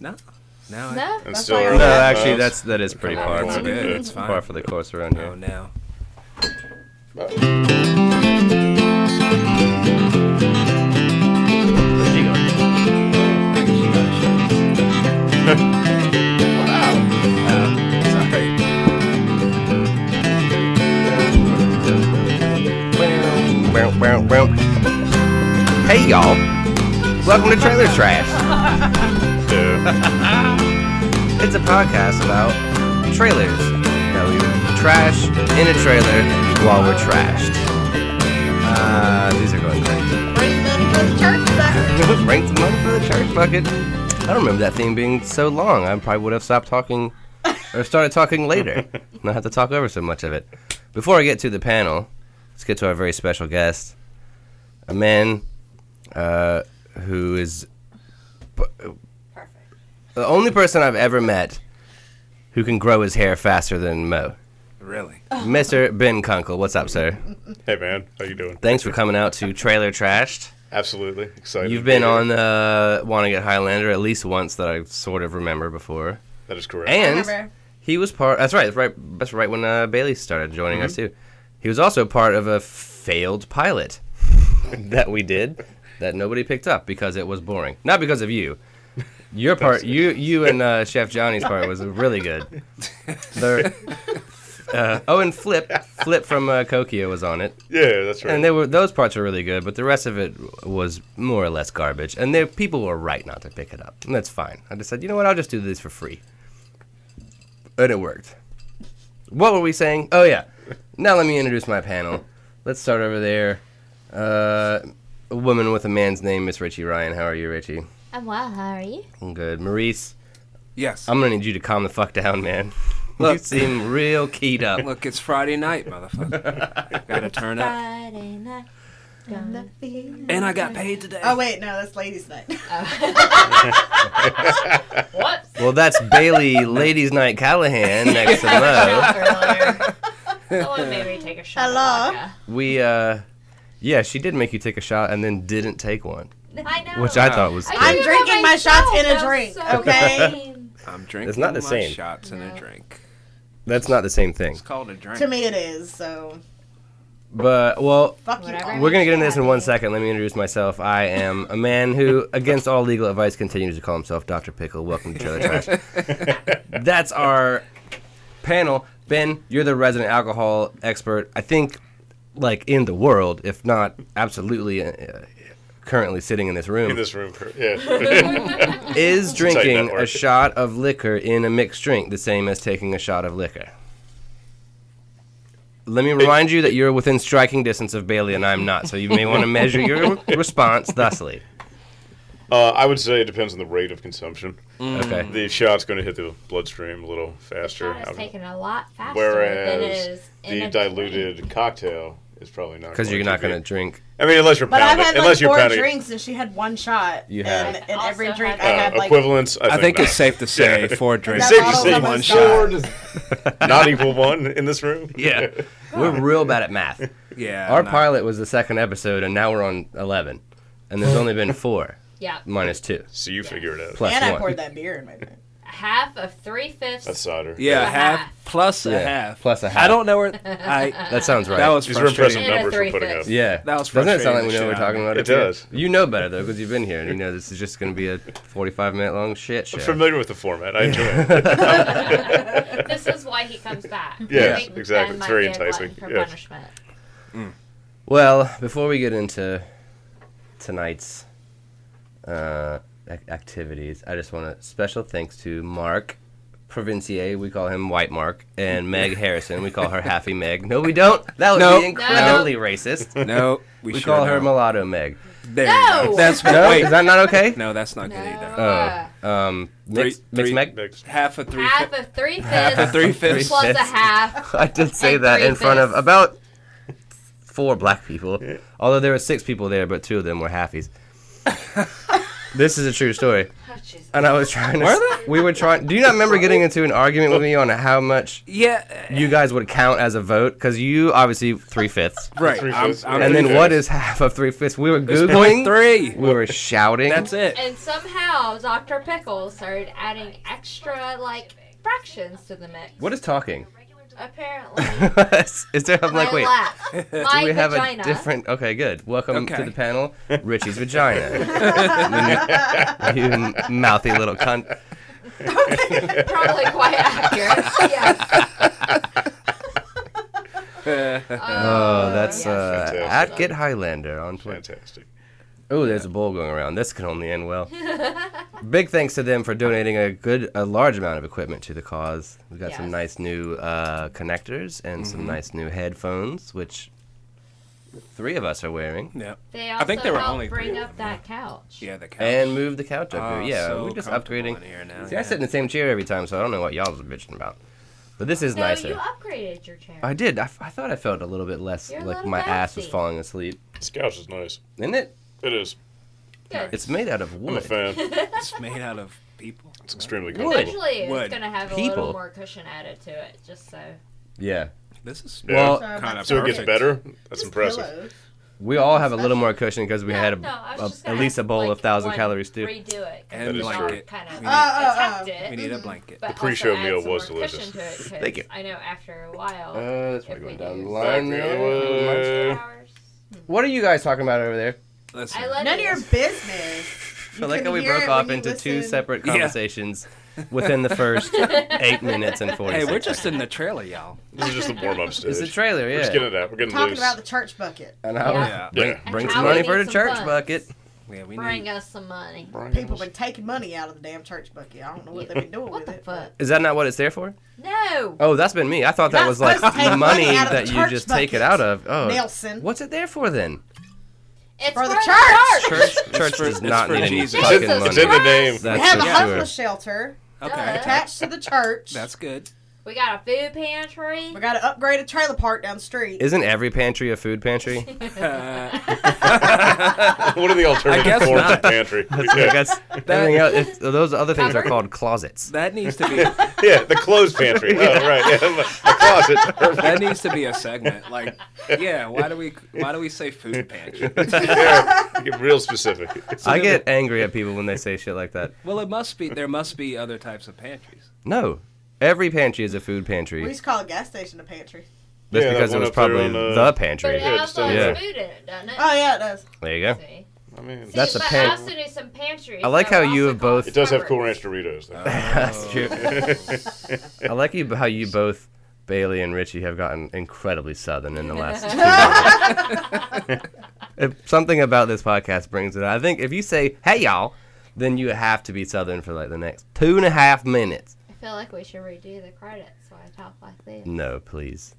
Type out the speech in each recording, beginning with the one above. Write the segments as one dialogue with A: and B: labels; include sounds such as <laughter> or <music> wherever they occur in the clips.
A: No. No. I-
B: No,
C: And
B: that's
C: still
B: why I
C: earn
B: went.
C: it.
D: No, actually,
C: Close.
D: that's that is pretty
C: Come
D: par
C: on,
D: for
C: it's
D: the
C: good,
A: it's fine.
D: par for the course around
A: Oh
D: here.
A: no. Uh, sorry.
D: Hey y'all, welcome to Trailer Trash.
C: Yeah.
D: It's a podcast about trailers that we trash in a trailer while we're trashed. Uh, these are going great. <laughs>
B: Bring money for the church back.
D: Rank the money for the church bucket. I don't remember that theme being so long. I probably would have stopped talking or started talking later. Not have to talk over so much of it. Before I get to the panel, let's get to our very special guest, a man uh, who is
B: Perfect.
D: the only person I've ever met who can grow his hair faster than Mo.
A: Really?
D: Mr. Ben Kunkel, what's up, sir?
C: Hey man, how you doing?
D: Thanks for coming out to Trailer Trashed.
C: Absolutely excited.
D: You've
C: to be
D: been
C: here.
D: on uh, Wanna Get Highlander at least once that I sort of remember before.
C: That is correct.
D: And
B: Remember.
D: he was part. That's right. That's right. That's right when uh, Bailey started joining us too. He was also part of a failed pilot <laughs> that we did that nobody picked up because it was boring. Not because of you. Your <laughs> part, you you and uh, Chef Johnny's part was really <laughs> good. There- uh, oh, and Flip Flip from uh, Kokio was on it,
C: yeah, that's right.
D: and they were those parts are really good, but the rest of it was more or less garbage. And there, people were right not to pick it up, and that's fine. I just said, you know what, I'll just do these for free, and it worked. What were we saying? Oh yeah. Now let me introduce my panel. Let's start over there. Uh, a woman with a man's name, Miss Richie Ryan. How are you, Richie?
B: I'm well. How are you?
D: I'm good, Maurice.
A: Yes.
D: I'm gonna need you to calm the fuck down, man. you
A: Look.
D: seem real keyed up.
A: Look, it's Friday night, motherfucker.
D: <laughs>
A: Gotta turn up.
B: Friday night.
A: And I got paid today.
E: Oh wait, no, that's ladies' <laughs> night.
B: What?
D: Well, that's Bailey <laughs> Ladies Night Callahan next to Mo.
B: Hello.
E: <laughs>
B: Someone made me take a shot.
E: Hello?
D: We, uh, yeah, she did make you take a shot and then didn't take one,
B: I know.
D: which I thought was.
E: I'm
B: did it
E: drinking my
B: myself.
E: shots in a
B: That was
E: drink,
B: so
E: okay?
B: mean.
A: I'm drinking
D: It's not the
A: my
D: same.
A: shots in a drink.
D: That's not the same thing.
A: It's called a drink.
E: to me, it is. So
D: But well,
E: fuck
B: Whatever.
E: you. all.
D: we're gonna get into this in one second. Let me introduce myself. I am a man who, against all legal advice, continues to call himself Doctor Pickle. Welcome to
C: <laughs>
D: Trailer Trash. That's our panel. Ben, you're the resident alcohol expert. I think, like in the world, if not absolutely, uh, currently sitting in this room.
C: in this room, cur- <laughs> yeah.
D: Is
C: how you
D: drinking
C: network.
D: a shot of liquor in a mixed drink the same as taking a shot of liquor? Let me remind you that you're within striking distance of Bailey and I'm not, so you may want to measure your response thusly.
C: uh, I would say it depends on the rate of consumption.
D: Okay.
C: The shot's going to hit the bloodstream a little faster.
B: Shot is taken a lot faster than it
C: Whereas
B: is in
C: the
B: a
C: diluted
B: drink.
C: cocktail is probably not.
D: Because you're not going to
C: be-
D: drink.
C: I mean, unless you're
E: But I've
C: pounding.
E: had like
C: unless
E: four
C: you're pounding.
E: drinks, and she had one shot.
D: You
E: and
D: have.
E: in
B: I
E: every
B: also
E: drink, I
B: had-
E: had
C: uh,
E: like
C: equivalence. I,
A: I think
C: not.
A: it's safe to say
C: <laughs> Yeah.
A: four drinks
E: That
A: equals
E: bottle's
A: one
E: almost
A: shot.
E: gone.
C: not equal one in this room.
D: Yeah. We're real bad at math.
A: Yeah.
D: Our
A: no.
D: pilot was the second episode, and now we're on 11. And there's only been four,
B: Yeah.
D: minus two,
C: <laughs> So you figure it out.
D: plus
E: And I
D: one.
E: poured that beer in my drink.
B: Half of three fifths.
C: That's cider.
A: Yeah,
B: A
A: half,
B: half.
A: plus
D: Yeah,
A: a half.
D: plus a
A: I
D: half.
A: don't know where. I.
D: That sounds right.
A: That was
C: These are
A: frustrating.
C: impressive
B: And a
C: numbers we're putting up.
B: three-fifths.
D: Yeah.
A: That was
D: Doesn't it sound like
A: frustrating
D: we know what we're
A: as shit.
D: talking about?
C: It
D: up here?
C: does.
D: You know better though, because you've been here, and you know this is just going to be a 45 minute long shit show.
C: I'm familiar with the format. I enjoy it.
B: this is why he comes
C: <laughs>
B: back.
C: Yes,
B: Make
C: exactly.
B: Ben
C: It's very
B: my dead
C: enticing.
B: button For
C: Yes.
B: punishment.
D: Well, before we get into tonight's uh, ac- activities, I just want to special thanks to Mark Provincier, we call him White Mark, and Meg Harrison, we call her Happy Meg. No, we don't. That would
A: Nope.
D: be incredibly racist.
A: No, we,
D: We
A: sure
D: call her
A: don't.
D: Mulatto Meg.
A: There
B: No!
A: you go. That's
D: No,
A: wait.
D: is that not okay?
A: no, that's not good either.
B: Uh,
D: Um, mix,
A: Three-
D: mix
A: three-
D: Meg.
E: <laughs>
C: Next.
A: Half a three.
B: half of three
A: half a
B: fifths
A: three fifths.
B: plus a
D: fifths.
B: half.
D: <laughs> I did say
B: And
D: that
B: three
D: in front of
B: fists.
D: about four black people. Although there were six people there, but two of them were halfies. <laughs> This is a true story.
B: Oh, Jesus.
D: And I was trying to. We were trying. Do you not remember getting into an argument with me on how much
A: Yeah.
D: you guys would count as a vote? Because you obviously three fifths.
A: Right.
C: Three
A: I'm,
C: fifths.
A: I'm
D: And then
C: Three
D: what
C: fifths.
D: is half of three fifths? We were
A: going
D: googling.
A: three.
D: We were shouting.
A: That's it.
B: And somehow Dr. Pickle started adding extra, like, fractions to the mix.
D: What is talking? <laughs>
B: Apparently.
D: is there? I'm like,
B: my
D: wait.
B: lap,
D: <laughs>
B: my
D: Do we have
B: vagina.
D: a different? Okay, good. Welcome to
A: Okay.
D: the panel,
A: <laughs>
D: Richie's vagina. you m- mouthy little cunt.
B: Probably quite accurate.
D: <laughs>
B: Yes.
A: <laughs>
D: Oh, that's
B: yeah.
D: uh,
C: Fantastic.
D: at Get Highlander on Twitter.
C: Fantastic.
D: Oh, there's a bowl going around. This can only
B: <laughs>
D: end well. Big thanks to them for donating a good, a large amount of equipment to the cause. We got some
B: Yes.
D: nice new uh, connectors and some nice new headphones, which three of us are wearing.
A: Yep.
B: They also
A: I think there were
B: helped
A: only three
B: bring
A: of
B: up that couch.
A: Yeah, the couch.
D: And move the couch up
A: Oh,
D: here. Yeah,
A: so
D: we're just
A: comfortable
D: upgrading.
A: in here now,
D: See, I
A: yeah.
D: <laughs> sit in the same chair every time, so I don't know what y'all are bitching about. But this is
B: No,
D: nicer.
B: you upgraded your chair.
D: I did. I, f- I thought I felt a little bit less
B: You're a
D: like
B: little
D: my ass was
B: bouncy.
D: falling asleep.
C: This couch is nice.
D: Isn't it?
C: It is.
B: Good.
D: It's made out of wood.
C: I'm a fan.
A: it's made out of people.
C: It's extremely comfortable.
B: Eventually, it's
A: Wood.
B: going to have a
D: People.
B: little more cushion added to it, just so.
D: Yeah.
A: This is
C: Yeah. Well-
A: kind of
C: So it gets
A: perfect.
C: better. That's
E: Just
C: impressive.
E: pillows.
D: We all have a little more cushion because we
B: No,
D: had a,
B: no, I was
D: a-
B: just gonna
D: at least a
B: have,
D: bowl
B: like,
D: of thousand
B: one
D: calorie stew.
B: Redo it.
A: And
C: That is
A: blanket.
B: Kind
A: We
B: of
A: need-
E: Uh, uh, uh.
A: We need a blanket.
B: But
C: pre-show
B: also add
C: meal
B: some
C: was
B: more cushion
C: delicious.
B: To it, 'cause
D: Thank you.
B: I know after a while.
D: Uh, that's why
B: if
D: going
B: we
D: down
B: do
D: the line
B: something
C: the
B: for
C: other
B: lunch hours-
D: What are you guys talking about over there?
A: Listen,
B: I let
E: None of
B: you-
E: your business.
D: I like how
E: can
D: we
E: hear
D: broke
E: it
D: off
E: when you
D: into two
E: listen.
D: separate
A: Yeah.
D: conversations within the first eight minutes and forty.
A: hey, we're
D: seconds.
A: just in the trailer, y'all.
C: This is just the warm up stage.
D: It's a trailer, yeah.
C: We're just getting it out. We're getting
E: Talking
C: loose.
E: about the church bucket.
D: and I was-
A: Yeah.
C: yeah.
B: And
D: Bring
B: how
D: some
B: we
D: money
B: need
D: for the
B: some
D: church
B: funds.
D: bucket.
A: Yeah, we
B: Bring
A: need.
B: us some money.
E: People been taking money out of the damn church bucket. I don't know what they've been doing
B: What
E: with
B: the
E: it.
B: fuck?
D: Is that not what it's there for?
B: No.
D: Oh, that's been me. I thought that
E: Not
D: was like
E: supposed to take
D: the money
E: money out of
D: that
E: the
D: you
E: church
D: just take it out
E: bucket.
D: of. Oh,
E: Nelson.
D: What's it there for then?
B: It's
E: For the
B: church.
D: Church, church
A: for-
D: does
A: it's
D: not
A: for
D: need any
A: Jesus.
D: fucking
B: Jesus
D: money.
C: It's in the
B: Christ.
C: name.
E: We
D: That's
E: have a
D: for
E: homeless
D: sure.
E: shelter
A: Okay,
B: Duh.
E: attached to the church.
A: that's good.
B: We got a food <laughs> pantry.
E: we got to upgrade a trailer park down the street.
D: Isn't every pantry a food pantry?
A: Uh,
C: what are the alternative
A: guess
C: forms
A: not.
C: of pantry?
D: I
C: <laughs> yeah.
D: guess everything else, if, those other things are
B: Cupboard.
D: called closets.
A: that needs
C: <laughs>
A: to be
C: yeah, the closed pantry. Oh, right. Yeah, the closet. Perfect.
A: that needs to be a segment.
C: <laughs>
A: Like, yeah, why do we why do we say food pantry?
C: Yeah, get real specific.
D: I get angry at people when they say shit like that.
A: Well, it must be there must be other types of pantries.
D: No, every pantry is a food
E: We
D: pantry.
E: used to call a gas station a pantry.
D: That's
C: Yeah, that
D: because it
C: one
D: was
C: up there
D: probably
C: on, uh,
D: the
B: But
D: pantry.
B: it
C: Yeah,
B: also
D: yeah.
B: has food in it, doesn't it?
E: Oh yeah, it does.
D: There you go.
B: See?
C: I mean,
D: That's a
B: but
D: pan-
B: I also do some pantries.
D: I like
B: so
D: how
B: it
D: you
B: also
D: have
B: calls
D: both-
C: it does have Cool
B: cupboards.
C: Ranch Doritos, though. Oh.
D: That's true. <laughs> I like you how you both, Bailey and Richie, have gotten incredibly southern in the last two years. If something about this podcast brings it out. I think if you say, hey, y'all, then you have to be southern for like the next two and a half minutes.
B: I feel like we should redo the credits so I talk like this.
D: No, please.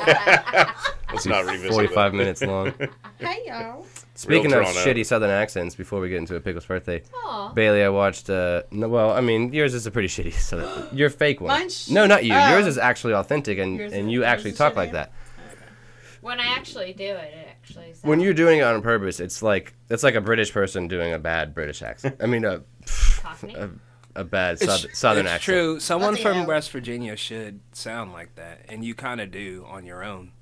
C: Let's not revisit
D: 45
C: that. <laughs>
D: minutes long.
E: Hey y'all.
D: Speaking of
C: drawn out.
D: shitty southern accents, before we get into a pickle's birthday,
B: Aw.
D: Bailey, I watched. Uh, no, well, I mean, yours is a pretty shitty. So your fake one.
E: Mine's-
D: no, not you.
E: oh.
D: Yours is actually authentic, and,
E: Yours
D: and
E: is-
D: you
E: yours
D: actually
E: is
D: talk
E: shitty.
D: like that.
B: When I actually do it, it actually sounds
D: When you're doing it on purpose, it's like it's like a British person doing a bad British accent. I mean, a
B: cockney.
D: a, a
E: <laughs>
D: bad southern, southern
A: it's
D: accent.
A: true. Someone
E: Latino.
A: from West Virginia should sound like that, and you kind of do on your own.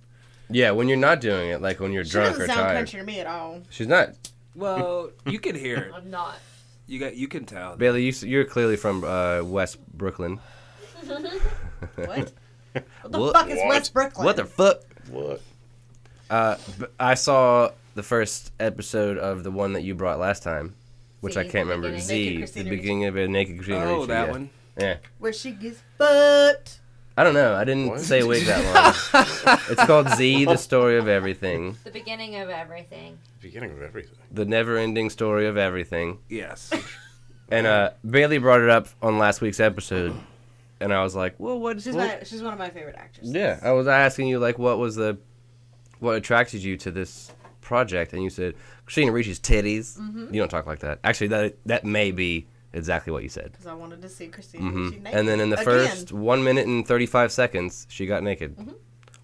D: Yeah, when you're not doing it, like when you're
E: She
D: drunk
E: doesn't
D: or
E: sound
D: tired.
E: country to me
D: <laughs>
E: at all.
D: She's not.
A: Well, you can hear it.
B: I'm not.
A: You got you can tell.
D: Bailey, you, s- you're clearly from uh, West Brooklyn.
E: What? What the
D: What?
E: fuck is
C: What?
E: West Brooklyn?
D: What the fuck?
C: What?
D: But I saw the first episode of the one that you brought last time, which I
B: Z's
D: can't
B: the
D: remember.
B: beginning.
D: Z,
E: Naked
D: the
E: Christina
D: beginning of a naked Christina
A: Oh,
D: Ricci,
A: that
D: yeah.
A: one.
D: Yeah,
E: Where she gets fucked.
D: I don't know. I didn't
C: What?
D: say wig
A: <laughs>
D: that long. it's called Z, the story of everything,
B: The beginning of everything.
C: Beginning of everything.
D: the never-ending story of everything. <laughs>
A: Yes.
D: And uh, Bailey brought it up on last week's episode, and I was like, "Well, what?"
E: She's
D: what-
E: my she's one of my favorite actresses.
D: Yeah, I was asking you like, what was the, what attracted you to this project, and you said Christina Ricci's titties.
E: Mm-hmm.
D: You don't talk like that. Actually, that that may be exactly what you said.
E: Because I wanted to see Christina. Ricci naked.
D: Mm-hmm. And then in the
E: Again.
D: first one minute and thirty-five seconds, she got naked.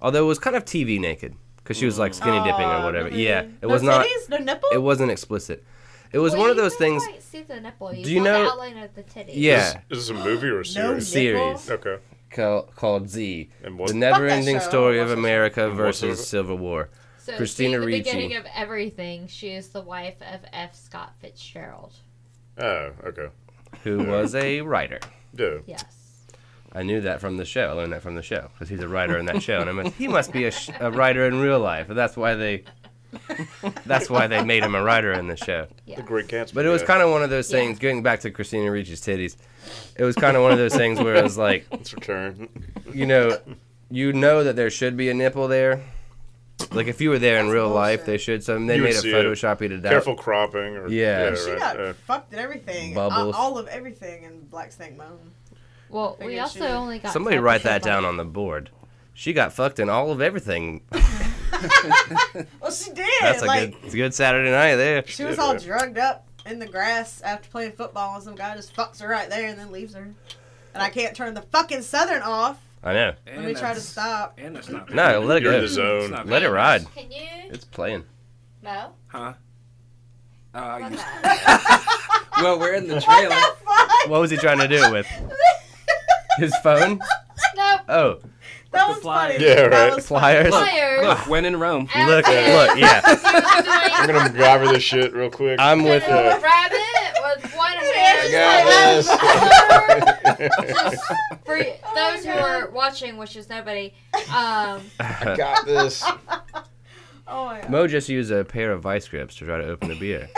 D: Although it was kind of TV naked because she was like skinny dipping
E: Mm-hmm. Aw,
D: or whatever.
E: really?
D: Yeah, it
E: No
D: was not.
E: titties? no nipple.
D: It wasn't explicit. It was
F: Well,
D: one of
F: you
D: those
F: couldn't
D: things.
F: quite see the nipple. You
D: Do you
F: saw
D: know-
F: the outline of the titty?
D: Yeah.
C: Is, is this a movie or a
E: No
C: series?
E: nipples.
D: Series.
C: Okay.
D: ca- called Z,
C: And what-
D: the
C: Fuck
E: that
D: never-ending
E: show.
D: story
E: I
D: of
E: watched that
D: America
C: watched
D: versus
C: it.
D: Civil War.
F: So
D: Christina
F: see, at the
D: Ricci.
F: beginning of everything, she is the wife of F. Scott Fitzgerald.
C: Oh, okay. <laughs>
D: Who was a writer?
C: Yeah.
F: Yes.
D: I knew that from the show. I learned that from the show because he's a writer in that show, and I meant he must be a, sh- a writer in real life. That's why they. That's why they made him a writer in the show.
F: Yeah.
C: The Great Gatsby.
D: But it was
C: yeah.
D: kind of one of those
F: Yeah.
D: things. Going back to Christina Ricci's titties, it was kind of one of those things where it was like,
C: It's return.
D: <laughs> you know, you know that there should be a nipple there. Like if you were there in
E: That's
D: real life,
E: bullshit.
D: they should. Some they
C: You would
D: made it
C: see it.
D: photoshoppy to death.
C: Careful cropping. Or,
D: Yeah.
E: She
C: right,
E: got
C: uh,
E: fucked at everything.
D: Bubbles.
E: All, all of everything in Black Snake Moan.
F: Well, we
E: Figured
F: also
E: she-
F: only got.
D: Somebody
F: cut
D: write
F: the
D: that
F: shit
D: down
F: off.
D: on the board. She got fucked in all of
E: <laughs>
D: everything.
E: Well, she did.
D: That's a
E: like
D: good, it's a good Saturday night there.
E: she was
C: Yeah.
E: all drugged up in the grass after playing football, and some guy just fucks her right there and then leaves her. And I can't turn the fucking southern off
D: I know.
E: when we try to stop.
A: And that's not
D: <laughs> No, let it
C: You're in
D: go.
C: the zone.
A: not
D: Let it ride.
F: Can you?
D: It's playing. <laughs>
F: No.
A: Huh? Uh,
F: What's
A: you,
F: that?
A: well, we're
E: <laughs>
A: in the
E: What
A: trailer.
E: the fuck?
D: What was he trying to do it with?
E: <laughs>
D: His phone?
F: <laughs> no.
D: Oh,
E: that
A: the
E: was
A: flyer?
E: funny.
C: Yeah,
E: That
C: right.
E: was
D: pliers.
A: Look,
F: Flyers.
A: look, when in Rome.
E: <laughs>
D: Look,
F: After
D: look, yeah.
F: she was doing
C: I'm going to MacGyver this shit real quick. <laughs>
D: I'm with uh,
F: little
D: her.
F: rabbit with one hand.
C: got
F: Just for those who are watching, which is nobody, um,
C: I got this.
E: Oh my god.
D: Mo just used a pair of vice grips to try to open a
E: <laughs>
D: beer.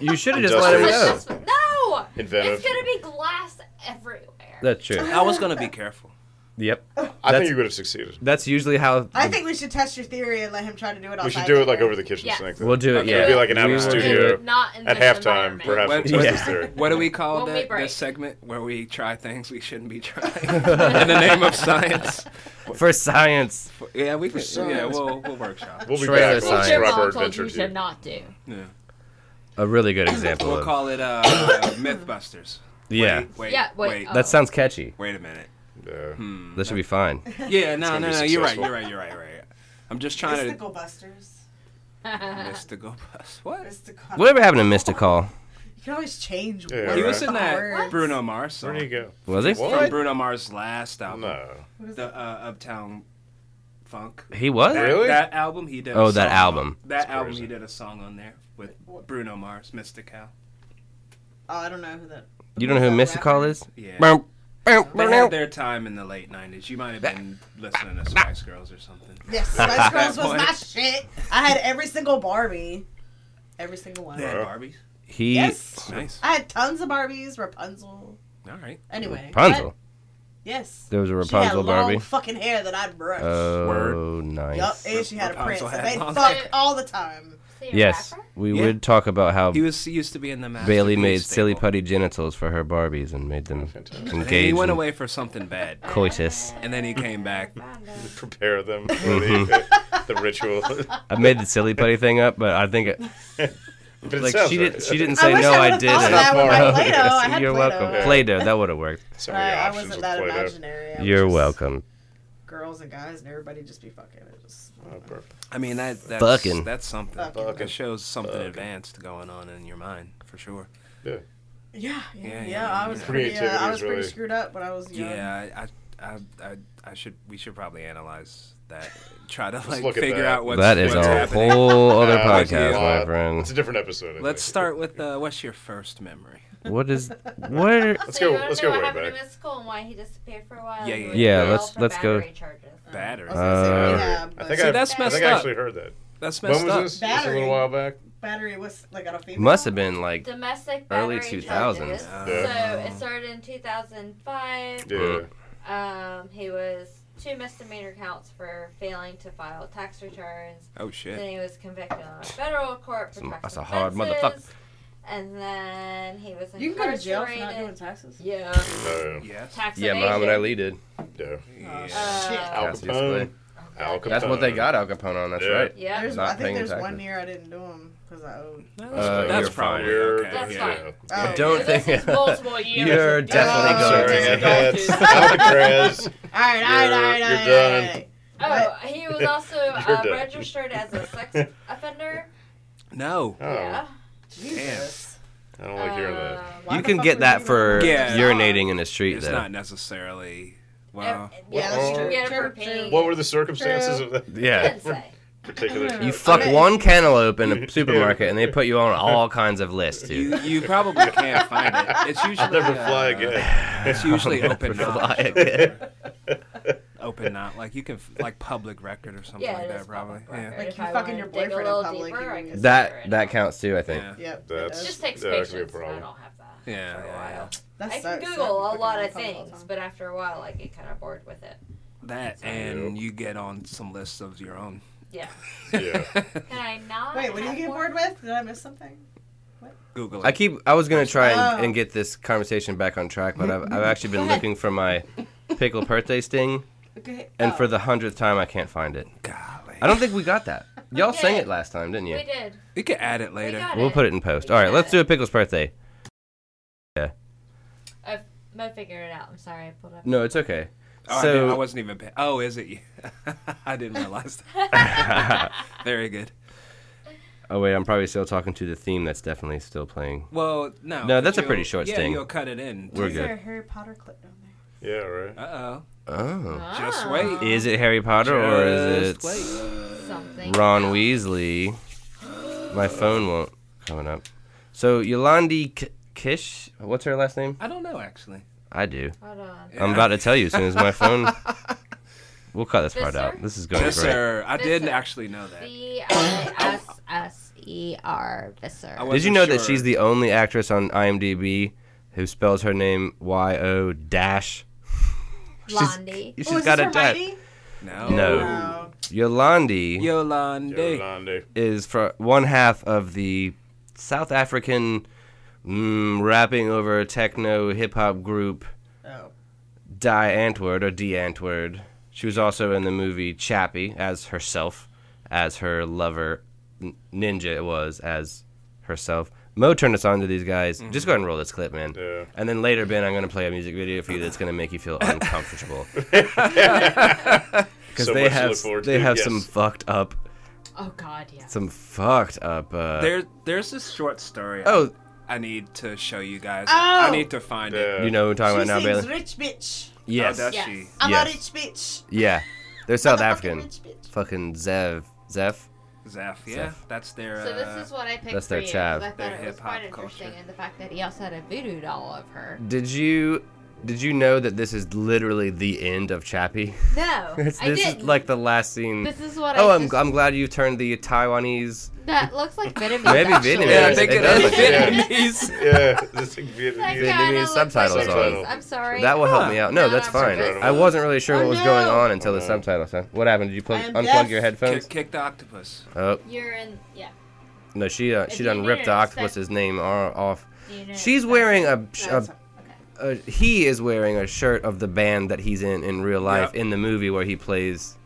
D: You should have just let
C: Industrious.
D: him
F: <laughs>
D: know.
F: it's just- no,
C: Inventive.
F: it's gonna be glass everywhere.
D: That's
A: <laughs>
D: true.
A: I was gonna be careful.
D: Yep.
C: I
D: That's-
C: think you would have succeeded.
D: That's usually how
E: I think we should test your theory and let him try to do it.
C: We should
E: outside
C: do it like
E: there.
C: over the kitchen
F: Yes.
C: sink.
D: we'll do it.
A: Okay.
D: Yeah.
C: It'd be like an
D: We
C: hour
D: will do
C: studio.
D: it.
F: Not in
C: At
F: this
C: halftime,
F: environment.
C: perhaps.
A: When-
C: we'll test
D: Yeah.
C: this theory.
A: What do we call
F: When we
A: that
F: break.
A: this segment where we try things we shouldn't be
D: <laughs>
A: trying <laughs> in the name of science?
D: For science.
A: Yeah, we can. Yeah,
C: science.
A: we'll we'll workshop.
D: <laughs>
C: We'll be
D: Trailer
C: back. We'll
D: science.
F: What your
C: describe our
F: mom told
C: adventure
F: you
C: to
F: to
C: you.
F: not do.
A: Yeah.
D: A really good example
A: We'll
D: of.
A: call it
D: <coughs>
A: uh, uh, MythBusters.
D: Yeah.
A: Wait, wait,
F: Yeah, wait,
A: wait.
F: uh,
D: That sounds catchy.
A: Wait a minute.
C: Yeah.
D: That should be fine.
A: Yeah, no,
C: gonna
A: no,
C: be
A: no. You're right.
C: successful.
A: You're right. You're right. You're right. I'm just trying to
E: Mystical Busters.
A: <laughs> mystical bus. What?
E: Mystical.
D: Whatever happened to Mystical?
E: You can always change.
C: Yeah,
E: what
A: He
C: right.
A: was in
E: the
A: that
E: words-
A: Bruno Mars song.
C: Where do you go?
D: Was he?
C: What?
A: From Bruno Mars' last album,
C: No.
E: what is
A: the
E: it?
A: uh, Uptown Funk.
D: He was?
A: That,
C: Really?
A: That album he did. a
D: Oh, that
A: song-
D: album.
A: That album
C: crazy.
A: he did a song on there with Bruno Mars, Mystical.
E: Oh, I don't know who that.
D: You don't know who Mystical is?
A: Yeah.
D: Bow, bow,
A: They
D: bow,
A: had
D: bow.
A: their time in the late '90s. You might have been listening to Spice Girls or something. <laughs>
E: Yes, Spice Girls
A: That
E: was my
A: point.
E: shit. I had every single Barbie, every single one.
A: They had
C: Wow.
A: Barbies.
D: He.
E: Yes,
A: Nice.
E: I had tons of Barbies. Rapunzel.
A: All right.
E: Anyway,
D: Rapunzel.
E: but- yes,
D: There was a
E: she had
D: Rapunzel
E: long
D: Barbie.
E: fucking hair that I'd brush.
D: Oh,
E: Yup,
D: nice.
E: and she had a prince.
A: Rapunzel
E: and
A: had
E: They
A: long
E: fuck
F: hair.
E: all the time.
F: See a
D: Yes,
F: rapper?
D: we
A: Yeah.
D: would talk about how
A: He was he used to be in the Master
D: Um, Bailey
A: Food
D: made silly
A: staple.
D: putty genitals for her Barbies and made them
A: And
C: Fantastic.
A: he
D: engage
A: went
D: in
A: away for something bad,
D: coitus.
A: and then he came back.
C: <laughs> Prepare them for <laughs>
D: Mm-hmm.
C: the, the ritual.
D: I made the silly putty thing up, but I think it,
C: But it
D: like
C: sounds
D: she
C: right.
D: didn't. She didn't
E: I
D: say
E: wish
D: no.
E: I
D: I,
E: would've
D: did.
E: thought
D: it.
E: of that
D: <laughs>
E: with
C: my
E: Play-Doh. I had
D: You're
E: Play-Doh.
D: welcome.
E: Yeah.
D: Play-Doh. That would have worked.
C: So many
E: Right, I
C: options
E: wasn't
C: with
E: that
C: Play-Doh.
E: imaginary. I was
D: You're
E: just
D: welcome.
E: Girls and guys and everybody just be fucking. It just, I don't
C: Oh,
E: know.
C: perfect.
A: I mean that that's,
D: Fucking.
A: that's something.
E: Fucking.
A: That shows something advanced going on in your mind for sure.
C: Yeah.
E: Yeah, yeah,
A: Yeah,
E: yeah.
A: yeah,
E: I was
A: yeah.
E: pretty. Uh, I
C: Creativity
E: was
C: is
E: pretty
C: really-
E: screwed up when I was young. <laughs>
A: Yeah, I, I, I, I, I should. We should probably analyze that. <laughs> Try to like
C: look at
A: figure
C: that.
A: out what's
D: that is
A: what's
D: a
A: happening.
D: whole other
C: Uh, that's a
D: podcast, my
C: lot. It's a <laughs>
D: friend.
C: different episode. I
A: Let's
C: think.
A: start with uh, what's your first memory?
D: What is? What? Are,
C: Let's
F: So you
C: go.
F: wanna
C: Let's
F: know
C: go
F: what
C: way
F: happened
C: back.
F: to Miss Cole and why he disappeared for a while?
A: Yeah,
F: He
A: yeah,
F: was
D: yeah. Yeah,
F: jailed
D: let's-
F: for
D: let's go-
F: battery charges.
E: I
A: Battery.
E: was gonna say
D: Uh,
E: rehab,
C: I
E: but
C: think,
A: See,
C: I,
A: that's
C: I,
A: messed
C: think I
A: up.
C: actually heard that.
A: That's messed
C: When was
A: up.
C: this? Just a
E: Battery.
C: little while back.
E: battery was like on a female.
D: Must have been like
F: Domestic
D: Early
F: battery
D: 2000s.
F: charges.
A: Yeah.
F: So it started in 2005.
C: Yeah.
D: Mm.
F: Um, he was two misdemeanor counts for failing to file tax returns.
A: Oh shit.
F: Then he was convicted on a federal court for
D: Some-
F: tax
D: that's a hard
F: offenses.
D: motherfucker.
F: And then he was
E: You can go to jail for not doing
F: incarcerated.
E: taxes.
F: Yeah.
C: No.
A: Yes.
F: Tax
D: yeah,
F: evasion.
D: Muhammad Ali did.
C: Yeah.
A: Yeah.
E: Oh, shit.
F: Uh,
C: Al
D: Cassius
C: Capone.
D: Clay.
C: Al Capone.
D: That's what they got Al Capone on. That's
C: Yeah.
D: right.
F: Yeah.
E: There's,
D: Not
E: I
D: paying
E: think there's one
D: taxes.
E: year I didn't do them because I owed.
A: That's,
D: Uh,
A: that's
D: you're
A: probably
C: fired.
A: okay.
F: That's
A: yeah.
F: fine.
E: Oh,
D: Don't
E: yeah.
D: think-
F: This is multiple
D: <laughs>
F: years.
D: You're
F: of
D: definitely
F: jail.
E: going
C: Sorry,
E: to jail.
C: that's
D: <laughs>
C: Alcatraz.
E: All right, all right, all right, all
C: You're-
E: right,
C: you're
E: all right, all right.
F: Oh, he was also
C: You're
F: uh,
C: done.
F: registered as a sex offender.
A: No.
C: Oh.
F: Yeah.
E: Jesus.
C: I don't want to hear
A: Uh,
C: that.
E: Why
D: you
E: the
D: can
E: fuck
D: get
E: would
D: that
E: you
D: for
E: want to
A: Yeah.
E: do that?
D: urinating in the street,
A: It's
D: though.
A: not necessarily. Well,
E: Yeah,
C: Well,
E: that's
C: uh,
E: true.
F: Get it
E: True,
F: for
E: true.
F: paid.
C: What were the circumstances
E: True.
C: of that
D: yeah.
C: particular? <laughs>
D: You fuck
E: Okay.
D: one cantaloupe in a supermarket, and they put you on all kinds of lists, dude.
A: you you probably
D: <laughs>
A: can't find it. It's usually
C: I'll never
A: uh, <laughs>
C: fly again.
A: It's
C: <laughs>
D: <laughs>
A: usually open
D: Fly
A: knowledge.
D: again.
A: Open not like you can f- like public record or something
F: Yeah,
A: like
F: it
A: that
F: is
A: probably.
F: public
A: Yeah.
F: record.
E: Like
F: If
E: you
F: I
E: fucking
F: wanna
E: your
F: dig a
E: boyfriend
F: little
E: in public.
F: deeper, I
E: you
F: can
E: can-
F: figure
D: That
F: it
D: that
F: out.
D: counts too, I think.
A: Yeah.
E: Yep.
C: That's-
E: That's
F: It just
E: just
F: takes
C: That actually a
F: patience. I
C: problem.
F: don't have that.
A: Yeah,
F: For
A: yeah,
F: a
A: yeah.
F: while.
E: that
F: I can
E: sucks.
F: Google a
E: Fucking
F: lot of
E: fucking all the
F: things,
E: time.
F: but after a while, I get kind of bored with it.
A: That and you get on some lists of your own.
F: Yeah.
C: Yeah.
F: Can I not?
E: Wait, what do you
F: have
E: get
F: one?
E: bored with? Did I miss something?
A: <laughs> Google it.
D: I keep. I was gonna try and,
E: Oh.
D: and get this conversation back on track, but I've, I've actually been
F: Go ahead.
D: looking
F: <laughs>
D: for my pickle birthday sting,
E: Okay.
D: and for the hundredth time, I can't find it.
A: Golly.
D: I don't think we got that. Y'all
F: We
D: sang
F: did.
D: it last time, didn't you?
F: We did.
A: you can add it
F: We
A: later.
F: got
D: We'll
F: it.
D: put it in post.
F: We
D: All right,
F: got
D: let's
F: it.
D: do a pickle's birthday.
F: I'm gonna figure it out. I'm sorry, I pulled up.
D: No, it's okay.
A: Oh, I,
D: so
A: didn't- I wasn't even. Pay- oh, is it? <laughs> you? I didn't realize.
F: <laughs>
A: That. Very good.
D: <laughs> Oh wait, I'm probably still talking to the theme that's definitely still playing.
A: Well, no.
D: No, that's
A: but
D: a pretty
A: you'll-
D: short
A: yeah,
D: sting.
A: You'll cut it in.
D: We're
E: Is
D: good.
E: there a Oh, Harry Potter clip down there?
C: Yeah, right.
A: Uh oh.
D: Oh.
A: Just
F: Ah,
A: wait.
D: Is it Harry Potter or is it
A: Just wait.
F: Something.
D: Ron Weasley? My phone won't coming up. So Yolandi K- Kish, what's her last name?
A: I don't know actually.
D: I do.
F: Hold on.
D: I'm about to tell you as soon as
A: <laughs>
D: my phone. We'll cut this part out.
F: Visser?
D: This is going
A: Yes,
D: great.
A: sir. I didn't
F: Visser.
A: actually know that.
F: V I S S E R Visser.
A: I
D: Did you
A: wasn't
D: know that
A: sure.
D: she's the only actress on IMDb who spells her name Y O dash?
F: Blondie.
D: She's
E: Oh, is
D: got
E: this
D: a Oh. dash.
E: Hermione?
A: No.
D: No.
E: No.
D: Yolandi.
A: Yolande.
C: Yolande.
D: is for one half of the South African mm, rapping over techno hip hop group
E: Oh.
D: Die Antwoord or D Antwoord. She was also in the movie Chappie as herself, as her lover N- Ninja it was as herself. Mo turned us on to these guys. Just go ahead and roll this clip, man.
C: Yeah.
D: And then later, Ben, I'm going to play a music video for you that's going to make you feel
C: <laughs>
D: uncomfortable. Because
C: So
D: they
C: much to
D: have
C: look forward
D: they
C: to,
D: have
C: yes.
D: some fucked up
F: Oh God, yeah.
D: some fucked up. Uh,
A: There, there's this short story.
D: oh,
A: I need to show you guys.
E: Oh!
A: I need to find it.
C: Yeah.
D: you know what I'm talking
E: She
D: about now,
E: sings
D: Bailey?
E: rich bitch.
A: Yes.
D: Yes.
A: does
F: Yes.
A: she?
E: I'm
D: Yes.
E: a rich bitch.
D: Yeah, they're South
E: I'm a
D: African.
E: fucking rich bitch.
D: Fucking Zev, Zeph.
A: Zeph, yeah.
D: Zeph.
A: That's their.
F: So
A: uh,
F: this is what I picked
D: that's
F: for
D: their
F: you. 'cause
D: chav.
F: I
A: Their
F: thought it was
A: hip-hop
F: quite interesting,
A: culture.
F: and the fact that he also had a voodoo doll of
A: <laughs>
F: her.
D: Did you did you know that this is literally the end of Chappie? <laughs>
F: No,
D: It's-
F: I
D: this
F: didn't.
D: is like the last scene.
F: this is what
D: oh,
F: I.
D: I'm,
F: just,
D: I'm glad you turned the Taiwanese.
F: That looks like Vietnamese.
D: Maybe
F: actually.
D: Vietnamese.
A: Yeah, I think it
D: does
A: is
D: look like
A: Vietnamese.
C: Yeah. This thing being
F: That
D: Vietnamese
F: kinda looks like
D: subtitles
C: on.
F: Vietnamese. I'm sorry.
D: That will help me out. No,
F: Not
D: that's
F: on
D: fine.
F: purpose.
D: I wasn't really sure
E: Oh,
D: what was
E: no.
D: going on until the
C: Oh, no.
D: subtitles. Huh? What happened? Did you plug,
E: I am
D: unplug
E: deaf.
D: your
A: Kick,
D: headphones?
A: kick the octopus.
D: Oh
F: You're in. Yeah.
D: no, she uh,
F: If
D: she
F: you
D: done
F: didn't
D: ripped the
F: expect-
D: octopus's name ar- off.
F: You know,
D: She's wearing a,
E: No,
D: a
E: it's fine.
D: uh, he is wearing a shirt of the band that he's in in real life
A: Yeah.
D: in the movie where he plays.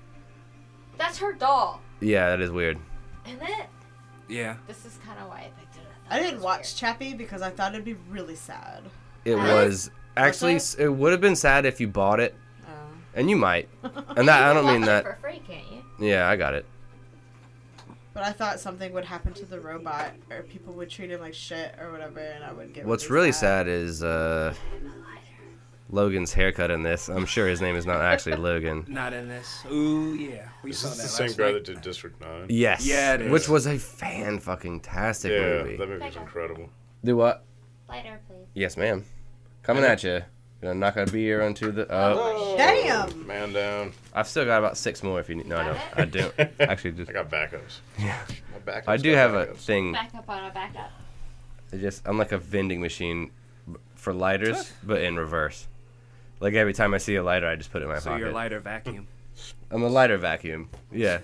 F: That's her doll,
D: Yeah, that is weird.
F: and it.
A: Yeah.
F: This is kind of why I picked it. up.
E: I didn't watch Chappie because I thought it'd be really sad.
D: It
F: Huh?
D: was actually
E: Was
D: s- it would have been sad if you bought it,
E: Oh.
D: and you might. And that I don't mean that.
E: <laughs>
F: For free, can't you?
D: Yeah, I got it.
E: But I thought something would happen to the robot, or people would treat him like shit, or whatever, and I would get.
D: What's really sad is uh, Logan's haircut in this. I'm sure his name is not actually Logan.
A: Not in this. Ooh, yeah. We
C: Is
A: saw
C: this
A: that
C: the same
A: last
C: guy
A: night.
C: that did District 9?
D: Yes.
A: Yeah, it
D: Which
A: is.
D: was a fan fucking tastic
C: Yeah,
D: movie.
C: that movie was incredible.
D: Do what?
F: Lighter, please.
D: Yes, ma'am. Coming at you. Gonna knock a beer onto the. oh.
A: <laughs>
E: Damn.
C: Man down.
D: I've still got about six more if you need. No, no,
A: <laughs>
D: I do. Actually, just
C: I got backups.
D: yeah.
C: My backups
D: I do
C: got
D: have a
C: backups.
D: thing.
F: Back up on a backup.
D: I Just I'm like a vending machine b- for lighters, but in reverse. Like every time I see a lighter, I just put it in my
A: So
D: pocket.
A: your lighter vacuum.
D: I'm a lighter vacuum.
A: <laughs>
D: Yeah.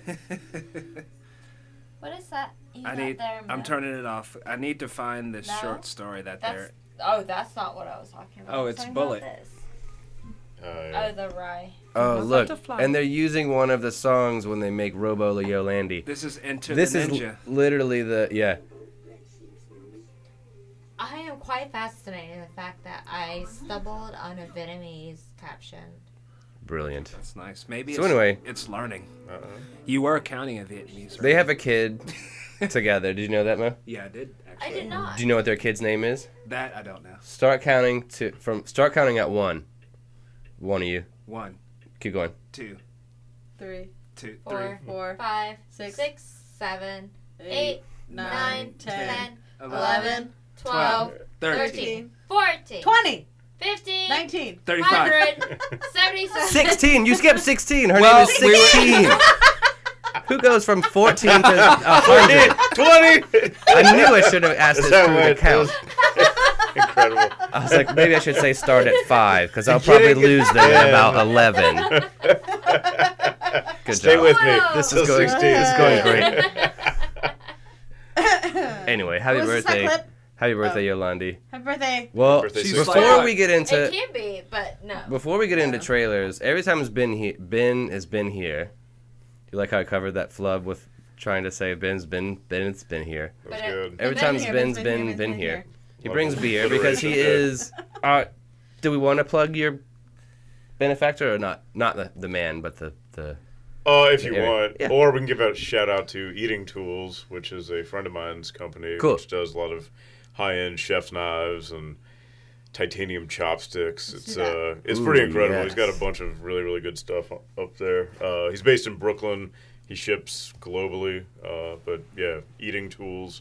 F: What is that? You
A: I
F: got
A: need.
F: there,
A: I'm
F: Mo?
A: turning it off. I need to find this
F: No?
A: short story that
F: That's.
A: they're.
F: Oh, that's not what I was talking about.
A: Oh,
F: I was
A: it's
F: talking about
A: Bullet.
F: this.
C: Oh, yeah.
F: Oh, the rye.
A: I'd
D: Oh look,
A: love to fly.
D: and they're using one of the songs when they make Robo Leolandi.
A: This is Enter
D: This
A: the
D: is
A: Ninja.
D: l- literally the yeah.
F: I am quite fascinated in the fact that I stumbled on a Vietnamese caption
D: Brilliant.
A: That's nice. Maybe
D: So
A: it's,
D: anyway.
A: it's learning. You were counting a Vietnamese. Right?
D: They have a kid together. Did you know that, Mo?
A: yeah, I did actually.
B: I did not.
D: Do you know what their kid's name is?
A: That I don't know.
D: Start counting to from start counting at one. One of you.
A: One,
D: Keep going.
A: two,
E: Three,
A: two, three.
B: Four,
E: four,
B: five,
E: Six.
B: six, seven,
E: eight,
B: eight,
E: nine,
B: nine,
E: ten,
B: ten,
A: eleven,
B: eleven, twelve,
A: thirteen,
B: thirteen, fourteen,
E: twenty,
B: fifteen,
F: <laughs>
E: nineteen. <laughs>
A: thirty-five.
B: hundred, seventy-seven.
D: Sixteen. You skipped sixteen. Her
A: Well,
D: name is
A: we were-
D: sixteen. Who goes from fourteen to
B: Uh,
D: <laughs> a hundred?
C: 20!
D: Oh, I knew I should have asked
C: Is
D: this
C: that
D: through
C: what
D: the
C: it
D: count.
C: is? Incredible.
D: I was like, maybe I should say start at five because I'll probably
C: Kidding.
D: lose them
C: Yeah.
D: at about eleven. <laughs> Good
C: Stay
D: job.
C: with me.
B: This
D: is
C: Till
D: going-
C: 16.
E: this is
B: <laughs>
E: going
D: great.
E: Happy
D: Anyway, happy birthday, happy birthday, Yolandi.
E: Happy birthday.
D: Well,
C: Birthday
A: She's
D: before
A: like-
D: we get into
B: It can be, but no.
D: Before we get into
E: Yeah.
D: trailers, every time it's been he- Ben has been here. You like how I covered that flub with trying to say Ben's been Ben's been here.
C: That was
B: But it-
C: good.
D: Every
E: Been
D: time
E: here,
D: Ben's
E: been
D: been
E: here,
D: been,
E: been
D: here.
E: here.
D: He
C: Love
D: brings
C: it.
D: beer because
C: <laughs>
D: he
C: Alliteration there.
D: is. Uh, do we want to plug your benefactor or not? Not the, the man, but the the.
C: Oh, if you
D: Yeah.
C: want.
D: Yeah.
C: Or we can give out a shout out to Eating Tools, which is a friend of mine's company,
D: Cool.
C: which does a lot of high end chef's knives and titanium chopsticks. It's
E: that.
C: uh, it's
D: Ooh,
C: pretty incredible. He's got
D: yes.
C: a bunch of really really good stuff u- up there. Uh, he's based in Brooklyn. He ships globally, uh, but yeah, eatingtools.com.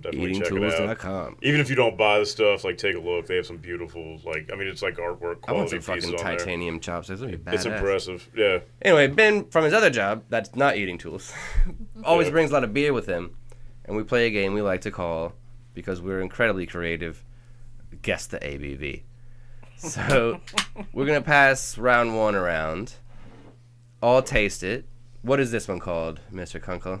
C: Definitely check it out.
D: Eatingtools.com.
C: Even if you don't buy the stuff, like take a look. They have some beautiful, like I mean, it's like artwork quality
D: I want some
C: pieces
D: fucking
C: on there.
D: titanium chopsticks. That'd be badass.
C: It's impressive. Yeah.
D: Anyway, Ben from his other job, that's not eating tools, <laughs> always
C: Yeah.
D: brings a lot of beer with him, and we play a game we like to call because we're incredibly creative. Guess the ABV. So we're gonna pass round one around. All taste it. What is this one called, Mister Kunkel?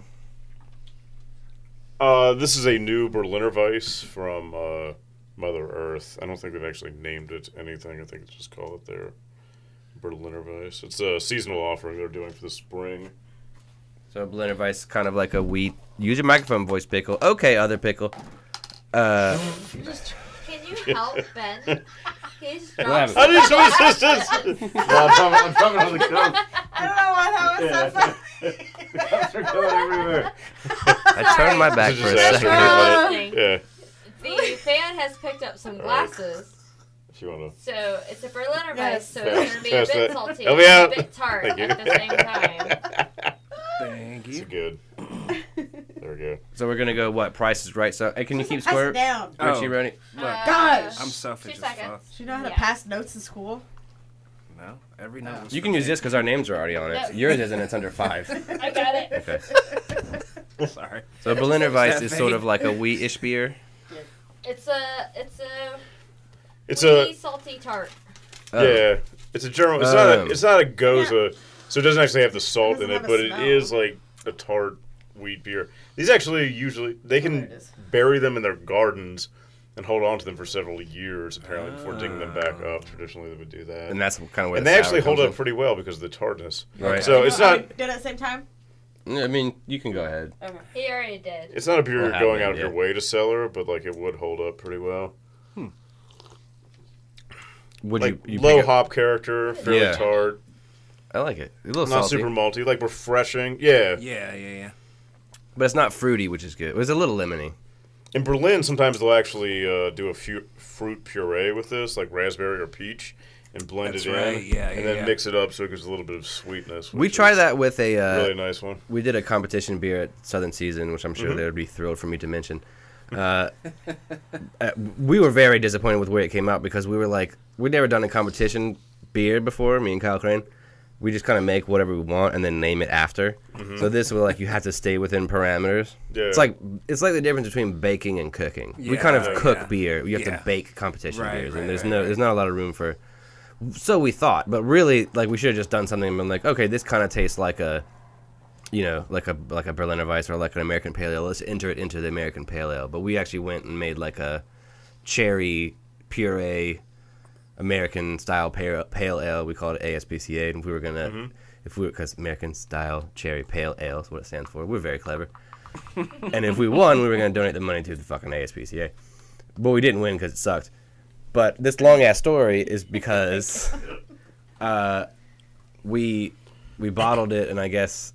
C: Uh, this is a new Berliner Weiss from uh, Mother Earth. I don't think they've actually named it anything. I think it's just called it their Berliner Weiss. It's a seasonal offering they're doing for the spring.
D: So Blender Vice, kind of like a wheat. Use your microphone, voice pickle. Okay, other pickle. Uh,
C: <laughs>
B: Just, can you help Ben? He's
D: What
B: drunk.
D: happened?
C: I need some assistance. no, I'm, coming on the coast.
E: I don't know why that was so funny.
C: Cops are going everywhere.
D: I turned my back
C: This
D: for
C: is
D: a
C: disaster.
D: second.
B: Listening.
C: <laughs> Yeah.
E: <laughs>
B: The fan has picked up some glasses,
C: If you want to.
B: so it's a Berliner
E: Yes.
B: Weiss, so it's gonna be a
C: Pass
B: bit
C: that.
B: salty, and
C: Help me out.
B: a bit tart
C: Thank you.
B: at the
C: <laughs>
B: same time.
A: Thank
C: It's
A: you.
C: good. There we go.
D: So we're gonna go what? Price is right. So hey, can you keep
E: Pass it
D: score?
E: down.
A: Oh.
D: Richie Ronnie.
A: Look,
B: Uh,
E: Gosh.
A: I'm selfish
B: two
A: as fuck.
B: seconds.
E: Do you know how to
B: Yeah.
E: pass notes in school?
A: No, every night. was
D: You
A: for
D: can
A: me.
D: use this because our names are already on it.
B: No.
D: Yours isn't. It's under five.
B: I got it.
E: <laughs>
D: Okay.
A: Sorry.
D: So Berliner Weiss
A: that
D: is sort
A: vague?
D: of like a wheat-ish beer.
B: It's a it's a
C: It's
B: wheaty,
C: a
B: salty tart.
D: Oh,
C: yeah. It's a general. It's not. A,
D: Um.
C: it's not a goza. So it doesn't actually have the salt in
E: doesn't
C: it,
E: have a
C: but it
E: smell.
C: is like a tart wheat beer. These actually usually they
E: there it
C: can
E: is.
C: bury them in their gardens and hold on to them for several years apparently before digging them back up. Traditionally, they would do that.
D: Oh. And that's kind of where
C: And
D: the
C: they actually
D: sour
C: hold
D: comes
C: up pretty well because of the tartness.
D: Right.
C: So it's
E: Are we
C: not.
E: Doing it at the same time?
D: in. I mean, you can go ahead.
E: Okay.
B: He already did.
C: It's not a beer
D: We'll
C: you're
D: have
C: going
D: them,
C: out of your
D: yeah. Hmm.
C: way to cellar, but like it would hold up pretty well.
D: Would
C: Like
D: you? you
C: low
D: pick up-
C: hop character, fairly
D: Yeah.
C: tart,
D: I like it. A little
C: not
D: salty,
C: super malty, like refreshing. Yeah.
A: Yeah, yeah, yeah.
D: but it's not fruity, which is good. It was a little lemony.
C: In Berlin, sometimes they'll actually uh, do a fu- fruit puree with this, like raspberry or peach, and blend
A: That's
C: it in,
A: right, yeah,
C: and
A: yeah,
C: then
A: yeah.
C: mix it up so it gives a little bit of sweetness.
D: We
C: which
D: tried
C: is
D: that with a.
C: a
D: Uh,
C: really nice one.
D: We did a competition beer at Southern Season, which I'm sure
A: Mm-hmm.
D: they would be thrilled for me to mention. Uh, uh, we were very disappointed with where it came out because we were like, we'd never done a competition beer before. Me and Kyle Crane, we just kind of make whatever we want and then name it after.
A: Mm-hmm.
D: So this was like you have to stay within parameters.
C: Yeah.
D: It's like it's like the difference between baking and cooking. we kind
A: Yeah,
D: of cook
A: yeah.
D: beer. You have
A: Yeah.
D: to bake competition
A: Right,
D: beers,
A: right,
D: and there's
A: right,
D: no
A: right.
D: there's not a lot of room for. So we thought, but really, like we should have just done something and been like, okay, this kind of tastes like a you know, like a like a Berliner Weiss or like an American Pale Ale. Let's enter it into the American Pale Ale. But we actually went and made like a cherry puree American style pale, pale ale. We called it ASPCA, and we were gonna
A: Mm-hmm.
D: if we were because American style cherry pale ale is what it stands for. We're very clever. <laughs> and if we won, we were gonna donate the money to the fucking ASPCA.
C: <laughs>
D: But we didn't win because it sucked. But this long ass story is because we we bottled it and I guess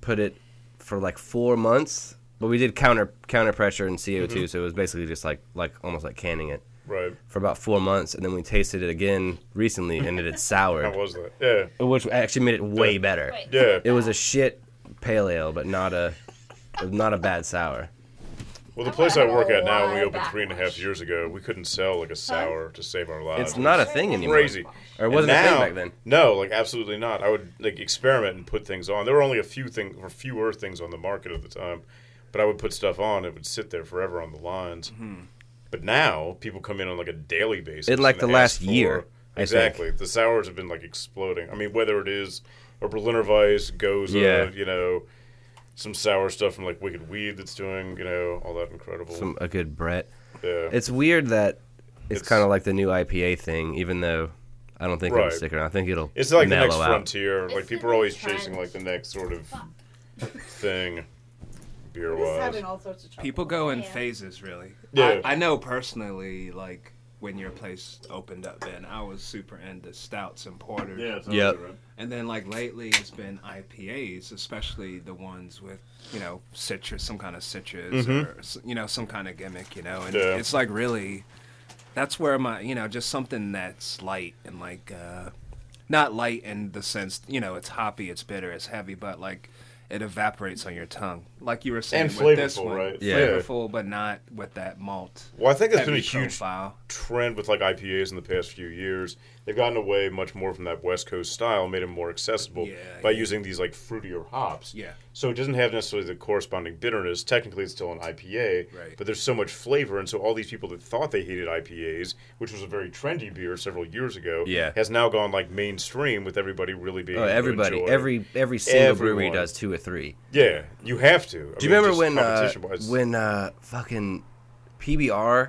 D: put it for like four months. But we did counter counter pressure and CO
C: Mm-hmm.
D: 2 so it was basically just like like almost like canning it
C: Right.
D: for about four months, and then we tasted it again recently, and it
C: <laughs>
D: had
C: How
D: soured,
C: was that? Yeah.
D: which actually made it way better.
F: Wait.
C: Yeah.
D: It was a shit pale ale, but not a not a bad sour.
C: Well, the place I work at now, we
B: Why
C: opened three and a half
B: backlash?
C: years ago. We couldn't sell like a sour to save our lives.
D: It's not a thing anymore.
C: crazy.
D: Or it wasn't
C: And
D: a
C: now-
D: thing back then.
C: No, like absolutely not. I would like experiment and put things on. There were only a few things or fewer things on the market at the time, but I would put stuff on. It would sit there forever on the lines. But now people come in on like a daily basis.
D: In, like,
C: and
D: the
C: ask
D: last
C: for-
D: year, I think.
C: Exactly. The sours have been like exploding. I mean, whether it is a Berliner Weiss, Goza,
D: Yeah.
C: you know, some sour stuff from like Wicked Weed that's doing, you know, all that incredible.
D: Some a good Brett.
C: yeah.
D: It's weird that it's,
C: It's-
D: kind of like the new IPA thing, even though I don't think
C: Right.
D: it'll stick around. I think it'll
C: It's like the
D: mellow
C: next
D: out.
C: frontier. like
F: It's the
C: people are always
F: next trend.
C: chasing like the next sort of thing, beer
E: This is
C: wise.
E: having all sorts of trouble.
A: People
E: <laughs>
A: go in
F: Yeah.
A: phases, really.
C: Yeah.
A: I, I know personally, like when your place opened up, Ben, I was super into stouts and porters.
D: Yep.
A: And then like lately, it's been IPAs, especially the ones with you know citrus, some kind of citrus, or s or you know some kind of gimmick, you know. And
C: Mm-hmm. Yeah.
A: it's like really, that's where my you know just something that's light and like uh, not light in the sense you know it's hoppy, it's bitter, it's heavy, but like it evaporates on your tongue, like you were saying
C: And
A: with this
C: flavorful,
A: one,
C: right?
D: Yeah.
A: flavorful, but not with that malt.
C: Well, I think it's been a
A: heavy
C: huge
A: profile.
C: trend with like IPAs in the past few years. They've gotten away much more from that West Coast style, made it more accessible
A: Yeah,
C: by
A: yeah.
C: using these like fruitier hops.
A: Yeah.
C: So it doesn't have necessarily the corresponding bitterness. Technically, it's still an IPA,
A: Right.
C: but there's so much flavor, and so all these people that thought they hated IPAs, which was a very trendy beer several years ago,
D: Yeah.
C: has now gone like mainstream with everybody really being
D: Oh,
C: able to
D: everybody,
C: enjoy it.
D: every every single brewery
C: Everyone.
D: does two or three.
C: Yeah, you have to.
D: Do you remember when uh, when uh, fucking PBR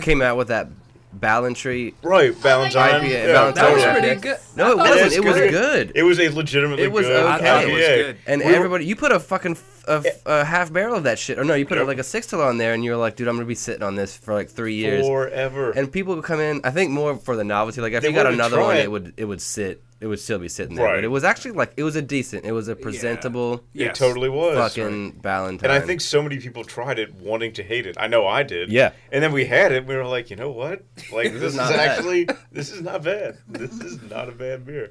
D: came out with that Ballantry?
C: right Valentine?
D: IPA,
C: Oh, yeah,
D: Valentine,
A: That was
D: yeah.
A: pretty good.
D: No, it
A: I thought
D: wasn't. It was good.
C: It was a legitimately
D: It was
C: good
D: okay. I thought it
C: IPA.
D: was
A: good.
D: And
C: We were-
D: everybody, you put a fucking f- a, f- a half barrel of that shit, or no, you put
C: Yep.
D: like a sixtel on there, and you were like, dude, I'm gonna be sitting on this for like three years.
C: forever.
D: And people would come in. I think more for the novelty. Like if
C: They
D: you got
C: wanted to
D: another
C: try
D: one,
C: it.
D: it would it would sit. It would still be sitting there.
C: Right.
D: But it was actually like it was a decent. It was a presentable
C: it
A: Yes.
C: totally was.
D: fucking Valentine.
C: and I think so many people tried it wanting to hate it. I know I did.
D: Yeah.
C: And then we had it. We were like, you know what? Like this, is,
D: not bad.
C: actually this is not bad. This is not a bad beer.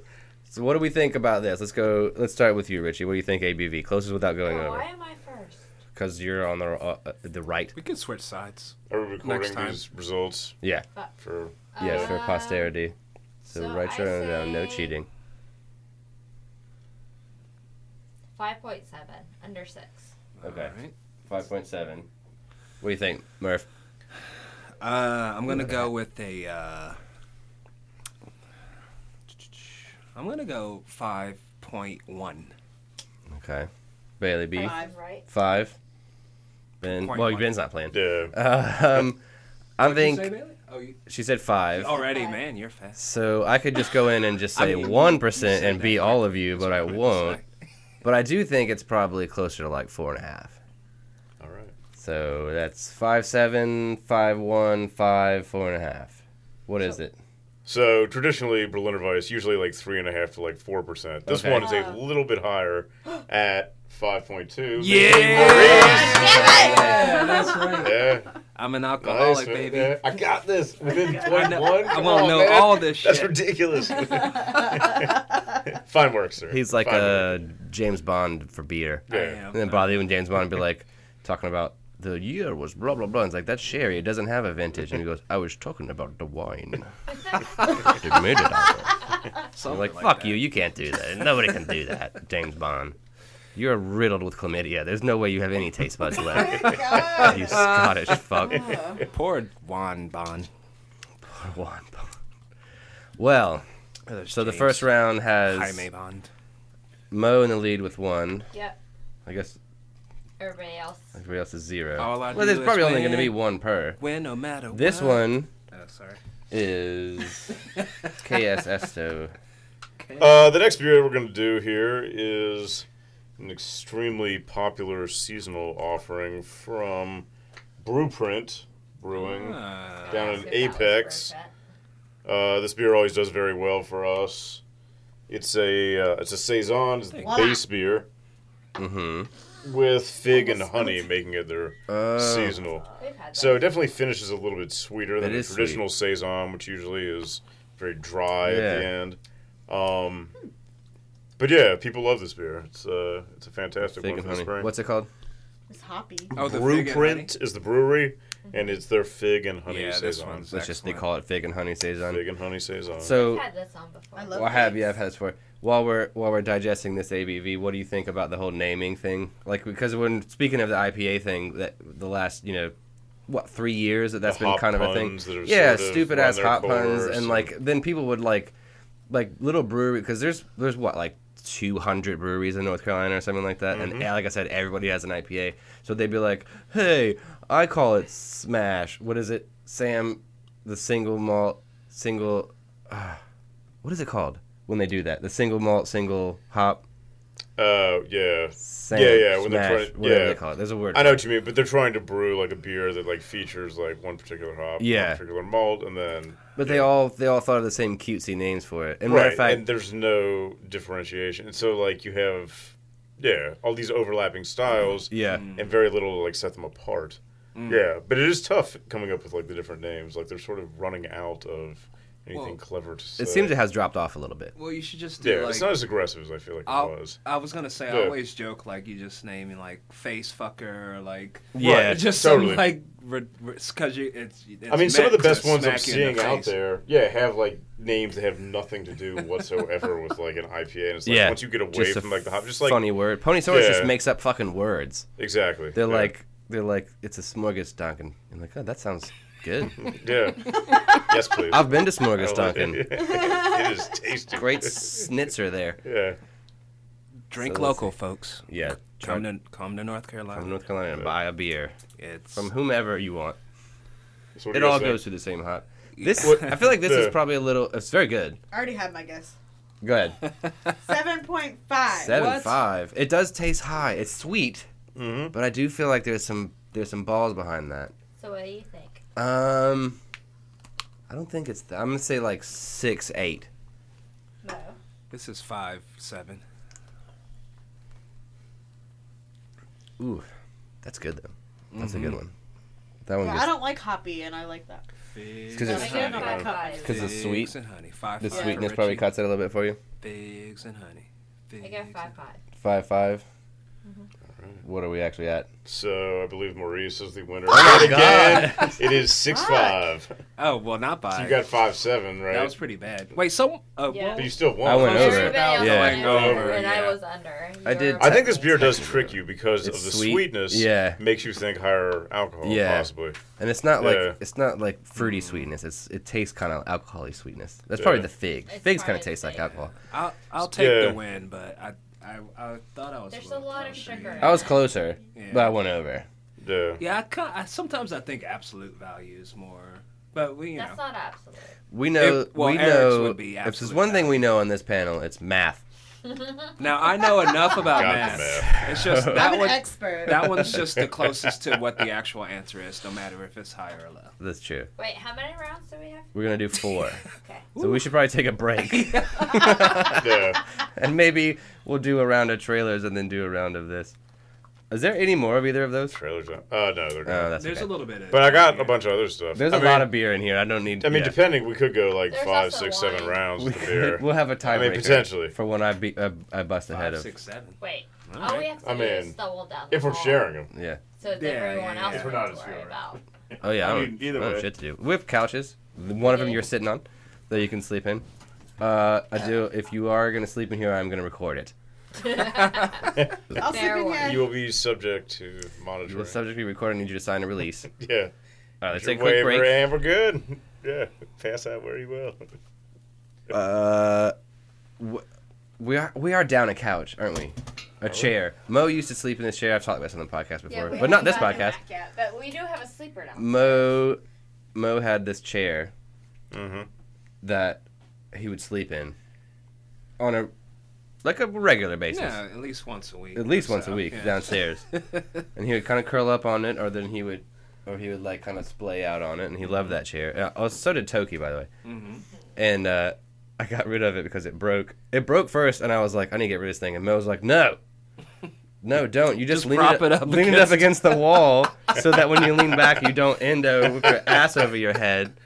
D: So what do we think about this? Let's go. Let's start with you, Richie. What do you think ABV? Closest without going
F: Oh,
D: over,
F: why am I first?
D: because you're on the uh, uh, the right.
A: We can switch sides.
C: Are we recording
A: time.
C: these results
D: Yeah.
C: for?
D: Yeah. for posterity. So,
F: Uh, so
D: right
F: I
D: shoulder down. No
F: say-
D: cheating.
F: 5.7, under 6.
D: Okay.
A: All right.
D: Five point seven. What do you think, Murph?
A: Uh, I'm gonna go with a. Uh, I'm gonna go five point one.
D: Okay. Bailey B.
E: Five.
F: Right?
D: Five. Ben.
A: Point
D: well,
A: one.
D: Ben's not playing.
C: Yeah.
D: Um, I
A: Did
D: think
A: you say Bailey? Oh, you,
D: she said five.
A: already, man, you're fast.
D: So I could just go in and just
A: I
D: say
A: mean,
D: one
A: you
D: percent
A: said
D: and
A: that
D: beat all of you, but I
A: That's what
D: won't.
A: gonna say.
D: But I do think it's probably closer to like four and a half.
C: All right.
D: So that's five seven, five one, five four and a half. What is it?
C: So traditionally, Berliner Weiss usually like three and a half to like four percent. This
D: Okay.
C: one is a little bit higher at five point two.
A: Yeah, that's right.
C: yeah,
A: I'm an
C: nice,
A: alcoholic,
C: man.
A: baby.
C: Yeah. I got
A: <laughs>
C: this within
A: I
C: point
A: know,
C: one.
A: I
C: Come
A: want to
C: on,
A: know
C: man.
A: all this
C: That's
A: shit. <laughs>
C: ridiculous. <laughs> Fine work, sir.
D: He's like
C: Fine
D: a James Bond for beer.
A: I
C: work.
A: am.
D: And then bother you when James Bond would be like talking about the year was blah blah blah. And it's like that's sherry. It doesn't have a vintage. And he goes, I was talking about the wine.
A: <laughs>
D: it made it out there.
A: Something
D: I'm like, fuck you, you can't
A: <laughs>
D: do that. Nobody can do that, James Bond. You're riddled with chlamydia. There's no way you have any taste buds
A: <laughs>
D: left.
E: God.
D: you Scottish fuck.
A: that. Poor Juan Bon.
D: One. Well, so the first round has
A: Jaime Bond.
D: Mo in the lead with one.
F: Yep.
D: I guess
F: Everybody else.
D: everybody else is zero.
A: All I
D: well,
A: do
D: there's
A: is
D: probably only going to
A: win.
D: be one per.
A: When no matter
D: This
A: what.
D: one
A: Oh, sorry.
D: is
A: <laughs>
D: KS Esto.
C: Uh, the next beer we're going to do here is an extremely popular seasonal offering from Brewprint Brewing
A: Uh,
C: down
F: So
C: in
F: that was
C: Apex.
F: perfect.
C: Uh, this beer always does very well for us. It's a uh, it's a saison, it's the
E: Voila.
C: base beer
D: Mm-hmm.
C: with fig and honey, making it their
A: Uh,
C: seasonal.
F: We've had that.
C: So it definitely finishes a little bit sweeter than
D: It
C: the
D: is
C: traditional saison, which usually is very dry at the
D: Yeah.
C: end. Um, but yeah, people love this beer. It's uh, it's a fantastic
D: Fig
C: one
D: and
C: for the
D: honey.
C: spring.
D: What's it called?
E: It's hoppy.
A: Oh, the fig and honey? Mm-hmm.
C: Brewprint is the brewery, and it's their fig and honey
A: Yeah, this
C: saison.
A: one's
D: Let's just they
A: excellent.
D: call it fig and honey saison.
C: Fig and honey saison.
D: So
F: We've had this on before.
E: I love
D: well, I have yeah, I've had this before. While we're while we're digesting this ABV, what do you think about the whole naming thing? Like because when speaking of the IPA thing, that the last you know what three years that that's
C: The
D: been
C: hop
D: kind of a thing.
C: puns that have
D: Yeah,
C: sort of
D: stupid
C: run
D: ass
C: their
D: hop
C: course
D: puns, and
C: and-
D: like then people would like like little brewery because there's there's what like 200 breweries in North Carolina or something like that,
C: Mm-hmm.
D: and yeah, like I said, everybody has an IPA, so they'd be like, hey, I call it Smash. What is it, Sam? The single malt single. ah, what is it called when they do that? The single malt single hop.
C: Uh, yeah.
D: Sam,
C: Yeah, yeah, when they're
D: smash,
C: trying-
D: whatever
C: yeah.
D: they call it. There's a word.
C: I
D: for
C: know
D: it.
C: what you mean, but they're trying to brew like a beer that like features like one particular hop,
D: Yeah.
C: one particular malt, and then
D: But they all they all thought of the same cutesy names for it. And matter
C: right,
D: of fact,
C: and there's no differentiation. And so like you have, yeah, all these overlapping styles,
D: yeah. Mm.
C: and very little to like set them apart. Yeah, but it is tough coming up with like the different names. Like they're sort of running out of anything
A: Well,
C: clever to say.
D: It seems it has dropped off a little bit.
A: Well, you should just do
C: yeah,
A: like
C: it's not as aggressive as I feel like
A: I'll-
C: it was.
A: I was gonna say, I
C: Yeah.
A: always joke like you just name like face fucker or like
D: Yeah,
A: It's <laughs> just
C: totally.
A: some like because you. It's, it's
C: I mean, some of the
A: meant to
C: best ones I'm
A: smack you in
C: seeing
A: the
C: out
A: face.
C: there, yeah, have like names that have nothing to
D: <laughs>
C: do whatsoever with like an IPA. And it's like
D: yeah.
C: once you get away
D: Just a
C: from like the hop, just like
D: funny word. Pony Saurus
C: Yeah.
D: just makes up fucking words.
C: exactly,
D: They're
C: yeah.
D: like they're like it's a smorgasdonkin. I'm like, oh, that sounds
C: <laughs>
D: good.
A: <laughs>
C: yeah, yes, please.
D: I've been to
C: I like it. <laughs>
D: smorgasdonkin.
C: it is tasty.
D: Great schnitzer there.
C: Yeah,
A: Drink
D: So let's
A: local, folks.
D: Yeah,
A: Come
D: come
A: to come to North Carolina.
D: from North Carolina and buy a beer
A: It's
D: from whomever you want.
C: So what
D: It
C: do you
D: all
C: guys
D: goes
C: think?
D: through the same hop. This
C: What-
D: I feel like this is
C: Yeah.
D: probably a little. It's very good.
E: I already had my guess.
D: Go ahead.
E: 7.5.
D: Seven
A: What?
D: five. It does taste high. It's sweet,
C: Mhm.
D: but I do feel like there's some there's some balls behind that.
F: So what do you think?
D: Um, I don't think it's. Th- I'm gonna say like six eight.
F: No.
A: this is five seven.
D: Ooh, that's good though. That's a
A: Mm-hmm.
D: good one. That one
E: Well, I
D: just
E: don't like hoppy, and I like that.
A: Because
D: 'cause it's
F: I
E: Figs
F: give it
E: and
F: five
E: honey.
F: fives.
D: because it's sweet.
A: and honey. Five.
D: The
A: five for
D: sweetness probably
A: Richie.
D: cuts it a little bit for you.
A: Figs and honey.
F: I
A: Figs
F: give it five
A: and-
F: five.
D: Five five.
A: Mm-hmm.
D: What are we actually at?
C: So I believe Maurice is the winner.
D: Oh my
C: Yet again, it is six five.
A: Oh well, not by.
C: You got five seven, right?
A: that was pretty bad. Wait, so uh,
F: Yeah.
A: well,
C: but you still won.
D: I went over.
F: Everybody else
D: Yeah.
F: went
C: Going
F: over, and
A: over,
F: I
A: yeah.
F: was under.
D: I
F: You
D: did-
F: were
C: I think this
F: above
C: beer
F: me.
C: does trick you because
D: It's
C: of the
D: sweet.
C: sweetness.
D: Yeah.
C: makes you think higher alcohol,
D: Yeah.
C: possibly.
D: And it's not like
C: Yeah.
D: it's not like fruity sweetness. It's it tastes kind of alcoholy sweetness. That's probably
C: Yeah.
D: the fig.
F: It's
D: Figs kind
F: probably
D: of
F: the
D: taste like
F: fig.
D: alcohol.
A: I'll I'll take
C: Yeah.
A: the win, but I I, I thought I was.
F: There's
A: little
F: a lot of
A: closer.
F: sugar.
D: I was closer,
A: Yeah.
D: but I went over.
C: Yeah.
A: Yeah, I, ca- I sometimes I think absolute value is more, but we you
F: That's
A: know.
F: not absolute.
D: We know.
A: It- well,
D: we
A: Eric's
D: know.
A: would be
D: If there's
A: absolute
D: one thing we know on this panel, it's math.
A: Now I know enough about
C: Got the
A: math.
C: math.
A: It's
C: <laughs>
A: just
E: I'm
A: that
E: an
A: one.
E: expert.
A: That one's just the closest to what the actual answer is, no matter if it's high or low.
D: That's true.
F: Wait, how many rounds do we have?
D: We're gonna do
A: <laughs>
D: four,
F: Okay.
D: so we should probably take a break, <laughs>
C: yeah.
D: and maybe we'll do a round of trailers and then do a round of this. Is there any more of either of those?
C: Trailers. not- Uh, no, they're
D: Oh,
C: not.
D: that's
A: There's
D: okay.
A: a little bit of.
C: but I got a bunch of other stuff.
D: There's
C: a
D: a lot of beer in here. I don't need.
C: I mean,
D: yeah.
C: depending, we could go like
F: There's
C: five,
F: also
C: six, seven
F: wine.
C: rounds
D: We
C: with
D: <laughs>
C: the beer.
D: could, we'll have a tiebreaker.
C: I mean, potentially.
D: for when I be uh, I bust ahead
A: five,
D: of.
A: six, seven.
F: Wait. All,
A: Alright.
F: we have to
C: I
F: do is
C: mean,
F: double down. the
C: If we're
F: hall,
C: sharing them.
D: Yeah.
F: So it's
A: Yeah,
F: everyone
A: yeah,
F: else
A: yeah.
F: we
C: We're not
F: have to
C: as
F: worry
C: few,
F: about.
D: Oh yeah.
C: I
D: I don't,
C: mean, either
D: I don't
C: way.
D: have shit to do. We have couches. The- One of them you're sitting on, that you can sleep in. Uh, I do. If you are gonna sleep in here, I'm gonna record it.
C: <laughs>
E: I'll sleep
F: Fair
E: in
F: warning.
C: You
E: here.
C: will be subject to monitoring.
D: The subject we recorded. I need you to sign
C: <laughs>
D: a release.
C: yeah.
D: All right, let's
C: Your
D: take a quick
C: waiver
D: break.
C: And we're good. Yeah. Pass out where you will.
D: Uh, w- we are we are down a couch, aren't we? A chair. Mo used to sleep in this chair. I've talked about this on the podcast before,
F: we
D: but not this
F: haven't
D: podcast.
E: Yeah.
F: But we do have a sleeper
C: <laughs>
F: now.
D: Mo Mo had this chair
C: hmm
D: that he would sleep in on a like a regular basis.
A: Yeah, at least once a week.
D: at least
A: or
D: once a
A: so,
D: week
A: yeah.
D: downstairs
A: <laughs>
D: and he would kind of curl up on it or then he would or he would like kind of splay out on it and he loved that chair Uh, oh so did toki by the way
A: Mhm.
D: and uh, I got rid of it because it broke. It broke first, and I was like, I need to get rid of this thing. And Mo was like, No, no, don't. You just,
A: Just
D: lean
A: prop
D: it
A: it up
D: lean it up against the wall, so that when you lean back, you don't endo with your ass over your head.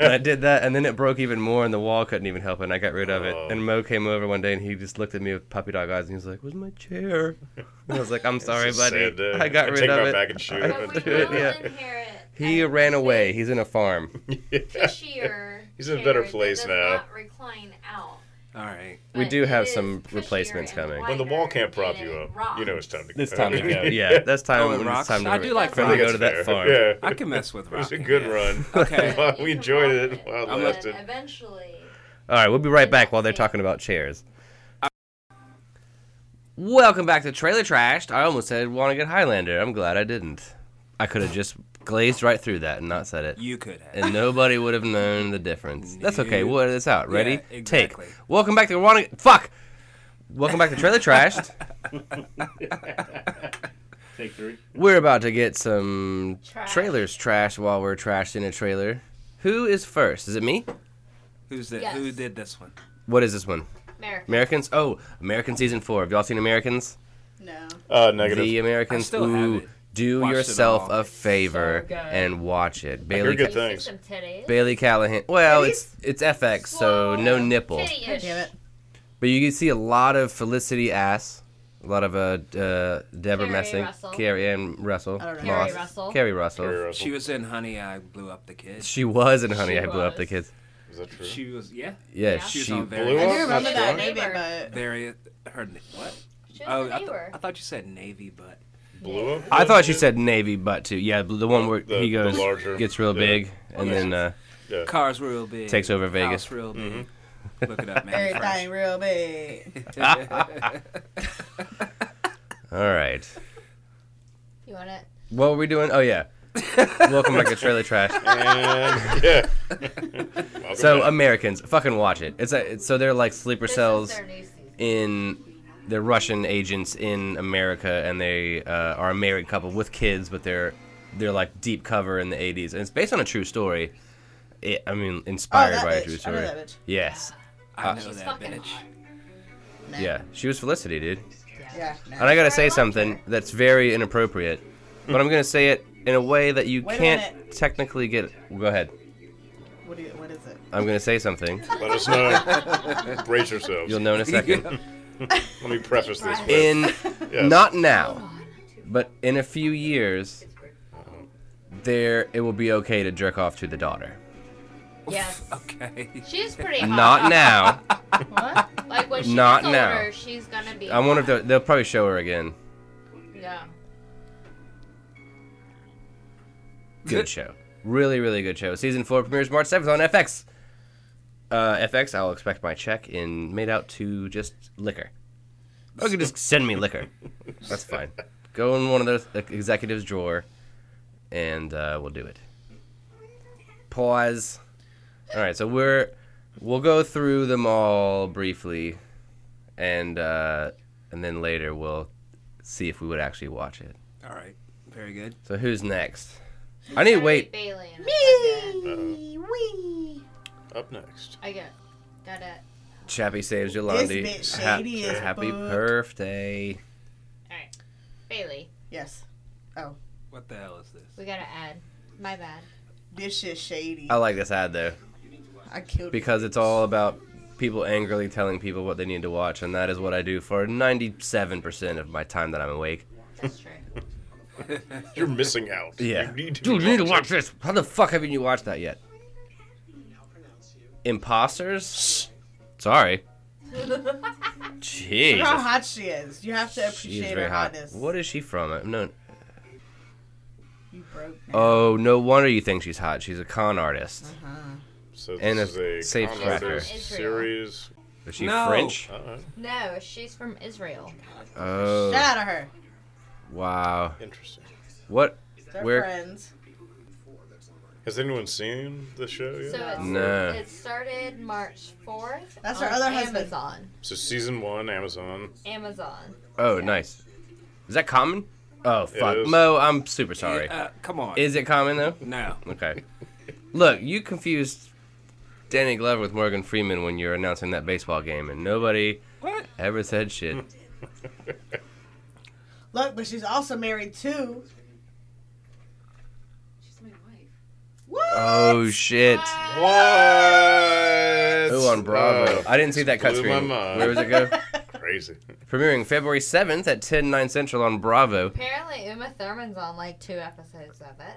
D: And I did that, and then it broke even more, and the wall couldn't even help it. And I got rid of it.
C: Oh.
D: And Mo came over one day, and he just looked at me with puppy dog eyes, and he was like, "Where's my chair?" And I was like, "I'm
C: <laughs>
D: sorry,
C: It's a
D: buddy.
C: sad day.
D: I got
C: I
D: rid
C: take
D: of
C: my
D: it."
C: back and shoot
D: I
C: it.
F: But
D: couldn't
F: we
D: do
F: will
D: it, yeah.
F: inherit.
C: <laughs>
D: He
F: a
D: ran away. He's in a farm. Mm-hmm.
F: Cushier
C: He's in a
F: chair
C: better
F: that
C: place
F: does
C: now.
F: not Recline out.
A: All right.
D: We
F: but
D: do
F: it
D: have
F: is
D: some
F: cushier
D: replacements
F: and
D: coming.
C: When the wall
F: wider
C: can't prop
F: and
C: you
F: it
C: up,
F: rocks.
C: you know it's time to.
D: It's time to
C: <laughs>
D: go.
C: <laughs> Yeah.
D: Yeah, that's time.
A: Oh, and
D: when
A: rocks?
D: It's time to
A: I do like
D: finally go
A: rocks.
D: to that
C: Fair.
D: farm.
C: Yeah.
A: I can mess with
C: <laughs> It was
A: rock.
C: a good run.
A: <laughs>
F: <laughs>
C: <laughs>
A: Okay.
C: Well,
F: You
C: we
F: can
C: enjoyed
F: rock
C: it while it
F: but
C: lasted.
F: Eventually,
D: All right, we'll be right back while they're talking about chairs. Welcome back to Trailer Trashed. I almost said want to get Highlander. I'm glad I didn't. I could have just glazed right through that and not said it.
A: You could have.
D: and nobody would have known the difference. That's okay.
A: Nope.
D: We'll edit this out. Ready?
A: Yeah, exactly.
D: Take. Welcome back to Wanna Fuck. Welcome back to Trailer Trashed. <laughs>
G: Take three.
D: We're about to get some
F: Trash.
D: trailers trashed while we're trashed in a trailer. Who is first? Is it me?
A: Who's the,
F: Yes.
A: Who did this one?
D: What is this one?
F: America.
D: Americans? Oh, American season four. Have y'all seen Americans?
E: No.
C: Uh, negative.
D: The Americans.
A: I still
D: Ooh,
A: haven't
D: do
A: watched it
D: yourself
A: all.
D: a favor
F: So good.
D: and watch it.
C: hear
D: Bailey
C: good
F: You see
C: things.
F: Some titties.
D: Bailey Callahan. Well, it's it's FX,
F: Slow
D: so no nipple.
F: titty-ish.
E: God damn it.
D: But you can see a lot of Felicity ass, a lot of uh, d- uh Deborah
F: Carrie
D: Messing,
F: Russell.
D: Carrie Ann Russell,
E: I don't know.
D: Moss,
F: Carrie Russell.
D: Carrie Russell.
C: Carrie Russell.
A: She was in Honey, I Blew Up the Kid.
D: She was in Honey,
F: She
D: I Blew Up
F: was.
D: the Kids.
C: Is that true?
A: She was, yeah.
D: Yeah,
F: Yeah.
A: She
D: she.
A: was on
C: blew
E: I
A: very.
C: up?
E: do remember
C: Not
E: that
F: sure.
E: movie, but
A: Very. Her. What?
F: She was
A: Oh,
F: the
A: I, th-
F: neighbor.
A: I thought you said Navy, but
C: Blew up.
D: I thought she said Navy butt too. Yeah, the one where
C: Oh, The- the
D: he goes
C: larger-
D: gets real
C: yeah.
D: big and then uh,
A: cars real big.
D: Takes over Vegas.
A: House real big. Look it up, man.
E: everything real big.
D: all right.
F: You want it?
D: What were we doing?
C: <laughs>
D: Oh yeah. Welcome back to Trailer Trash. <laughs>
C: And yeah. Welcome
D: So um,
C: back.
D: Americans, fucking watch it. It's, a, it's so they're like sleeper
F: This
D: cells.
F: is their new season.
D: in they're Russian agents in America, and they uh, are a married couple with kids, but they're they're like deep cover in the '80s, and it's based on a true story. It, I mean,
E: Oh,
D: inspired
E: that
D: by a true
E: bitch. I
D: story.
E: know that bitch. Ah,
D: Yes,
A: <laughs>
D: <laughs>
A: I know
F: She's
A: that
F: fucking
A: bitch.
F: hot.
E: Nah.
D: yeah, she was Felicity, dude.
E: Yeah. nah.
D: And I gotta
F: I
D: say
F: like
D: something
F: her.
D: that's very inappropriate, but I'm gonna say it in a way that you
E: Wait a
D: can't
E: minute.
D: technically get. Go ahead.
E: What, do you, what is it?
D: I'm gonna say something.
E: <laughs>
C: let us know. Brace yourselves.
D: You'll know in a second.
C: Let me preface this with
D: in
C: Yes.
D: not now, but in a few years, there it will be okay to jerk off to the daughter.
F: Yes.
A: <laughs> Okay.
F: She's pretty hot.
D: Not now.
E: What?
F: Like when she
D: Not
F: gets
D: now.
F: older, she's gonna be.
D: I wonder if they'll, they'll probably show her again.
F: Yeah.
D: Good show, really, really good show. Season four premieres March seventh on FX. Uh, FX, I'll expect my check in made out to just liquor. Or you can just send me liquor. That's fine. Go in one of those like, executives' drawer, and uh, we'll do it. Pause. All right, so we're we'll go through them all briefly, and uh, and then later we'll see if we would actually watch it.
A: All right. Very good.
D: So who's next? I need to wait.
F: Bailey. In a second.
D: Uh,
E: Wee, wee.
C: up next.
F: I get. Got it.
D: Chappie saves
E: bitch
D: Yolandi.
E: shady as
D: happy
E: fuck.
D: birthday.
F: All right. Bailey,
E: Yes.
A: What the hell is this?
F: we gotta add. My bad.
E: This shit's shady.
D: I like this ad though
E: I killed
D: because it's all about people angrily telling people what they need to watch, and that is what I do for 97% of my time that I'm awake.
F: That's true.
C: You're missing out.
D: Yeah.
C: You need to
D: Dude,
C: be
D: you need to watch
C: watching.
D: this. How the fuck haven't you watched that yet? Imposters?
E: <laughs>
D: Sorry.
E: Look how
D: Jeez.
E: hot she is. You have to
D: She's
E: appreciate
D: very
E: her
D: hot.
E: hotness.
D: What is she from? Uh, No.
E: You broke now.
D: Oh, no wonder you think she's hot. She's a con artist.
E: Uh-huh.
C: So this
D: And a
C: is a
D: safe
C: con
D: tracker.
C: artist
F: Israel.
C: series. Uh-huh.
D: Is she
A: No.
D: French?
C: Alright,
F: No, she's from Israel.
D: Oh.
E: Shout out to her.
D: Wow.
C: interesting.
D: What?
E: They're
D: Where-
E: friends.
C: Has anyone seen the show yet?
F: So it's,
D: No.
F: it started March 4th.
E: That's
F: on
E: her other husband.
F: Amazon.
C: So season one, Amazon.
F: Amazon.
D: Oh, nice. Is that common? Oh, fuck.
C: is.
D: Mo, I'm super sorry.
A: Uh, come on.
C: <laughs>
D: Is it common, though?
A: no.
D: Okay. Look, you confused Danny Glover with Morgan Freeman when you're announcing that baseball game, and nobody
A: What?
D: ever said
C: <laughs>
D: shit.
E: Look, but she's also married to.
G: She's my wife.
E: What?
D: oh shit!
C: What?
D: Who on Bravo?
C: Oh,
D: I didn't see that cut
C: blew
D: screen.
C: my mind.
D: Where does
C: <laughs>
D: it go?
C: crazy.
D: Premiering February 7th at 10, 9 central on Bravo.
F: Apparently, Uma Thurman's on like two episodes of it.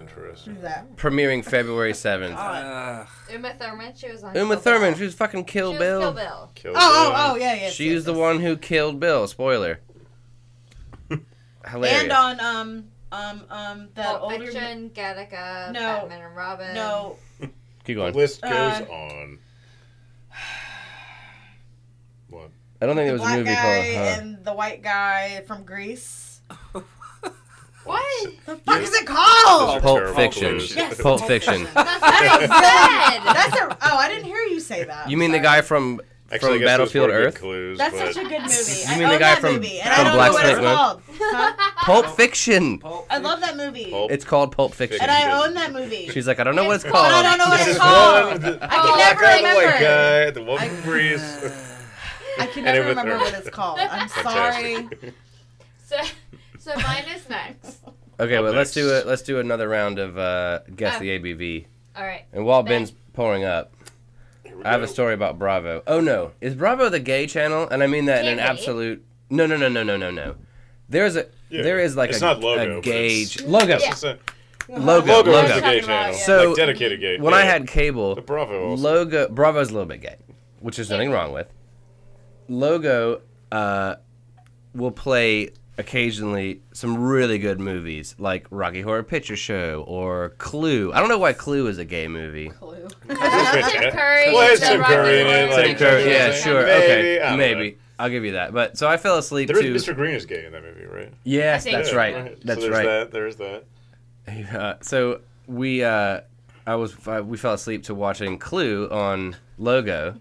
C: Interesting.
E: Who's that?
D: Premiering February 7th.
A: Uh,
F: Uma Thurman, she was on.
D: Uma
F: Kill
D: Thurman,
F: Bill.
D: she was fucking
F: She
D: Kill
F: was
D: Bill.
F: Kill Bill.
C: Kill
E: Oh, oh, oh, yeah, yeah.
D: She was the one who killed Bill. Spoiler. Hilarious.
E: And on um um um that
F: Pulp
E: older
F: Fiction, Gattaca,
E: No.
F: Batman and
G: Uh,
F: Robin.
E: no
D: Keep
C: The
D: going.
C: list goes
E: Uh,
C: on. What?
D: I don't think there was
E: the
D: a
E: black
D: movie
E: guy
D: called. uh, Huh?
E: and the white guy from Greece.
F: <laughs> What?
D: <laughs>
E: The
C: Yeah.
E: fuck is it called?
C: Those are
D: Pulp
C: terrible
D: Fiction.
C: clues.
E: Yes.
D: Pulp Fiction.
F: That's what I said.
E: That's a. Oh, I didn't hear you say that.
D: You mean the guy from
C: Actually, I
D: from
C: guess those
D: Battlefield
C: were good
D: Earth?
C: Clues,
E: That's
C: but
E: such a good movie.
D: You
E: I
D: mean the guy
E: love that
D: from-
E: movie, and
D: from
E: I don't
D: Black
E: know what
D: Snake
E: it's
D: Moan?
E: called.
D: <laughs>
E: Huh?
D: Pulp Fiction.
E: I love that movie,
C: Pulp
D: It's called Pulp Fiction.
E: and I own that movie.
D: She's like, I don't know what it's
F: It's
E: but I
D: called.
E: don't know what
C: This
E: it's
C: is
E: called.
D: Oh,
C: one with the
E: I can
F: Black
E: never
F: and
E: remember.
C: white guy, the one from Greece.
E: I can
C: And it
E: never
C: was
E: remember
C: her.
E: what it's called. I'm
C: <laughs>
E: sorry.
C: Fantastic.
F: So, so mine is next.
D: Okay, well let's do
C: next.
D: a, let's do another round of uh, guess
F: Oh.
D: the ABV.
F: All right.
D: And while
F: Back.
D: Ben's pouring up,
C: Here we
D: I have a
C: go.
D: story about Bravo. Oh no, is Bravo the gay channel? And I mean that in an
F: Can be.
D: absolute. No, no, no, no, no, no, no. There's a
C: Yeah.
D: there is like
C: It's
D: a,
C: not logo,
D: a
C: but
D: gauge
C: it's-
D: logo.
F: Yeah.
C: It's a-
D: Logo,
C: Logo is the
D: logo.
C: gay
F: Talking about,
C: channel.
F: yeah.
D: So,
C: like dedicated gay.
D: When
C: yeah.
D: I had cable,
C: the Bravo, also.
D: logo Bravo's a little bit gay, which is nothing wrong with. Logo uh, will play occasionally some really good movies like Rocky Horror Picture Show or Clue. I don't know why Clue is a gay movie.
E: <laughs> Clue.
F: Tim Curry
C: Well,
F: is
C: it's
F: the
C: Tim
F: Rocky
C: Curry in it.
F: Horror
C: Like,
D: Tim Curry,
F: Picture
D: yeah,
F: Show.
D: sure,
C: Maybe, I
D: okay,
C: don't
D: maybe. I'll give you that. But so I fell asleep
C: There
D: to.
C: is Mr. Green is gay in that movie, right?
D: yes,
F: think
D: that's
F: so.
D: right.
C: So
D: That's
C: there's
D: right.
C: That, there's that.
D: Uh, so we, uh, I was, I, we fell asleep to watching Clue on Logo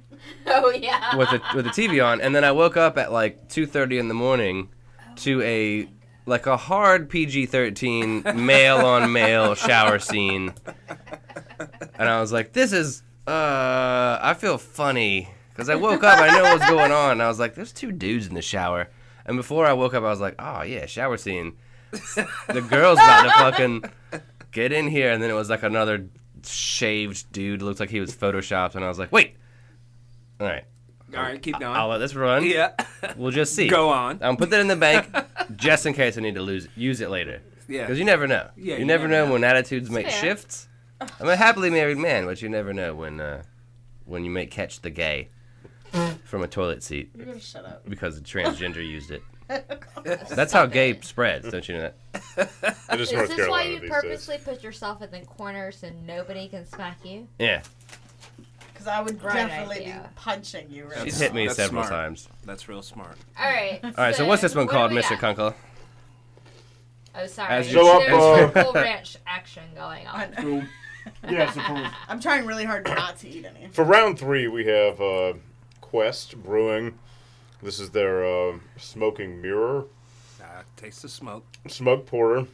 F: Oh yeah.
D: with the with the TV on, and then I woke up at like two thirty in the morning to a like a hard PG thirteen male on male shower scene, and I was like, this is, uh, I feel funny because I woke up, I know what's going on, and I was like, there's two dudes in the shower, and before I woke up, I was like, oh yeah, shower scene,
A: <laughs>
D: the girl's about to fucking get in here, and then it was like another shaved dude looked like he was photoshopped, and I was like, wait. All right,
A: all right, keep going.
D: I'll let this run.
A: <laughs> yeah,
D: We'll just <laughs> see.
A: go on.
D: I'll put that in
A: <laughs>
D: the bank just in case I need to lose use it later.
A: Yeah.
D: Because you never know.
A: Yeah,
D: you,
A: you
D: never
A: never
D: know,
A: know.
D: when attitudes make
F: fair.
D: shifts. I'm a happily married man, but you never know when uh, when you may catch the gay from a toilet seat
E: You better shut up. <laughs>
D: because
A: <laughs>
D: a transgender used it. That's how gay spreads, don't you know that?
C: It is
F: Is
C: North
F: this why
C: Carolina
F: you
C: these
F: purposely put yourself in the corner so nobody can smack you?
D: Yeah,
E: Because I would
F: Bright
E: definitely
F: idea.
E: be punching you right
D: she's
E: now. <laughs>
D: hit me
A: That's
D: several
A: smart.
D: times.
A: That's real smart.
F: All right. <laughs>
D: All right, so, what's this one
F: what do
D: called,
F: we
D: Mr.
F: got?
D: Kunkel?
F: Oh, sorry.
D: As
F: As
D: you-
C: Show up, uh,
F: There's
D: bro.
F: full ranch action going <laughs>
E: I
F: on.
E: know.
H: Boom. <laughs> Yes, of course.
E: I'm trying really hard not to eat any.
C: days. For round three, we have uh, Quest Brewing. This is their uh, smoking mirror,
A: Uh, taste the smoke.
C: smoke porter.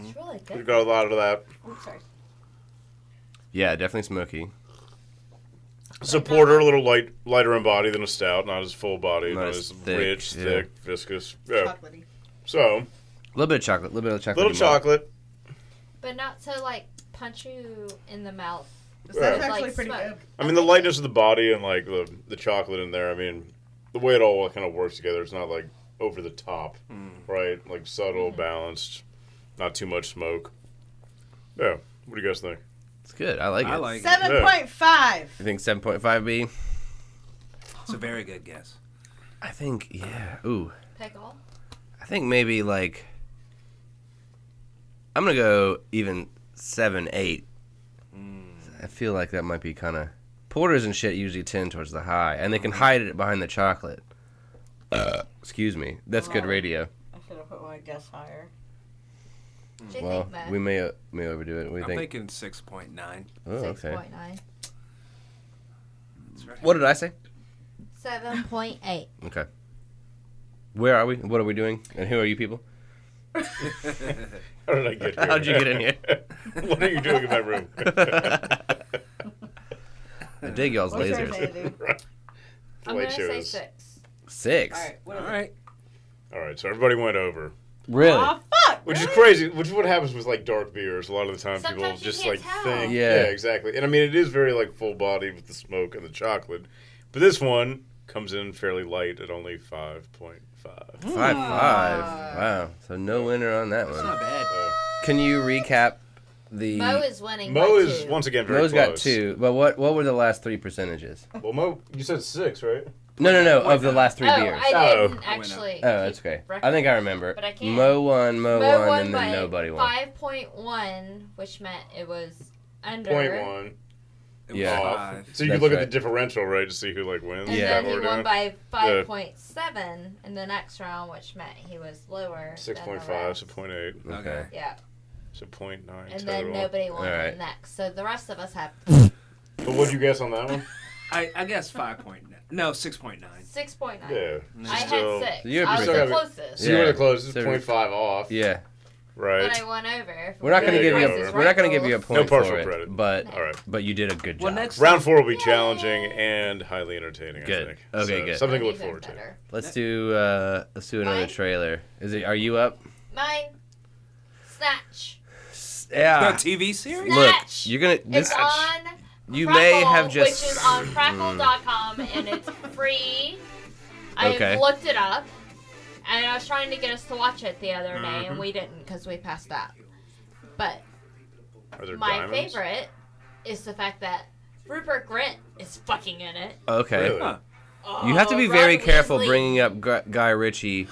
F: It's really
C: We've
F: good.
C: got a lot of that.
E: I'm sorry.
D: Yeah, definitely smoky.
C: It's a porter, a little light, lighter in body than a stout, not as full body,
D: Not
C: not,
D: as
C: as
D: thick,
C: rich,
D: yeah.
C: thick, viscous. Yeah.
E: Chocolatey.
C: So,
D: A little bit of chocolate, a little bit of
C: a
D: chocolate.
C: little chocolate.
F: But not so like punch you in the mouth.
E: This is
F: Like
E: actually pretty
F: smoke.
E: good.
C: I mean, the lightness of the body and like the the chocolate in there. I mean, the way it all kind of works together. It's not like over the top, right? Like subtle,
F: Mm-hmm.
C: balanced, not too much smoke. Yeah. What do you guys think?
D: It's good. I like it.
A: I like it.
E: Seven point five.
D: You think 7.5B?
A: It's a very good guess.
D: I think yeah. Ooh.
F: Pickle.
D: I think maybe like I'm gonna go even seven, eight. I feel like that might be kind of porters and shit usually tend towards the high, and they can hide it behind the chocolate. Uh. Excuse me, that's good
E: Wow.
D: radio.
E: I should have put my guess higher.
F: What do you
D: Well,
F: think, Matt?
D: we may uh, may overdo it. What do you
A: I'm
D: think?
A: thinking six point nine.
D: Oh, okay.
F: 6.9.
A: That's <laughs>
D: What did I say?
F: 7.8.
D: Okay. Where are we? What are we doing? And who are you <laughs> people?
C: How did I <laughs> get here?
D: How'd you get in here?
C: <laughs> what are you doing in my room?
D: I dig y'all's
E: What's yours,
D: lasers. <laughs>
E: Andy?
C: Right.
F: I'm
C: Light
F: gonna say
C: shows.
F: six.
D: Six.
E: All right. What
A: All
E: is it?
A: right.
C: All right, so everybody went over,
D: Really?
E: Aw, fuck.
C: which is crazy. Which is what happens with like dark beers. A lot of the time, people
F: Sometimes you
C: just
F: can't
C: like
F: tell.
C: think,
D: Yeah.
C: exactly. And I mean, it is very like full body with the smoke and the chocolate, but this one comes in fairly light at only five point five.
D: Five five. Wow. So no winner on that
A: It's not
D: one.
A: bad.
D: Can you recap the
F: Mo is winning.
C: Mo
F: by
C: is
F: two.
C: once again very
D: Mo's
C: close.
D: got two, but what what were the last three percentages?
C: Well, Mo, you said six, right?
D: No, no, no. Of the last three
F: oh,
D: beers.
F: I
C: Oh.
F: didn't actually.
D: oh, that's
F: keep
D: okay. I
F: record.
D: think I remember.
F: But I can't.
D: Mo won, Mo,
F: Mo
D: won,
F: won
D: and
F: by
D: then nobody won.
F: Five point one, which meant it was under.
C: Point one.
A: It was
D: Yeah.
A: five.
C: So you can
D: That's
C: look at
D: right.
C: the differential, right, to see who like wins.
F: And
C: Is that
D: Yeah.
F: then
C: what
F: he
C: we're
F: won
C: doing?
F: by five point seven in the next round, which meant he was lower.
C: Six
F: than the
C: point five,
F: rest.
C: so point eight,
D: Okay.
A: Okay.
F: Yeah,
C: so point nine
F: and
C: total.
F: then nobody won
D: Alright.
F: the next. So the rest of us have
C: But what'd you guess on
F: <laughs>
C: that one?
A: I, I guess five point nine. No, six point nine.
F: six point nine.
C: Yeah.
F: I
C: Still-
F: had six.
D: You're
F: I was
D: pretty
F: the
C: good.
F: closest.
C: So you were
D: Yeah.
C: the closest,
D: So-
C: point five off.
D: Yeah,
C: Right.
F: But I won over.
D: we're not gonna
C: Yeah,
D: give you
C: yeah,
D: a,
C: yeah.
D: we're not gonna give you a point
C: partial
D: for it,
C: credit.
D: but
C: All right.
D: but you did a good job.
A: Well, next
C: Round four will be challenging and highly entertaining.
D: Good.
C: I think.
D: Okay, good.
C: Something to look forward to.
D: Let's do uh, let's do another
F: Mine?
D: trailer. Is it? Are you up?
F: Mine, snatch.
A: the
D: Yeah.
A: TV series.
D: Look,
F: Snatch.
D: you're gonna. This,
F: It's on.
D: you
F: Crackle,
D: may have just. Mm.
F: which is on crackle.com and it's free. I
D: Okay.
F: looked it up, and I was trying to get us to watch it the other day,
C: Mm-hmm.
F: and we didn't because we passed out. But
C: Are there
F: my
C: diamonds?
F: favorite is the fact that Rupert Grint is fucking in it.
D: okay.
C: Really?
A: Huh.
D: You have to
F: Oh,
D: be very
F: Ron
D: careful
F: Weasley.
D: bringing up Gu- Guy Ritchie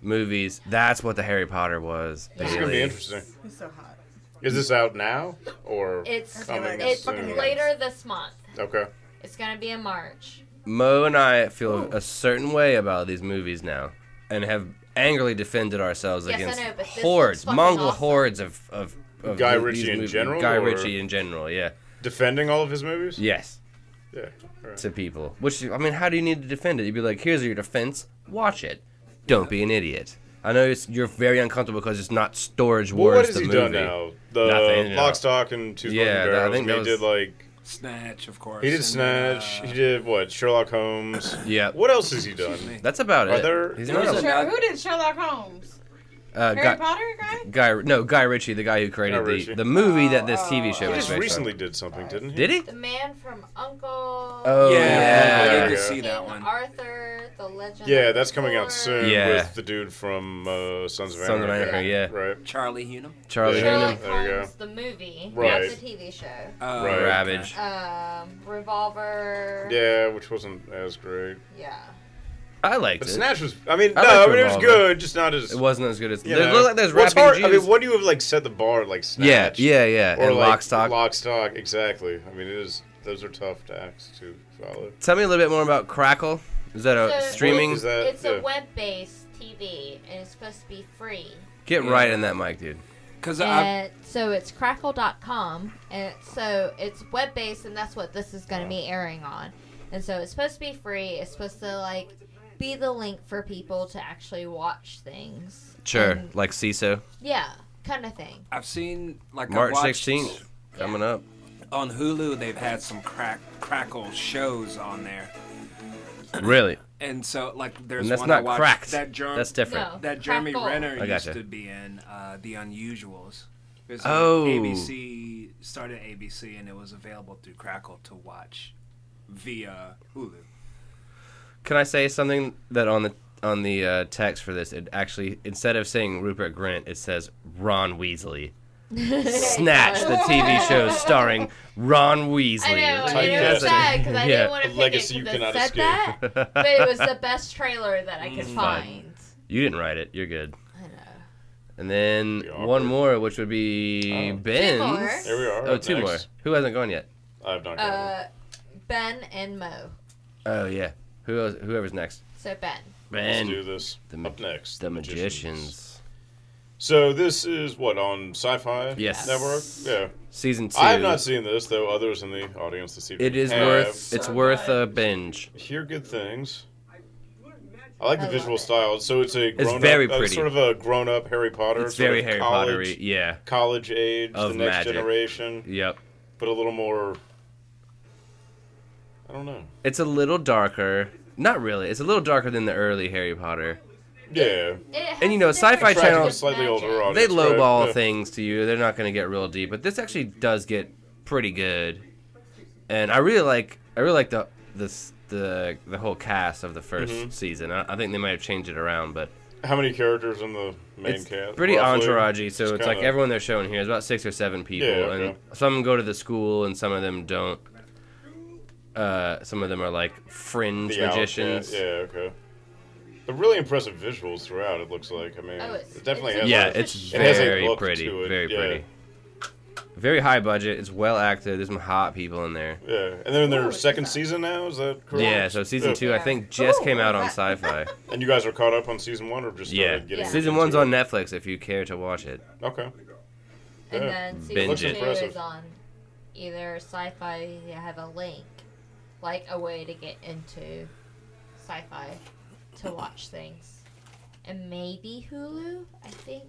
D: movies. That's what the Harry Potter was.
C: This is gonna be
D: Bailey.
C: interesting.
E: He's so hot.
C: Is this out now or
F: It's
C: coming
E: Yes,
F: it's
E: fucking
C: soon?
E: hate
F: later this month.
C: Okay.
F: It's gonna be in March.
D: Mo and I feel a certain way about these movies now, and have angrily defended ourselves
F: Yes, I
D: against
F: know, but this
D: hordes,
F: looks fucking
D: Mongol
F: awesome.
D: hordes of of, of
C: Guy
D: these
C: Ritchie in
D: movies.
C: general,
D: Guy
C: or-
D: Ritchie in general, yeah,
C: Defending all of his movies?
D: yes,
C: Yeah. All right.
D: to people. Which I mean, how do you need to defend it? You'd be like, here's your defense. Watch it. Don't be an idiot. I know it's, you're very uncomfortable because it's not storage
C: Well,
D: wars.
C: what has
D: the
C: he
D: movie.
C: done now? The
D: Nothing, yeah.
C: Lock, Stock, and Two Smoking
D: Yeah, that- I
C: Barrels.
D: think
C: he
D: that was-
C: did like
A: Snatch, of course.
C: he did
A: and,
C: Snatch.
A: uh,
C: he did what? Sherlock Holmes.
D: Yeah.
C: What else has he done?
A: Excuse me.
D: That's about
C: Are
D: it.
C: there-
D: He's
A: There
D: not
A: was
D: a-
A: a-
E: Sure, who did Sherlock Holmes?
D: uh,
E: Harry
D: guy,
E: Potter guy?
D: guy, no, Guy Ritchie, the guy who created
C: Guy
D: the,
C: Ritchie.
D: the movie that this TV
E: Oh,
D: show
C: He
E: oh,
D: was
C: just
D: based on.
C: recently did something, didn't he?
D: Did he?
F: The man from Uncle.
D: Oh
A: Yeah,
C: There
A: I
C: we
A: did
C: go.
A: see
F: King
A: that one.
F: Arthur, the legend.
C: Yeah,
F: of
C: that's coming out
F: Thor.
C: soon
D: Yeah.
C: with the dude from uh, Sons of
D: Sons of
C: Anarchy.
D: Anarchy, yeah.
C: Right.
A: Charlie Hunnam.
D: Charlie
C: Yeah.
D: Hunnam.
F: Sherlock
C: There we go.
F: Holmes, the movie,
C: Right.
F: not the TV show.
A: Oh,
C: Right.
D: Ravage.
F: Um, Revolver.
C: Yeah, which wasn't as great.
F: Yeah.
D: I liked
C: But
D: it.
C: Snatch was. I mean,
D: I
C: no,
D: like
C: I mean, it was
D: Revolver.
C: good, just not as.
D: it wasn't as good as.
C: you
D: There
C: know.
D: looked like there's
C: Well, it's
D: rapping
C: hard- I
D: Jews.
C: mean, what do you have like set the bar at, like
D: yeah,
C: Snatch?
D: yeah, yeah.
C: Or
D: and
C: like
D: Lockstock.
C: Lockstock, exactly. I mean, it is. Those are tough acts to follow.
D: Tell me a little bit more about Crackle. Is that a
F: So-
D: streaming?
C: Is that
F: it's
C: yeah.
F: a web-based TV, and it's supposed to be free.
D: Get right in that mic, dude.
A: Because I
F: And so it's crackle.com, and it's- so it's web-based, and that's what this is going to be airing on. And so it's supposed to be free. It's supposed to like be the link for people to actually watch things.
D: Sure,
F: And-
D: like CISO.
F: yeah, kind of thing.
A: I've seen like I
D: March
A: watched-
D: 16th coming up.
A: on Hulu. They've had some crack crackle shows on there,
D: Really?
A: and so like there's
D: And that's
A: one I
D: not
A: watched
D: cracked.
A: that Germ-
D: That's different.
F: No.
A: that Jeremy
F: Crackle.
A: Renner
D: I
A: used
D: gotcha.
A: to be in uh, The Unusuals. It was
D: Oh.
A: on ABC started ABC and it was available through Crackle to watch via Hulu.
D: Can I say something that on the on the uh, text for this? It actually instead of saying Rupert Grint, it says Ron Weasley. Snatch the TV show starring Ron Weasley.
F: I know,
D: Like,
F: and it was
C: Typecasting.
F: sad because I
D: Yeah.
F: didn't want to pick
C: Legacy you
F: it 'cause
C: cannot
F: it said
C: escape.
F: that,
D: <laughs>
F: but it was the best trailer that I could
D: Mm.
F: find.
D: You didn't write it. You're good.
F: I know.
D: And then
C: Be awkward.
D: one more, which would be Ben's.
F: more.
C: There we are.
D: Oh, two more.
C: Next.
D: Who hasn't gone yet?
C: I have not. gotten it.
F: Uh, Ben and Mo.
D: Oh yeah. Who else, whoever's next?
F: So Ben.
C: Let's do
D: Ben.
C: this.
D: The ma-
C: Up next,
D: The magicians.
C: So this is what on Sci-Fi
D: Yes.
C: Network. Yeah,
D: Season two.
C: I have not seen this though. Others in the audience this evening.
D: It is
C: have.
D: worth. It's worth a binge.
C: Hear good things. I like the
F: I love
C: visual
F: it.
C: style. So it's a grown
D: very
C: up, uh,
D: pretty.
C: sort of a grown up Harry Potter.
D: It's
C: sort
D: very
C: of
D: Harry
C: college,
D: Pottery. Yeah.
C: College age,
D: Of
C: the next
D: magic.
C: generation,
D: Yep.
C: but a little more don't know.
D: It's a little darker. Not really. It's a little darker than the early Harry Potter.
C: Yeah.
D: And, you know, Sci-Fi
C: Attracting
D: Channel-
C: a slightly older
D: They
C: audience. Oh, right?
D: lowball
C: Yeah.
D: things to you. They're not going to get real deep, but this actually does get pretty good. And I really like I really like the this the the whole cast of the 1st
C: Mm-hmm.
D: season. I, I think they might have changed it around, but
C: How many characters in the main
D: it's
C: cast?
D: pretty
C: roughly?
D: entouragey. So it's, like
C: kinda-
D: everyone they're showing here is about six or seven people,
C: Yeah, okay.
D: and some go to the school and some of them don't. Uh, some of them are like fringe
C: The outfit,
D: magicians.
C: Yeah, okay. But really impressive visuals throughout. It looks like. I mean,
F: Oh, it's-
C: it definitely
F: it's
C: has.
D: Yeah,
C: like-
D: it's
C: it has a
D: very
C: look
D: pretty,
C: to it,
D: very
C: yeah.
D: pretty. Very high budget. It's well acted. There's some hot people in there.
C: Yeah, and they're in
B: Ooh,
F: Oh,
C: their
B: it's
C: second
B: that.
C: season now. Is that correct?
D: Yeah, so season
C: Yeah.
D: two, I think, just came out on Sci-Fi.
C: And you guys are caught up on season one, or just
D: yeah,
C: started getting
D: season
C: into
D: one's
C: it?
D: on Netflix if you care to watch it.
C: Okay.
F: And
C: Yeah.
F: then season
D: Binge
F: two
D: it.
C: Impressive.
F: is on either sci-fi. You have a link, like a way to get into sci-fi to watch things, and maybe Hulu. I think.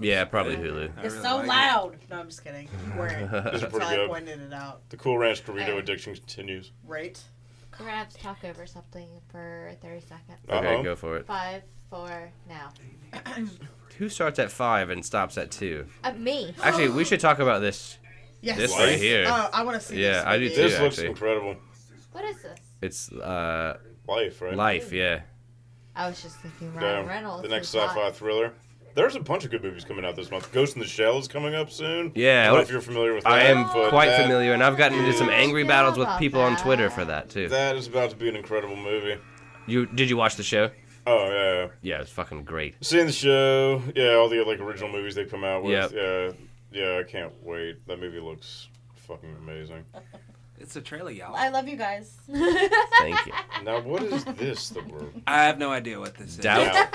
D: Yeah, probably Hulu.
C: Uh-huh.
A: I
E: It's
A: really
E: so
A: like it.
E: loud. No, I'm just
D: <laughs>
E: kidding. Where
C: These are
E: until
C: pretty
E: I
C: good.
E: pointed it out.
C: The Cool Ranch Dorito
F: Alright.
C: addiction continues.
E: Right.
F: We're gonna have to talk over something for thirty seconds.
D: Okay,
C: Uh-oh.
D: go for it.
F: Five, four, now.
D: Who starts at five and stops at two?
F: Uh, me.
D: Actually, we should talk about this.
E: Yes.
D: This
C: What?
D: right here.
E: Oh, I want to see.
D: Yeah,
E: this
D: I do
E: movie.
D: too.
C: This
D: Yeah,
C: looks
D: actually.
C: incredible.
F: What is this?
D: It's uh,
C: Life, right?
D: life. Yeah.
F: I was just thinking
C: Yeah.
F: Ryan Reynolds.
C: The next
F: was hot.
C: sci-fi thriller. There's a bunch of good movies coming out this month. Ghost in the Shell is coming up soon.
D: Yeah,
C: I don't know
D: what-
C: if you're familiar with that.
D: I am
C: but
D: quite
C: that-
D: familiar, and I've gotten into some
F: Yeah.
D: angry
F: Yeah,
D: battles with
F: about
D: people on
F: that.
D: Twitter for that too.
C: That is about to be an incredible movie.
D: You did you watch the show?
C: Oh yeah, yeah.
D: Yeah, it's fucking great.
C: seeing the show. Yeah, all the like original movies they've come out with.
D: Yep.
C: Yeah, yeah. I can't wait. That movie looks fucking
E: <laughs>
C: amazing.
A: It's a trailer, y'all.
E: I love you guys.
A: <laughs>
D: Thank you.
C: Now, what is this that we're
A: I have no idea what this is.
D: Doubt.
C: out?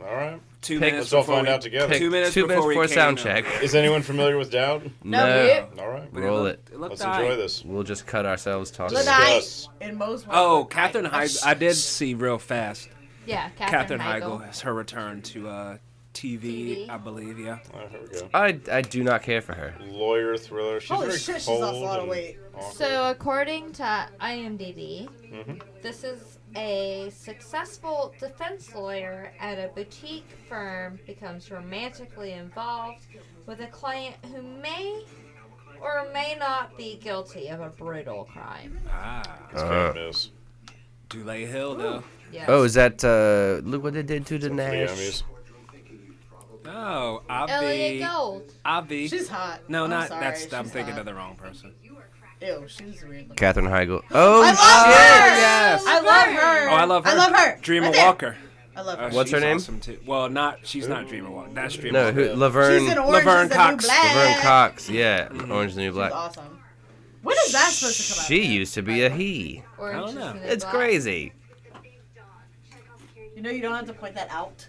C: all right.
A: Two
D: Pick-
A: minutes
C: Let's all
A: before
C: find
A: we-
C: out together.
D: Pick
A: Two minutes
D: two minutes
A: before we
D: before
A: came
D: sound
A: up.
D: check.
C: Is anyone familiar with Doubt?
D: No,
F: you-
C: All right.
A: But it
D: Roll
A: looked- It looked
C: Let's
A: alright.
C: enjoy this.
D: we'll just cut ourselves talking.
F: Let's- Tonight.
C: Discuss.
E: In most.
A: Oh, Catherine Heigl. I did see real fast.
F: Yeah, Catherine,
A: Catherine
F: Heigl.
A: Heigl has her return to uh, TV,
F: TV.
A: I believe. Yeah.
C: All right, here we go.
D: I I do not care for her.
C: Lawyer thriller. She's
E: Holy
C: very
E: shit, she's
C: cold
E: lost a lot of
C: and
E: weight.
C: awkward.
F: So, according to IMDb,
C: Mhm.
F: this is a successful defense lawyer at a boutique firm becomes romantically involved with a client who may or may not be guilty of a brutal crime.
A: Ah,
C: It's kind of a miss.
A: Dule Hill though.
F: Yes.
D: Oh, is that uh? Look what they did to the
C: Yeah, I
D: Nash.
C: mean,
A: No,
F: Elliot
A: Avi.
F: Gold.
A: Avi.
E: She's hot.
A: no,
E: I'm
A: not
E: sorry,
A: that's. I'm
E: she's
A: thinking
E: hot.
A: of the wrong person.
E: Ew, she's weird. looking.
D: Catherine Heigl. Oh,
E: I love
D: shit!
E: her.
A: yes.
E: I love her.
A: Oh, I love her.
E: I love her.
A: Dreamer
E: Right there.
A: Walker.
E: I love
A: Oh,
E: her.
D: What's
A: she's
D: her name?
A: awesome, too. Well, not she's not Dreamer Walker. That's Dreamer.
D: No,
A: Walker.
D: who? Laverne.
E: she's in Orange
A: Laverne
E: is the
A: Cox.
E: New Black.
D: Laverne Cox. Yeah, Orange is the New
E: She's
D: Black.
E: awesome. When is that supposed to come out?
D: She used to be a he.
F: Orange
A: I don't
F: is
A: know.
F: the New
D: It's
F: Black.
D: crazy.
E: You know you don't have to point that out.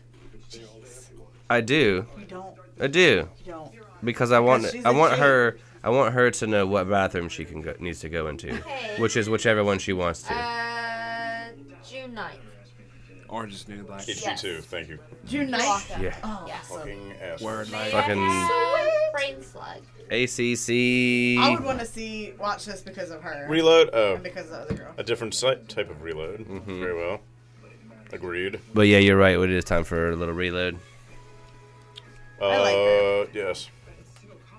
D: I do.
E: You don't.
D: I do
E: You don't.
D: because I want
E: Because she's
D: I
E: a
D: want
E: Jew.
D: her I want her to know what bathroom she can go, needs to go into,
F: Okay.
D: which is whichever one she wants to.
F: Uh, June 9th.
A: Orange is the New Black.
C: it's
F: Yes.
C: you too. Thank you.
E: June 9th.
F: Awesome.
D: Yeah.
E: Oh,
F: Yes.
E: awesome.
C: Fucking ass.
A: Word
F: May
A: like.
F: I
D: Fucking-
F: have brain slug.
D: ACC.
E: I would want to see watch this because of her
C: Reload. Oh,
E: and because of the other girl.
C: a different site, type of reload. Very well. Agreed.
D: But yeah, you're right. It is time for a little reload.
C: Uh,
E: like her.
C: yes.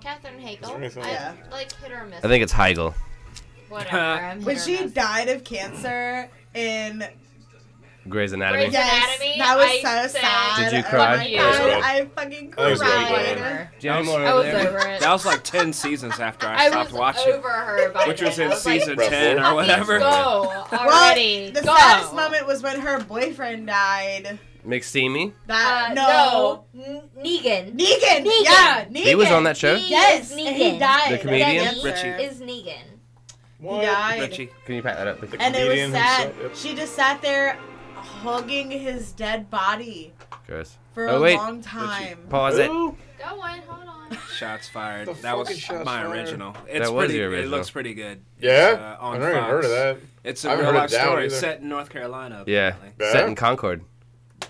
F: Catherine
C: there
F: Hagel.
C: anything-
F: I
E: Yeah.
F: like hit or miss.
D: I think it's Heigl.
A: <laughs>
F: whatever. I'm hit
E: When
F: or
E: she
F: miss.
E: died of cancer in
D: Grey's Anatomy.
F: Grey's-
E: yes,
F: Anatomy,
E: that was
F: I
E: so
F: said-
E: sad.
D: Did you
E: Oh
D: cry?
E: my
F: Yeah.
E: God, I fucking
C: I was
E: cried.
C: really
F: Right.
C: glad.
D: Do you have any more
F: I
D: over
F: was
D: there?
F: over it.
A: That was like ten seasons after I,
F: I
A: stopped
F: was
A: watching,
F: over her by
A: which
F: then.
A: was in
F: I was like,
A: season
C: Ruffle.
A: ten or
F: "Fucking <laughs>
A: whatever.
F: Go
E: Well,
F: already.
E: the
F: go.
E: saddest moment was when her boyfriend died.
D: McSteamy.
E: That
F: Uh,
E: no.
F: no. N- Negan.
E: Negan.
F: Negan.
E: Yeah, Negan.
D: He was on that show.
F: He
E: Yes,
F: is
E: and
F: Negan.
E: he died.
D: The comedian?
E: of cancer.
A: Richie.
F: Is Negan.
E: He died.
A: Richie.
D: Can you pack that up? please?
E: And it was
C: Comedian
E: sad.
C: himself, yep.
E: She just sat there hugging his dead body
D: Gross.
E: for
D: Oh,
E: a
D: wait.
E: long time.
D: Pause it.
C: Ooh.
F: Go on. Hold on.
A: Shots fired.
C: The
A: that was
C: fucking shots
A: my
C: fired.
A: original. It's
D: That was
A: pretty.
D: your
A: It
D: original.
A: looks pretty good.
C: Yeah.
A: It's, uh, on
C: I've never even
A: Fox.
C: heard of that.
A: It's a
C: I haven't
A: real
C: heard of
A: life
C: Down
A: story
C: either.
A: set in North Carolina.
D: Yeah.
A: apparently.
C: Yeah.
D: Set in Concord.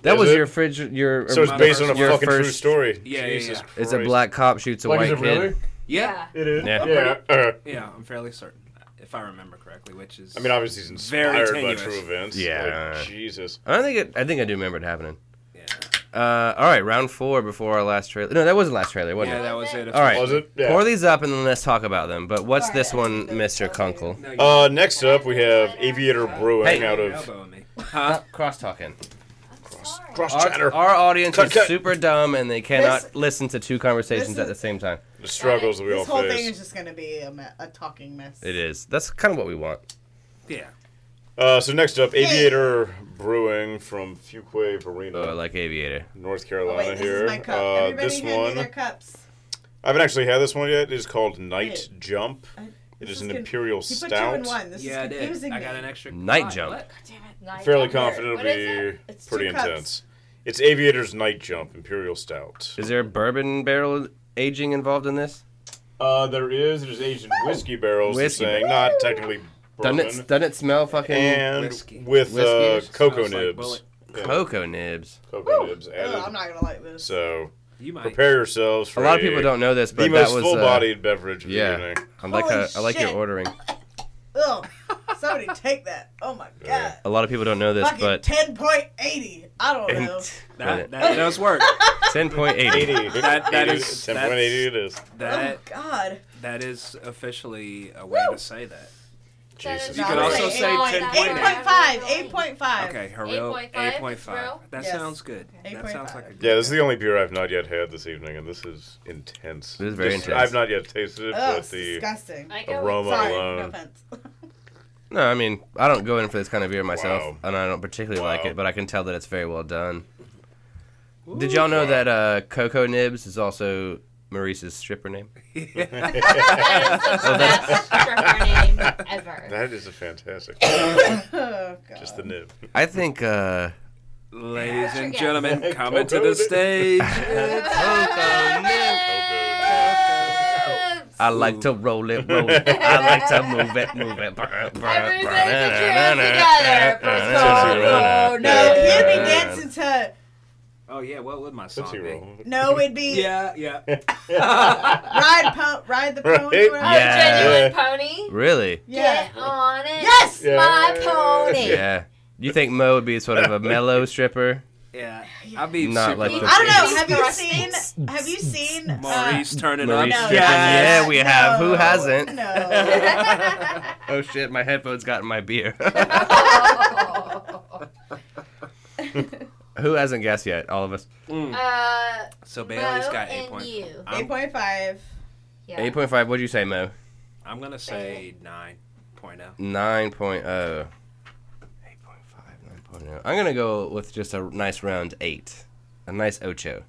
D: That
C: Is
D: was
C: it?
D: your fridge. Your
C: So it's
A: my
C: based on a
A: first- your
C: fucking true
D: first-
C: story.
A: Yeah, yeah,
C: Jesus
A: yeah.
C: Christ.
D: It's a black cop shoots a white kid.
A: Yeah.
C: It is.
D: Yeah.
C: Yeah. uh,
A: yeah, I'm fairly certain. if I remember correctly, which is
C: I mean, obviously he's
A: Very
C: inspired by
A: tenuous.
C: true events.
D: Yeah.
C: Like, Jesus.
D: I don't think it. I think I do remember it happening.
A: yeah,
D: Uh, all right, round four before our last trailer. No, that wasn't last trailer, wasn't
A: yeah,
D: it?
A: that was it.
D: All right.
C: Was it? Yeah.
D: Pour these up and then let's talk about them. But what's
E: All right,
D: this
E: I
D: one,
E: think those
D: Mr.
E: are
D: Kunkel?
A: No,
C: Uh, next up, we have Aviator Brewing
D: Hey.
C: out of
A: elbowing me. Huh?
D: Cross talking.
C: Cross
D: Our,
C: Chatter.
D: our audience
C: Cut,
D: is
C: cut.
D: super dumb and they cannot
E: This-
D: listen to two conversations
E: this
D: at
E: is-
D: the same time.
C: The struggles that we all
E: this whole thing
C: face.
E: is just going to be a, me- a talking mess.
D: It is. That's kind of what we want.
A: Yeah,
C: Uh, so next up, Aviator Brewing from Fuquay Arena,
D: Oh, I like Aviator.
C: North
E: Oh,
C: Carolina.
E: wait, this
C: here,
E: is my cup.
C: Uh,
E: Everybody
C: this
E: hand me
C: one
E: their cups.
C: I haven't actually had this one yet. It is called Night
E: Hey.
C: Jump.
E: I-
C: It is
E: this is
C: an
E: con-
C: imperial
E: You
C: stout.
E: put two in one. This
A: yeah, I
E: is
A: did.
E: confusing
A: I got
E: me.
A: an extra
D: Night
A: God,
D: jump.
A: what?
F: Night
C: Fairly
F: jumper.
C: confident it'll
F: What is
C: be
F: it?
E: It's
C: pretty
E: two cups.
C: intense. It's Aviator's Night Jump Imperial Stout.
D: Is there bourbon barrel aging involved in this?
C: Uh, there is. There's aged in whiskey barrels. they're
D: Whiskey.
C: saying not technically bourbon.
D: Doesn't it, doesn't it smell fucking
C: and
A: Whiskey.
C: with uh,
D: Whiskey.
C: cocoa
A: Smells like
C: nibs.
A: bullet.
C: Yeah,
D: cocoa nibs?
C: cocoa nibs added.
E: Ugh, I'm not going to like this.
C: So
A: You might.
C: prepare yourselves for
D: A lot of people don't know this,
C: The
D: but that
C: most
D: was uh,
C: full-bodied beverage of
D: yeah.
C: the evening.
D: I like
E: Holy
D: uh, I like your
E: shit.
D: ordering.
E: Ugh. Somebody take that. Oh my god.
C: Yeah.
D: A lot of people don't know this,
E: Fucking <laughs>
D: but
E: 10.80. I don't know.
A: That, that does
E: <laughs>
A: work.
D: ten point eight.
C: Eighty.
A: That- that
C: Eighty-
A: is-
C: 10.80 it is.
A: That
E: oh god.
A: that is officially a way to say that.
C: Jesus.
A: You could
C: Christ.
A: also say
F: Eight
A: 10.8.
F: point
E: 8.5.
F: five.
E: 8.5.
A: Okay, her real
F: 8.5?
A: 8.5.
F: Real?
A: That
E: Yes.
A: sounds good. That sounds like a
E: 8.5.
A: good
C: Yeah, this is the only beer I've not yet had this evening, and this is intense.
D: This is very
C: Just-
D: intense.
C: I've not yet tasted it,
E: Ugh,
C: but
E: it's
C: <laughs> the
E: disgusting.
F: I go
C: aroma
E: Sorry, no
C: alone. <laughs>
E: offense. <laughs>
D: No, I mean I don't go in for this kind of beer myself,
C: Wow.
D: and I don't particularly like
C: Wow.
D: it, but I can tell that it's very well done. Did y'all know that uh, Coco Nibs is also Maurice's stripper name?
F: That is the best stripper name ever.
C: that is a fantastic.
E: Oh god.
C: just the nib.
D: I think uh,
A: <laughs> Ladies
F: Yes.
A: and
F: Yes.
C: <laughs>
A: gentlemen, coming to the
C: Cocoa.
A: stage.
C: <laughs>
D: Coco
E: <laughs>
D: Nibs.
F: Everybody
C: Uh,
D: I like to roll it, roll it. I like to move it, move it.
F: put your
D: <laughs>
F: hands together.
E: No, he'd be dancing to
A: Oh yeah, what would my song
C: Tootsie
A: be?
C: roll.
E: No,
C: <laughs>
E: it'd be
A: Yeah, yeah.
E: Ride po- Ride the Pony.
C: Right?
E: whatever.
D: Yeah.
F: Genuine pony.
D: Really?
E: Yeah.
F: Get on it.
E: Yes!
F: My
C: Yeah.
F: pony.
D: Yeah. You think Mo would be sort <laughs> of a mellow stripper?
A: Yeah. I'll be
D: Not
A: super
D: like the-
E: I don't know.
F: He's
E: Have you
F: thrusting.
E: seen? Have you seen? uh,
A: Maurice turning
D: Maurice
A: up.
E: no,
D: stripping.
A: Yes.
D: Yeah, we have. Who
E: no,
D: hasn't?
E: No.
D: Oh shit, my headphones got in my beer. <laughs> Who hasn't guessed yet? All of us.
F: <laughs> Uh,
A: Mm. So Bailey's
F: Mo
A: got eight
F: and
A: points.
F: you.
E: Eight
A: <laughs> I'm,
E: point five.
F: Yeah.
D: 8.5, what'd you say, Mo?
A: I'm gonna say nine point oh.
D: 9.0. 8.5, 9.0. I'm going to go with just a nice round 8. A nice ocho.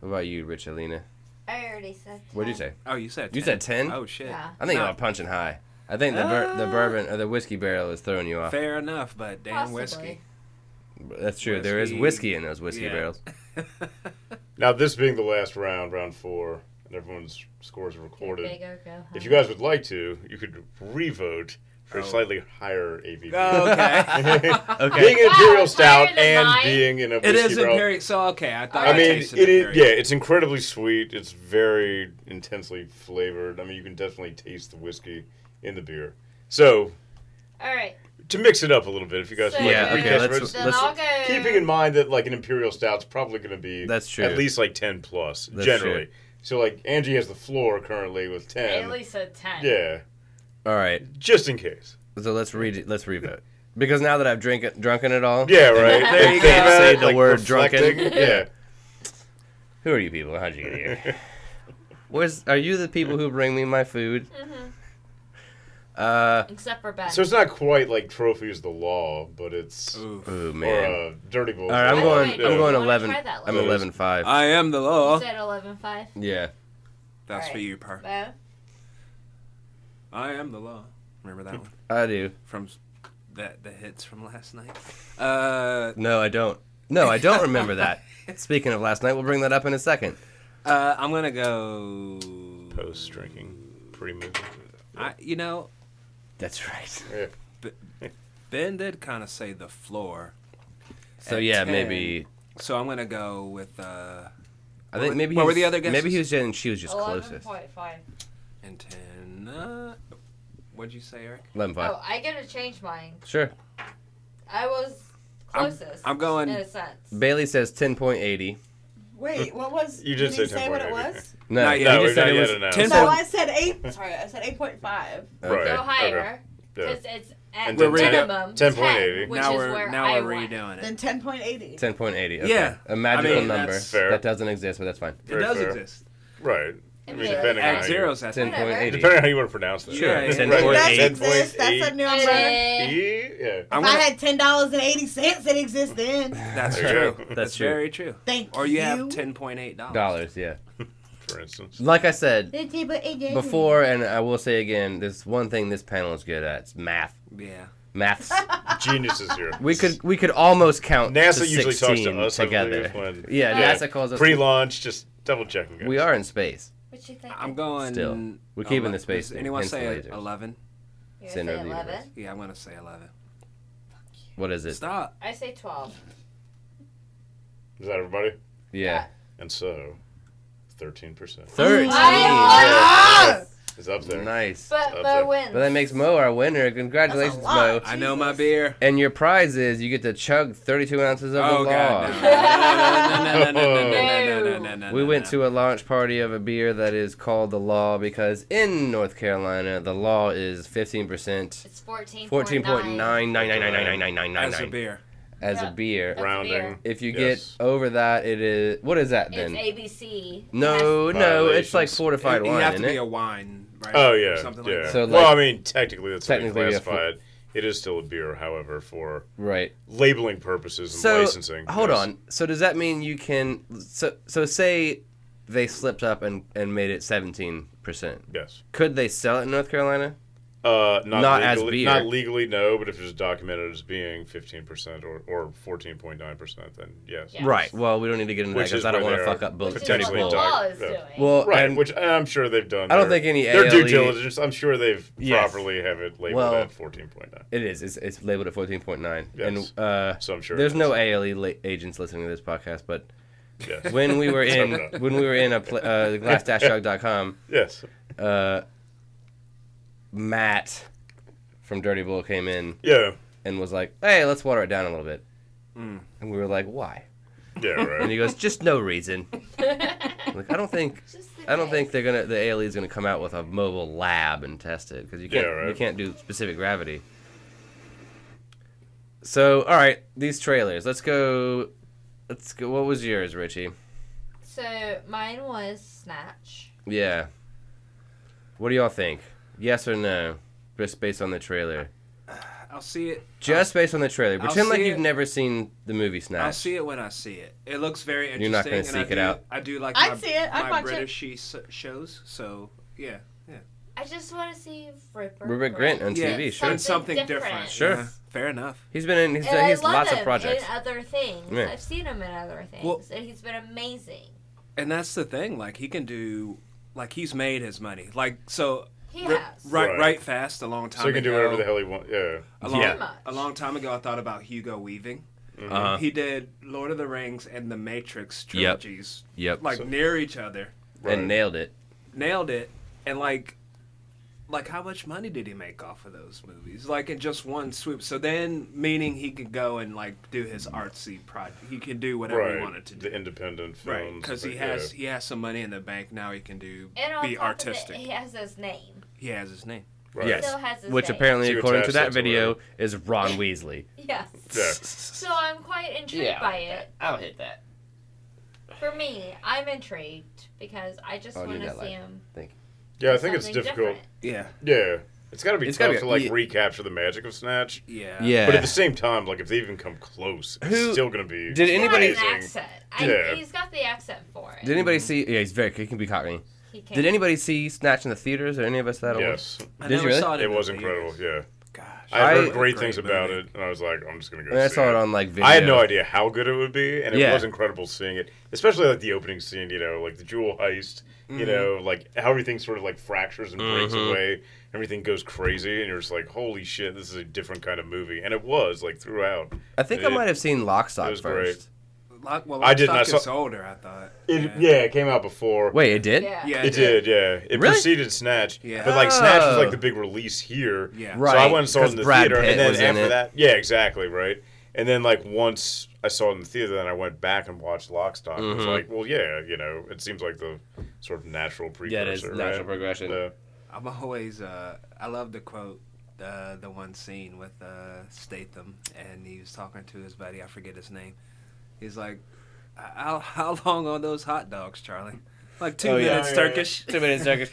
D: What about you, Rich Alina?
F: I already said.
D: What'd you say?
A: Oh, you said 10.
D: You said 10?
A: Oh shit.
F: Yeah.
D: I think
A: No.
D: y'all are punching high. I think the bur- the
A: Ah.
D: bourbon or the whiskey barrel is throwing you off.
A: Fair enough, but damn
F: Possibly.
A: whiskey.
D: That's true. There is
A: Whiskey.
D: whiskey in those whiskey
A: Yeah.
D: barrels.
C: Now, this being the last round, round four, and everyone's scores are recorded.
F: Bigger, go
C: If you
F: home.
C: guys would like to, you could re-vote for
A: Oh.
C: a slightly higher ABV.
A: <laughs> Oh, okay.
D: Okay.
C: being an imperial
F: Wow,
C: stout
F: higher than
C: and
F: mine?
C: being in a whiskey
A: it is
C: barrel.
A: imperial. So okay, I thought
C: I mean,
A: tasted
C: it is,
A: imperial.
C: yeah, it's incredibly sweet. It's very intensely flavored. I mean, you can definitely taste the whiskey in the beer. So,
F: All right.
C: to mix it up a little bit, if you guys
F: So
C: would like
D: Yeah,
C: to
D: okay,
C: recaste
D: let's-
C: rates,
F: Then
D: let's-
F: I'll go.
C: keeping in mind that like an imperial stout's probably going to be
D: That's true.
C: at least like 10 plus
D: That's
C: generally.
D: true.
C: So like Angie has the floor currently with 10.
F: Bailey said ten.
C: yeah,
D: All right.
C: just in case.
D: So let's read it. Let's revote. Because now that I've drink it, drunken it all, <laughs>
C: Yeah, right.
A: There you
C: Think
A: go.
C: about
D: Say
C: it,
D: the word
C: reflecting.
D: drunken.
C: Yeah.
D: who are you people? How'd you get here? Where's are you the people who bring me my food? Uh,
F: Mm-hmm. Except for Ben.
C: <laughs> So it's not quite like trophy is the law, but it's
A: Oof.
D: oh
C: or
D: man.
C: uh, dirty
D: all
C: bulls.
D: right,
F: By
D: I'm
F: the
D: going.
F: way,
D: I'm
F: do you
D: going
F: wanna
D: eleven.
F: try that
D: I'm
C: later?
D: eleven five.
A: I am the
F: you
A: law.
F: said eleven five.
D: yeah.
A: That's for
F: Alright.
A: you, Per.
F: Bo.
A: I am the law. Remember that one
D: I do.
A: from s- that the hits from last night. Uh,
D: No, I don't. No, I don't
A: <laughs>
D: remember that. Speaking of last night, we'll bring that up in a second.
A: uh, I'm gonna go.
C: Post drinking, pre movie.
A: I, you know,
D: That's right.
C: Yeah.
A: Ben did kind of say the floor,
D: So
A: At
D: yeah,
A: 10.
D: maybe.
A: so I'm gonna go with uh,
D: I
A: What
D: think
A: were-
D: maybe.
A: what
D: he
A: were
D: was-
A: the other
D: Maybe
A: guesses?
D: he was. Jen and She was just
F: Eleven
D: closest.
F: point five.
A: and ten. Uh, What'd you say, Eric?
D: Eleven five.
F: Oh, I gotta change mine.
D: Sure.
F: I was
A: I'm-
F: closest.
A: I'm going-
F: in a sense.
D: Bailey says ten point eighty.
E: Wait, what was?
C: You did
E: did
C: say
E: he say what it
C: 10.8.
E: was?
D: No,
A: Not
D: he
A: yet.
D: just
C: we've
D: said
C: not
D: it
C: yet
D: was
C: announced.
A: 10
E: So I said eight.
C: <laughs>
E: Sorry, I said eight point five.
D: Okay.
C: Right.
F: Go higher.
C: Yeah.
F: Because it's at
C: And
A: then ten-
F: minimum
C: 10.80.
F: 10, which
A: now
F: is
A: we're
F: where
A: now
F: I
A: we're
F: went.
A: redoing
E: Then
A: it.
E: ten point eighty.
D: Ten point eighty.
A: Yeah.
D: A magical
A: I mean,
D: number
A: that's-
C: Fair.
D: that doesn't exist, but that's fine.
A: It
C: Very
A: does
C: fair.
A: exist.
C: Right. I mean,
F: Yeah.
C: depending on
A: At
C: how
A: zeros, that's
D: Ten
A: it.
D: point
F: Whatever.
C: you,
D: eighty.
C: depending on how you want to pronounce it.
A: Sure,
C: Right.
A: ten
C: Right.
A: point
E: Does
A: eight.
E: exist? That's a number. If
F: Eh,
C: Yeah.
A: I'm
E: I
A: gonna-
E: had ten dollars and eighty cents, it exists
A: <sighs>
E: then.
A: that's
C: There you
A: true.
C: go.
A: That's,
D: That's true.
A: very true.
E: Thank
A: Or you
E: you.
A: have ten point eight dollars.
D: Dollars. Yeah.
C: For
D: <laughs>
C: instance.
D: Like I said
E: Before.
D: before, and I will say again, there's one thing this panel is good at: it's math.
A: Yeah.
D: Maths.
C: Geniuses here.
D: We could we could almost count.
C: NASA
D: to
C: usually talks
D: 16
C: to us I
D: together.
C: believe, when-
D: Yeah,
F: Yeah.
D: NASA calls us.
C: Pre-launch, just double checking.
D: we are in space.
F: What you think?
A: I'm going.
D: Still, we're keeping
A: ele-
D: the space
A: does
D: thing,
A: Anyone
D: hence the
A: say
D: lasers.
A: eleven?
F: You
D: Center
F: say
D: of the
F: 11.
A: Yeah, I'm gonna say eleven.
D: What is it?
A: Stop.
F: I say 12.
C: Is that everybody?
D: Yeah,
C: And so, thirteen percent
D: thirteen.
E: Ah!
C: is up there.
D: Nice.
F: But
C: Up
F: Mo
C: there.
F: wins.
D: Well, that makes Mo our winner. Congratulations,
E: That's a
D: Mo.
E: lot.
A: I know
E: Jesus.
A: my beer.
D: And your prize is you get to chug 32 ounces of
A: Oh
D: the
A: god.
D: law.
A: No, no, no, no, no, no, no, no, no, no, no, no,
D: We went
A: no.
D: to a launch party of a beer that is called the Law because in North Carolina the law is 15%,
F: It's 14.9.
D: 14.99999999
A: as a beer.
D: as
F: Yeah. That's
D: a beer.
F: a beer.
C: Rounding.
D: If you
C: Yes.
D: get over that, it is what is that then?
F: It's ABC.
D: No, no, it's like
C: Violations.
D: fortified
A: It-
D: wine,
A: It'd have to
D: isn't
A: be
D: it?
A: a wine, right?
C: Oh
A: Or
C: yeah,
A: something like
C: yeah.
A: that.
D: So,
C: well, I
D: like-
C: mean, technically that's technically
D: Technically, yeah, for-
C: classified. It is still a beer, however, for
D: right.
C: labeling purposes and
D: So
C: licensing.
D: hold
C: yes.
D: on. So does that mean you can? So so say they slipped up and and made it 17%.
C: Yes.
D: Could they sell it in North Carolina?
C: Uh, not,
D: Not as
C: legally,
D: beer.
C: Not legally, no. But if it's documented as being fifteen percent or or fourteen point nine percent, then yes.
F: Yeah.
D: Right. Well, we don't need to get into
C: Which
D: that because
C: is
D: I don't
C: where
D: want to
C: they
D: fuck
C: are
D: up both
F: Which is
D: Dirty
F: what
C: potentially
F: the
D: Bull.
C: dark.
F: law is
C: Yeah.
F: doing.
D: Well,
C: Right,
D: and-
C: which I'm sure they've done.
D: I don't
C: their-
D: think any
C: their
D: ALE
C: due diligence. I'm sure they've
D: Yes.
C: properly have it labeled
D: Well-
C: at 14.9.
D: It is. It's, it's labeled at 14.9.
C: Yes.
D: And uh,
C: So I'm sure
D: there's
C: it
D: no ALE la- agents listening to this podcast, but
C: Yes.
D: when <laughs> we
C: <laughs>
D: were in
C: Some don't.
D: when we were in a pl-
C: <laughs>
D: uh, glass-jug.com,
C: yes.
D: uh, Matt from Dirty Bull came in
C: Yeah.
D: and was like, "Hey, let's water it down a little bit."
C: Mm.
D: And we were like, "Why?" <laughs>
C: Yeah.
D: And
C: Right.
D: he goes, "Just no reason." like I don't think
F: <laughs> Just
D: I don't think they're gonna the ALE is gonna come out with a mobile lab and test it because you can't
C: Yeah, right.
D: you can't do specific gravity. So all right, these trailers. Let's go. Let's go. What was yours, Richie?
F: So mine was Snatch.
D: Yeah. What do y'all think? Yes or no? Just based on the trailer.
A: I'll see it.
D: Just based on the trailer.
A: I'll
D: Pretend like
A: see
D: you've
A: it.
D: never seen the movie
A: I'll
D: Snatch.
A: see it when I see it. It looks very interesting.
D: You're not gonna
A: and I
D: seek it
A: do-
D: out?
A: I do like
E: I'd
A: my,
E: see it. I'd
A: my
E: watch it.
A: British sh- shows, so yeah, yeah.
F: I just want to see Rupert.
D: Rupert Grint on
A: Yeah,
D: TV. Sure.
A: Done something different.
D: Sure.
A: yeah. fair enough.
D: He's been in. He's,
F: And I
D: he's
F: love
D: lots
F: him
D: of projects.
F: in other things.
D: Yeah.
F: I've seen him in other things,
A: Well-
F: and he's been amazing.
A: And that's the thing. Like he can do. Like he's made his money. Like so.
F: He
A: ri-
F: has.
A: Right,
C: Right.
A: right, fast. A long time.
C: So you can do
A: ago,
C: whatever the hell he wants. Yeah.
A: A long,
F: Yeah.
A: a long time ago, I thought about Hugo Weaving.
D: Uh-huh.
A: He did Lord of the Rings and the Matrix
D: Yep.
A: trilogies,
D: Yep.
A: like
C: So-
A: near each other.
C: Right.
D: And nailed it.
A: nailed it and like like how much money did he make off of those movies like in just one swoop so then meaning he could go and like do his artsy project he can do whatever
C: Right.
A: he wanted to
C: The
A: do
C: independent films.
A: right because he
C: but
A: has
C: Yeah.
A: he has some money in the bank now he can do
F: And on
A: be
F: top
A: artistic
F: of it, he has his name.
A: he has his name
C: Right.
D: Yes.
F: Still has his
D: Which
F: name.
D: apparently,
C: So you
D: according
C: attach
D: to
C: that
D: that
C: to
D: video, is Ron Weasley.
F: <laughs> Yes.
C: Yeah.
F: So I'm quite intrigued by it.
D: I'll hit that.
F: For me, I'm intrigued because I just
D: Oh, I
F: want
D: need
F: to
D: that
F: see
D: light.
F: him.
D: Thank
C: Yeah. I
F: do
C: think it's
F: something
C: difficult.
F: different.
A: yeah
C: Yeah. It's got to be
D: It's gotta
C: tough
D: be-
C: to like
D: yeah.
C: recapture the magic of Snatch.
A: yeah
D: you. Yeah.
C: But at the same time, like if they even come close, it's
D: Who-
C: still gonna be.
F: He's
D: Did
F: got
D: anybody-
F: an
C: amazing.
F: accent? I,
C: Yeah.
F: He's got the accent for it.
D: Did anybody see? Yeah, he's very. He can be cockney.
F: He can.
D: Did anybody see Snatch in the theaters? Or any of us that? old?
C: Yes.
A: I
D: Did you
A: never
D: really?
A: saw it
C: It
A: in
C: was
A: the
C: incredible.
A: theaters.
C: Yeah.
A: gosh
C: I
D: I-
C: heard great things
A: Great
C: about
A: movie.
C: it, and I was like, I'm just gonna go.
D: I, mean, I
C: see
D: saw
C: it
D: it on like video.
C: I had no idea how good it would be, and it
D: Yeah.
C: was incredible seeing it, especially like the opening scene. You know, like the jewel heist.
D: Mm-hmm.
C: You know, like how everything sort of like fractures and breaks away. Everything goes crazy, and you're just like, "Holy shit, this is a different kind of movie." And it was like throughout.
D: I think I
C: It-
D: might have seen Lock, Stock
C: was
D: first.
A: Lock, well,
C: I did
A: Lock,
C: not
A: Stock is
C: saw-
A: older. I thought.
H: It,
C: Yeah, it came out before.
D: Wait, it did?
F: Yeah.
A: Yeah,
C: It did, yeah. It
D: Really?
C: preceded Snatch,
A: Yeah.
C: but like Snatch was
D: Oh.
C: like the big release here.
A: Yeah.
C: So I
D: Right,
C: went and saw it
D: because
C: in the
D: Brad
C: theater,
D: Pitt
C: and then
D: was in
C: after
D: it.
C: that, yeah, exactly, right. And then like once I saw it in the theater, then I went back and watched Lock, Stock. and It's
D: Mhm.
C: like, well, yeah, you know, it seems like the sort of natural precursor.
D: Yeah, it is natural
C: right?
D: progression.
C: Yeah.
A: I'm always. Uh, I love the quote. Uh, the one scene with uh, Statham, and he was talking to his buddy. I forget his name. He's like, "How how long on those hot dogs, Charlie? Like two
D: Oh, yeah.
A: minutes
C: Yeah, yeah, yeah.
A: Turkish."
D: Two minutes, Turkish.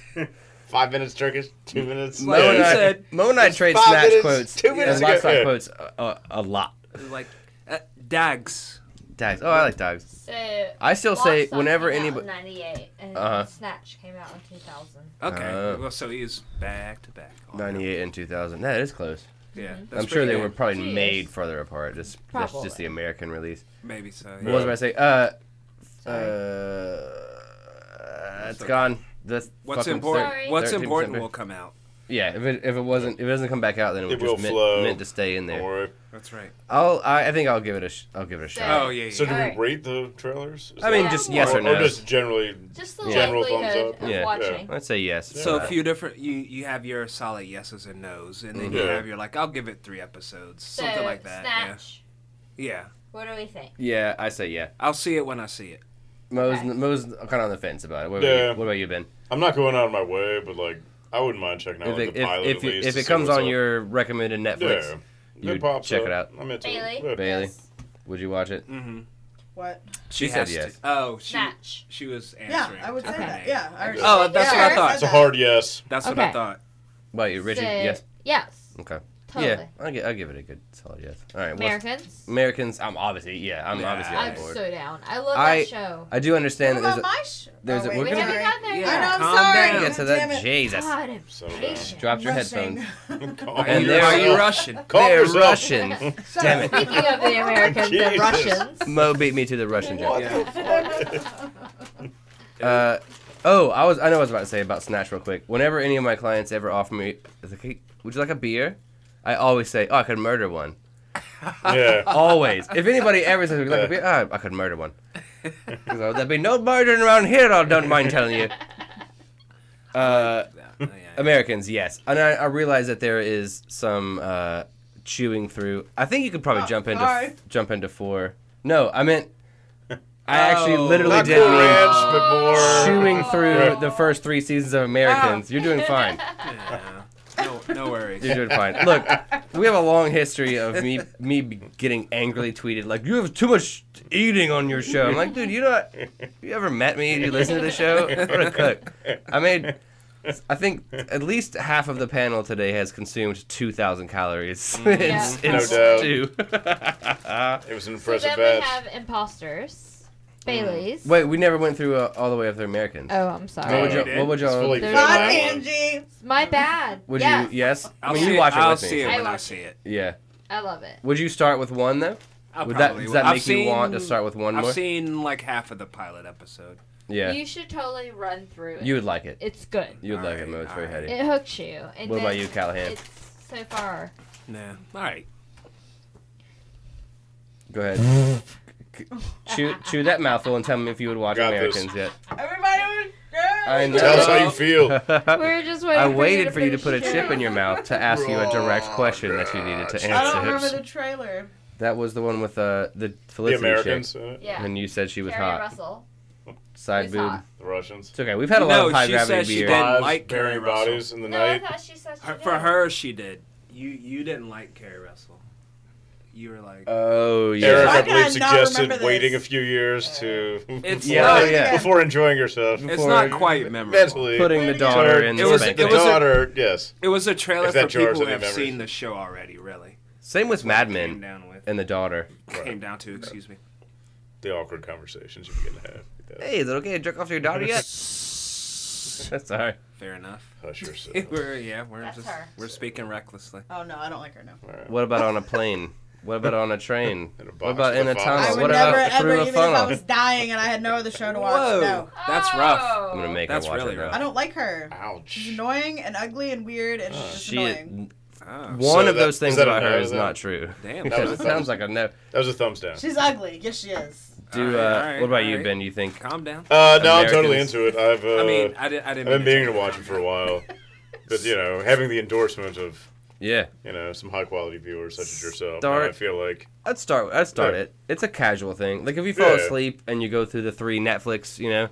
C: Five minutes Turkish, two minutes.
D: Mo,
A: Like
D: and
A: you
D: I,
A: said,
D: Mo and I trade
C: five
D: Snatch
C: minutes,
D: quotes
C: two minutes
D: and livestock
C: ago.
D: quotes a, a, a lot.
A: Like uh, dogs.
D: Dogs. Oh, I like dogs.
F: So
D: I still say
F: Lockstock
D: whenever
F: came out in
D: anybody.
F: '98 and
D: Uh-huh.
F: Snatch came out in 2000.
A: Okay.
D: Oh.
A: well, so he's back to back. on that.
D: 98 and 2000. That is close.
A: Yeah,
D: I'm sure they were probably
F: Jeez.
D: made further apart. Just, that's
F: Probably.
D: just the American release.
A: Maybe so.
D: What was I
C: Yeah.
D: gonna say? Uh,
F: Sorry.
D: uh, it's
A: okay.
D: gone. The
A: What's
D: fucking
A: important?
D: thir-
F: Sorry.
A: What's
D: 13%
A: important
D: back.
A: will come out.
D: Yeah, if it, if it wasn't if it doesn't come back out, then it,
C: It
D: was
C: will
D: just meant,
C: flow.
D: meant to stay in
C: Don't
D: there.
C: worry.
A: That's right.
D: I'll I, I think I'll give it a sh- I'll give it a shot.
A: Oh yeah. yeah.
C: So do
F: Alright.
C: we rate the trailers? Is
D: I mean,
C: that-
D: just yes or no.
C: Or just generally,
F: Just the
C: General thumbs
F: likelihood
C: up.
F: of
D: Yeah.
F: watching.
D: I'd say yes. Uh,
A: so
D: for
A: a
D: that.
A: few different. You you have your solid yeses and nos, and then you
C: Mhm.
A: have your like I'll give it three episodes, something
F: so
A: like that.
F: Snatch.
A: Yeah. yeah.
F: What do we think?
D: yeah, I say yeah.
A: I'll see it when I see it.
D: Mo's
F: Okay.
D: Mo's kind of on the fence about it. What,
C: Yeah.
D: about, you, what about you, Ben?
C: I'm not going out of my way, but like, I wouldn't mind checking out
D: If
C: like,
D: it,
C: the pilot
D: if, if,
C: at least
D: you- if
C: to
D: it
C: see
D: comes
C: what's
D: on
C: up.
D: your recommended Netflix,
C: yeah,
D: you
C: it pops
D: check
C: up.
D: it out.
C: I'm into
F: Bailey?
C: it. Yeah.
D: Bailey,
F: Yes.
D: would you watch it?
A: Mm-hmm.
E: What?
A: She,
D: said
A: has
D: yes.
A: To, oh, she
F: Snatch.
A: she was
E: Yeah,
A: answering.
E: I would say
A: Okay.
E: that. Yeah. I already
A: Oh,
E: said-
A: that's
E: yeah,
A: what I
E: already
A: thought.
E: said
C: It's a
E: that.
C: hard yes.
A: That's what
F: Okay.
A: I thought.
D: Well, you, Richard,
F: So-
D: yes.
F: Yes.
D: Okay.
F: Totally.
D: Yeah, I will I give it a good solid yes. All right. what's-
F: Americans.
D: Americans, I'm obviously yeah, I'm
A: Yeah.
D: obviously on
F: I'm
D: board.
F: so down. I love
D: I-
F: that show.
D: I do understand
E: What
D: that there's
E: about
D: a
E: my sh-
D: there's a-
E: oh, wait,
D: we're
E: we
F: we haven't gotten
E: haven't-
F: there
A: Yeah.
E: I know,
F: yet.
E: I'm
A: Calm
E: sorry.
A: down.
D: yeah,
A: Yes,
D: to
E: Damn
D: that
E: it.
D: Jesus.
F: God, I'm
C: So bad.
F: patient.
D: Drop your
E: Rushing.
D: headphones.
E: <laughs>
C: Calm
A: Are you,
D: there
A: are
D: you
A: you
D: go.
A: Russian?
C: Calm
D: They're
C: yourself.
F: <laughs>
D: Russian.
E: Shut
D: Damn
E: up.
D: it.
F: Speaking of the Americans, the
C: <laughs> Jesus.
F: Russians.
D: Mo beat me to the Russian joke.
E: <laughs>
A: Yeah.
D: Uh, oh, I was I know what I was about to say about Snatch real quick. Whenever any of my clients ever offer me, it's like, "Hey, would you like a beer? I always say, oh, I could murder one.
C: <laughs> yeah.
D: Always. If anybody ever says, would you like a beer? Ah, I could murder one. 'Cause there'd be no murdering around here, I don't mind telling you. Uh,
A: Yeah, yeah, yeah.
D: Americans, yes. And I, I realize that there is some uh, chewing through. I think you could probably
E: Oh,
D: jump into
E: sorry.
D: jump into four. No, I meant I actually
A: Oh.
D: literally
C: Not
D: did
C: Cool
D: mean
C: Ranch, but more.
D: chewing through
F: Oh.
C: Right.
D: the first three seasons of Americans.
F: <laughs>
D: You're doing fine.
A: Yeah. No, no worries.
D: You're doing fine. Look, we have a long history of me me getting angrily tweeted like you have too much eating on your show. I'm like, dude, you not you ever met me? You listen to the
C: <laughs>
D: show? What a cook! I made. I think at least half of the panel today has consumed 2,000 calories in,
F: Mm. Yeah.
D: in
C: No doubt.
D: stew.
C: It was an
F: So
C: impressive
F: then we
C: batch.
F: have imposters. Bailey's.
D: <laughs> Wait, we never went through uh, all the way up to Americans.
F: Oh, I'm
D: What
F: sorry.
D: would
C: No,
D: you-
C: we did.
D: what would
C: It's
D: y'all-
C: fully
F: There's
C: filled,
E: God,
C: that one.
E: Angie.
F: It's My bad.
D: Would
F: yes.
D: you? Yes.
A: I'll
D: I mean,
A: see
D: you watch it
A: I'll
D: with
A: see
D: me.
A: it
F: I
A: when I
F: watch
A: see it.
D: Yeah.
F: I love it.
D: Would you start with one though?
A: I
D: Would that,
A: probably will.
D: does that
A: I've
D: make you want to
A: seen-
D: start with one
A: I've
D: more?
A: seen like half of the pilot episode.
D: yeah. You,
F: You should totally run through it.
D: would like it.
F: It's good.
D: You would like it,
A: Alright,
D: Mo. It's very
A: alright.
D: heady.
F: It hooks you. And
D: What
F: then
D: about you, Callahan?
F: It's so far.
A: Nah. All right.
D: Go <laughs> ahead. chew, chew that mouthful and tell me if you would watch
C: Got this.
D: Americans yet.
E: Everybody was good.
D: I know.
C: Tell us how
A: Yeah.
C: you
D: <laughs>
C: feel.
F: We're just waiting.
D: Uh, I
F: for
D: waited
F: you
D: for you to put a
F: finish
D: chip in your mouth to ask you a direct question that you needed to
E: I don't remember
D: answer.
E: the trailer.
D: That was the one with uh, the
C: The
D: Felicity
C: Americans, uh, in it,
F: Yeah.
D: And you said she was
F: Carrie
D: hot.
F: Russell.
D: Side
F: was
D: boob.
F: hot.
C: the Russians.
D: It's okay. We've had a lot
A: No,
D: of high
A: she said
D: gravity
A: she
D: beer.
A: didn't.
C: Lives
A: like
C: burying
A: Carrie Russell.
C: bodies in the
F: No, I
C: night.
F: thought she said she
A: Her,
F: did.
A: for her, she did. You you didn't like Carrie Russell. You were like,
D: Oh
C: Eric,
D: yeah.
E: Why
C: I
E: did I
C: believe,
E: not
C: suggested
E: remember
C: waiting a
E: this?
C: few years <laughs> to
A: it's
D: Yeah,
A: not,
D: oh, yeah.
C: before enjoying yourself.
A: it's
D: before-
A: not quite memorable.
C: Mentally,
D: Putting the
E: It
D: daughter in
A: It
D: the
A: was-
C: the,
A: bank.
D: spank.
C: the
A: it was a-
C: daughter. yes,
A: It was a trailer
C: If that
A: for
C: jars
A: people who
C: any
A: have
C: memories.
A: seen the show already. Really,
D: Same with Mad
A: came <laughs>
D: Men
A: down with
D: and the daughter.
A: came down to. Excuse me.
C: the awkward conversations you begin to have. Yeah.
D: Hey, is it okay to jerk off to your daughter <laughs> yet? That's all right.
A: Fair enough. <laughs>
C: Hush yourself.
A: we're yeah, we're
F: That's
A: just
F: her.
A: we're speaking recklessly.
E: Oh no, I don't like her now.
C: All right.
D: What about on a plane? What about on a train?
C: In a box
D: What about in a
C: with a
E: I
D: tunnel?
C: box.
E: would
D: What
E: never
D: about
E: ever,
D: through a
E: even if I
D: funnel?
E: was dying and I had no other show to watch.
A: Whoa,
E: No,
A: that's rough.
F: Oh.
D: I'm gonna make
A: That's
D: her watch
A: really
D: it now.
E: I don't like her. She's
C: Ouch.
E: annoying and ugly and weird and she's just
D: She,
E: annoying.
D: one
A: Oh,
C: So
D: of
C: that-
D: those
C: is
D: things
C: that a
D: about her
C: no
A: <laughs>
D: is
C: then?
D: not true.
A: damn.
C: That
D: Because
C: was
D: it
C: a
D: sounds like a no. <laughs>
C: That was a thumbs down.
E: She's ugly. Yes, she is.
D: Do uh,
A: All right,
D: what about
A: all
D: you,
A: right.
D: Ben? You think?
A: Calm down.
C: Uh, no, I'm totally
D: Americans.
C: into it. I've uh,
A: I mean, I, did, I didn't.
C: I've been
A: mean
C: meaning to watch it for a
D: <laughs>
C: while, but you know, having the endorsement of
D: Yeah,
C: you know some high quality viewers such as yourself,
D: Start-
C: I feel like
D: let's start. Let's start
C: Yeah.
D: it. It's a casual thing. Like if you fall
C: Yeah.
D: asleep and you go through the three Netflix, you know,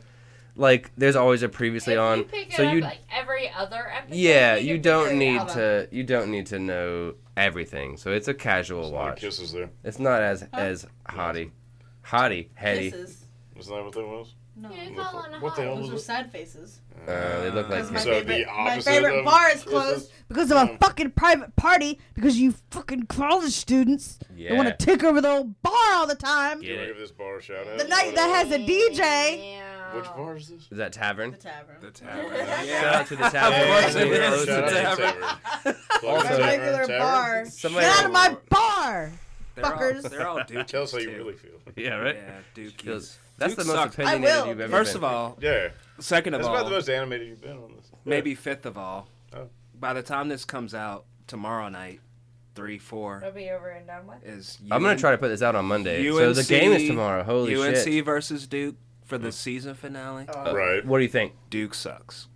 D: like there's always a previously
F: If
D: on.
F: You pick it
D: so
F: up,
D: you,
F: like every other episode.
D: yeah,
F: can
D: you
F: figure
D: don't
F: it
D: need
F: out.
D: to. You don't need to know everything. So it's a casual
C: a lot of
D: watch.
C: kisses there.
D: It's not as as hottie, hottie, heady.
E: Kisses.
C: Isn't that what that was?
E: No.
F: Yeah, it's all on a
C: What the hell
F: hot-
E: Those are
C: was it?
E: sad faces.
D: Uh, they look like
E: That's my
C: So the
E: favorite. My
C: opposite
E: favorite
C: of
E: bar is
C: kisses?
E: closed because of a
C: Um,
E: fucking private party. Because you fucking college students that want
D: Yeah.
E: to take over the old bar all the time.
D: Yeah.
C: Can we give this bar a shout out?
E: The night that has a DJ.
F: Yeah.
C: Which bar is this?
D: Is that tavern?
E: The tavern. <laughs>
A: The tavern. Yeah.
D: Shout out to the tavern.
A: <laughs> Of course
D: They
A: it
D: were
A: is.
D: closed
A: Shout
D: to
A: out to
D: tavern. <laughs>
C: Plug
D: Also-
C: in tavern,
E: Regular
C: tavern.
E: bar.
D: Somebody-
E: Get out of my bar.
A: They're all-
E: Fuckers.
A: They're all dookies.
C: Tell us how you
A: too.
C: really feel.
D: Yeah, right.
A: Yeah, dookies.
D: Feels- That's
A: Duke
D: the most
A: sucked.
D: opinionated
E: will.
D: you've ever
A: First
D: been.
A: of all,
C: Yeah,
A: second of
C: that's about the
A: all,
C: most animated you've been on this. Yeah.
A: maybe fifth of all.
C: Oh.
A: By the time this comes out tomorrow night, three
F: It'll
A: four
F: be over and done with.
A: is.
D: I'm gonna
A: UN
D: try to put this out on Monday. so the game is tomorrow. Holy
A: UNC
D: shit! Hmm.
A: versus Duke for the season finale.
D: uh,
C: Right.
D: What do you think?
A: Duke sucks.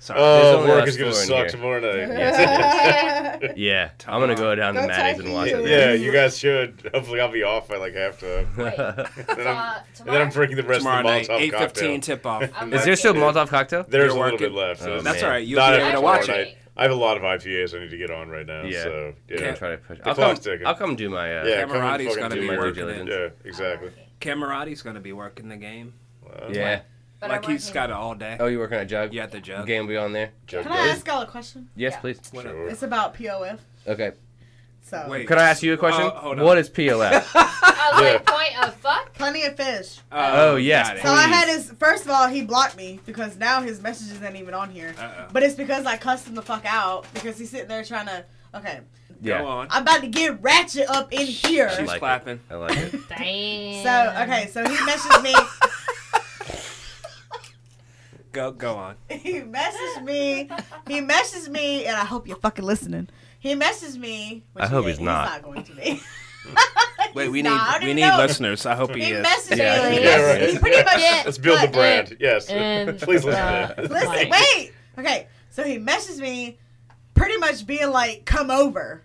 A: Sorry.
D: There's
C: Oh,
D: only
C: work
D: us
C: is gonna
D: four in
C: suck
D: here.
C: tomorrow night.
D: <laughs> Yeah, I'm gonna go down to
E: Go
D: Maddie's and <laughs>
E: Tigers.
D: watch
C: Yeah,
D: it.
C: yeah, you guys should. Hopefully, I'll be off by like halftime.
D: <laughs>
F: Wait,
C: and, then I'm,
F: uh,
C: and then I'm
F: tomorrow.
C: drinking the rest
A: tomorrow
C: of the
A: night,
C: Molotov
A: eight fifteen
C: cocktail. <laughs>
A: tip off. <laughs>
F: I'm
D: Is there
F: working.
D: still Molotov cocktail?
C: There's
A: You're
C: a
A: working-
C: little bit left. so
D: Oh,
C: it's
A: That's
D: man.
A: all right. You'll
C: not
A: be
C: after
A: able to
C: tomorrow
A: watch it.
C: night. I have a lot of IPAs I need to get on right now.
D: Yeah.
C: So, yeah.
D: I'm trying to push.
C: The
D: I'll come,
C: clock's ticking.
D: I'll come do my. Uh,
C: Yeah, come and
A: Camerati's
C: fucking
A: gotta
C: do
A: be
C: your
D: working
C: work.
D: it.
C: Yeah, exactly.
A: Camerati's going to be working the game.
C: Wow.
D: yeah.
F: But
A: like
F: I'm
A: he's
F: working.
A: got it all day.
D: Oh, you working at Jug?
A: You at the jug?
D: Game will be on there.
C: Joke
E: Can I
C: goes.
E: ask y'all a question?
D: Yes,
F: Yeah.
D: please.
A: What-
C: Sure. <laughs>
E: It's about POF.
D: Okay.
E: So
A: Wait.
D: Could I ask you a question?
A: Oh, hold on.
D: what
A: <laughs>
D: is POF?
A: Oh,
F: I was Oh, like,
C: Yeah.
F: point of fuck.
E: plenty of fish.
D: Oh, yes.
A: got it.
E: So I
D: Please.
E: had his. First of all, he blocked me because now his messages ain't even on here.
A: Uh-oh.
E: But it's because I cussed him the fuck out because he's sitting there trying to. Okay,
A: Go
D: yeah.
A: on.
E: I'm about to get ratchet up in here.
A: She's
D: like it.
A: clapping.
D: I like
E: <laughs>
D: it.
F: Damn.
E: So okay, so he messaged me. <laughs>
A: Go go on.
E: he
F: <laughs>
E: messaged me. He messaged me, and I hope you're fucking listening. He messaged me. which
D: I hope
E: he
D: he's
E: ain't-
D: not.
E: He's not going to be.
A: <laughs>
E: <laughs>
A: Wait, we
E: He's not.
A: need
E: I
A: we
E: don't
A: need
E: know.
A: listeners. I hope he,
E: He
A: is.
E: messaged
D: Yeah.
E: me.
D: Yeah,
E: He
D: right.
E: pretty much.
F: Yeah.
C: Let's build the
E: but-
C: brand. Yes.
F: And,
C: <laughs> Please listen
F: uh,
C: to that.
E: Listen,
F: Like-
E: wait. Okay, so he messaged me, pretty much being like, "Come over."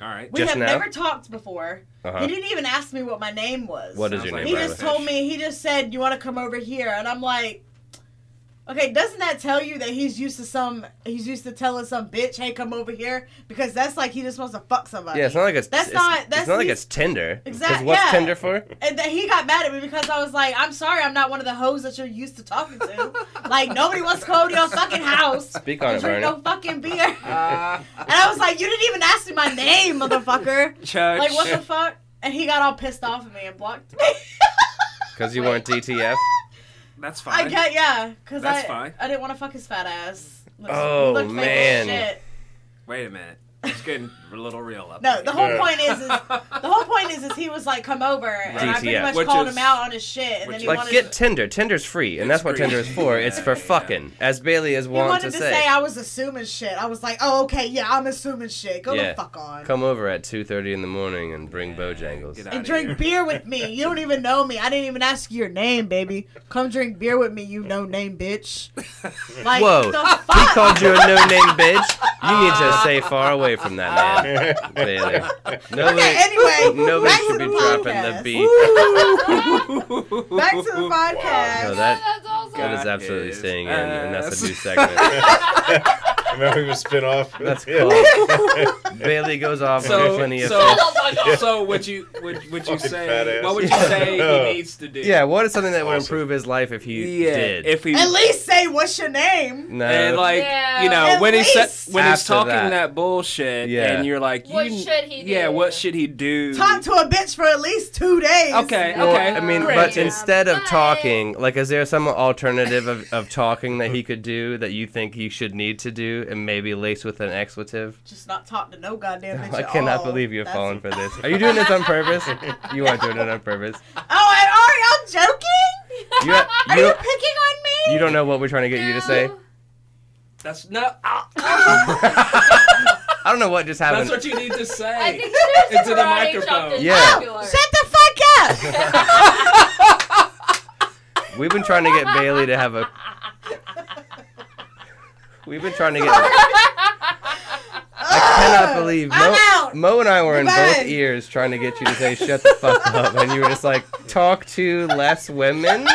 A: All right.
E: We
D: Just
E: have
D: now?
E: never talked before.
D: Uh-huh.
E: He didn't even ask me what my name was.
D: What is
A: Sounds
D: your
A: like
D: name?
E: He
D: by the
E: just
D: way?
E: told me. He just said, "You want to come over here?" And I'm like, "Okay, doesn't that tell you that he's used to some? He's used to telling some bitch, hey, come over here," because that's like he just wants to fuck somebody.
D: Yeah, it's not like it's.
E: That's
D: it's,
E: not-
D: It's
E: that's-
D: not like
E: he's-
D: it's Tinder. 'Cause
E: Exact-
D: What's
E: yeah.
D: Tinder for?
E: And then he got mad at me because I was like, "I'm sorry, I'm not one of the hoes that you're used to talking to. like nobody wants to go to your fucking house."
D: Speak on
E: and
D: it,
E: drink
D: Bernie.
E: no fucking beer.
D: <laughs>
A: Uh,
E: And I was like, you didn't even ask me my name, motherfucker.
A: Church.
E: Like, what the fuck? And he got all pissed off at me and blocked me.
D: Because you weren't DTF.
E: <laughs>
A: That's fine.
E: I get, yeah, because I,
A: That's fine.
E: I didn't want to fuck his fat ass. Looks-
D: Oh,
E: looked fake
D: man.
E: as shit.
A: Wait a minute. It's getting a little real up.
E: No, the whole
C: Yeah.
A: <laughs>
E: point is, is the whole point is, is he was like, come over, and I pretty
D: DTF.
E: much
A: Which
E: called
A: is-
E: him out on his shit, and then
A: which
E: he
A: is-
D: Like,
E: wanted,
D: get Tinder. Tinder's free, and
A: It's
D: that's what
A: free.
D: Tinder is for. It's for
A: Yeah.
D: fucking, as Bailey is
E: he
D: wont
E: wanted
D: to
E: to
D: say.
E: say I was assuming shit. I was like, oh, okay, yeah, I'm assuming shit. Go
D: Yeah.
E: the fuck on.
D: Come over at 2:30 in the morning and bring Bojangles.
A: Get out
E: and
A: of
E: drink
A: here.
E: beer
D: <laughs>
E: with me. You don't even know me. I didn't even ask your name, baby. Come drink beer with me, you no name
D: <laughs>
E: bitch. Like,
D: Whoa.
E: the fuck?
D: He called you a no-name bitch. You need to stay far away from that
E: <laughs>
D: man,
C: <laughs>
D: Bailey. Nobody,
E: Okay, anyway,
D: nobody
E: back to
D: should be
E: the
D: dropping the
E: podcast.
D: beat.
E: Back to the
D: <laughs> No,
E: podcast.
F: Yeah,
D: that,
F: that's awesome.
D: that is
A: That
D: absolutely
A: is
D: staying in, and that's a new
A: ass. <laughs>
D: segment.
C: <laughs> I'm having a spin off.
D: That's
C: Yeah. <laughs>
D: called Bailey goes off
A: <laughs>
D: on
A: So-
D: plenty of.
A: so-
F: Oh my
A: <laughs>
F: god.
A: So would you would, would you
C: Fucking
A: say
C: fat
A: what
C: ass.
A: would you say
C: No.
D: <laughs>
A: he needs to do?
D: yeah, what is something that would
C: Awesome.
D: improve his life if he
A: Yeah.
D: did?
A: If he
E: At least say what's your name.
D: no,
A: and like
F: Yeah.
A: you know
E: At
A: when he's
E: least.
A: when he's
D: After
A: talking
D: that.
A: that, bullshit
D: Yeah.
A: and you're like
F: What
A: you-
F: should he do?
A: yeah what should he do
E: Talk to a bitch for at least two days.
A: okay
F: Well,
A: okay
D: I mean,
A: great.
D: but
F: Yeah.
D: instead of
F: But-
D: talking, like, is there some alternative of, of talking that he could do that you think he should need to do and maybe lace with an expletive?
E: Just not talk to no goddamn
D: <laughs>
E: bitch.
D: I
E: at
D: cannot
E: all.
D: believe you're
E: That's-
D: falling for this. Are you doing this on purpose? You aren't doing it on purpose.
E: <laughs> Oh, I, are y'all joking?
D: You, you,
E: Are you
D: don't,
E: picking on me?
D: you don't know what we're trying to get you
F: <laughs>
D: to say?
A: that's no ah,
D: <laughs> I don't know what just
A: that's
D: happened.
A: what you need <laughs> to say
F: I think there's
A: Into the
F: karate
A: microphone.
F: chop
E: Oh,
F: that's
D: Yeah. <laughs>
F: popular.
E: Shut the fuck up!
D: We've been trying to get Bailey to have a. We've been trying to get. I
E: <laughs>
D: cannot believe
E: I'm
D: Mo,
E: out.
D: Mo and I were in both
E: Goodbye.
D: ears trying to get you to say "shut the fuck up," and you were just like, "Talk to less women,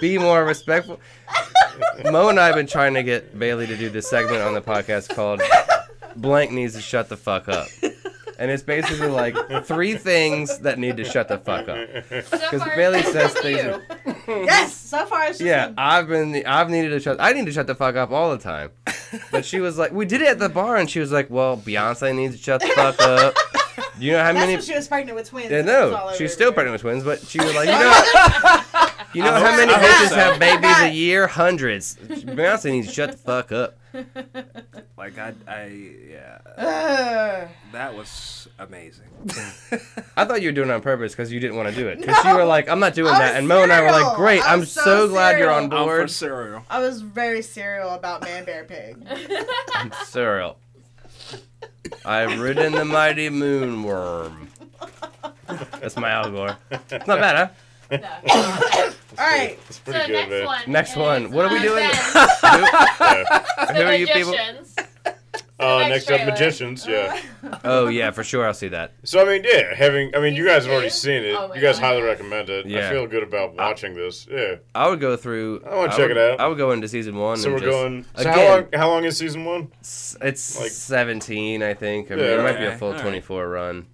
D: be more respectful." Mo and I have been trying to get Bailey to do this segment on the podcast called "Blank Needs to Shut the Fuck Up," and it's basically like three things that need to shut the fuck up.
F: So
D: Because
F: far,
D: Bailey
F: it's
D: says
F: just
D: things.
F: you.
D: are-
E: yes, so far it's just
D: yeah,
E: me.
D: I've been. I've needed to shut. I need to shut the fuck up all the time. But she was like, we did it at the bar, and she was like, well, Beyonce needs to shut the fuck up. You know how
E: That's
D: many?
E: when she was pregnant with twins.
D: Yeah,
E: and it was all
D: no,
E: over
D: she's still
E: everywhere.
D: pregnant with twins, but she was like,
E: <laughs>
D: you know, you know
A: I
D: how
A: hope-
D: many
A: I hope
D: bitches
A: so.
D: have babies a year? Hundreds. Beyonce needs to shut the fuck up.
A: Like I, I yeah,
E: Ugh.
A: that was <laughs> amazing.
D: I thought you were doing it on purpose because you didn't want to do it. Because you were like, I'm not doing
E: I'm
D: that. And Mo and I were like,
E: serial.
D: great,
E: I'm
D: I'm,
E: so
D: so, glad you're on
A: I'm for
D: board.
A: cereal.
E: I was very serial about Man
D: <laughs>
E: Bear Pig.
D: Cereal. I've ridden the mighty moon worm. That's my Al Gore. It's not bad, huh?
E: All right.
C: It's
F: So
C: pretty good,
F: next
C: man.
F: one.
D: Next
F: is,
D: one. What are we
F: uh,
D: doing?
F: Ben's
D: <laughs>
F: <laughs>
C: Yeah.
D: Who are you people?
F: Magicians.
C: Uh,
F: next
C: next up,
F: trailer. Uh-huh.
C: magicians. Yeah.
D: Oh yeah, for sure. I'll see that.
C: So I mean, yeah, having I mean, you
F: Season
C: guys have already
F: two?
C: seen it.
F: Oh my
C: you guys
F: God.
C: highly recommend it.
D: Yeah.
C: I feel good
A: Uh,
C: about watching this. Yeah.
D: I would go through.
C: I wanna
D: would-
C: check it out.
D: I would go into season one.
C: So
D: and
C: we're
D: just-
C: going. So
D: again.
C: how long? How long is season one?
D: s- It's
C: like-
D: seventeen, I think. I mean,
C: Yeah,
D: it might be a
A: okay,
D: full
A: alright.
D: twenty-four run.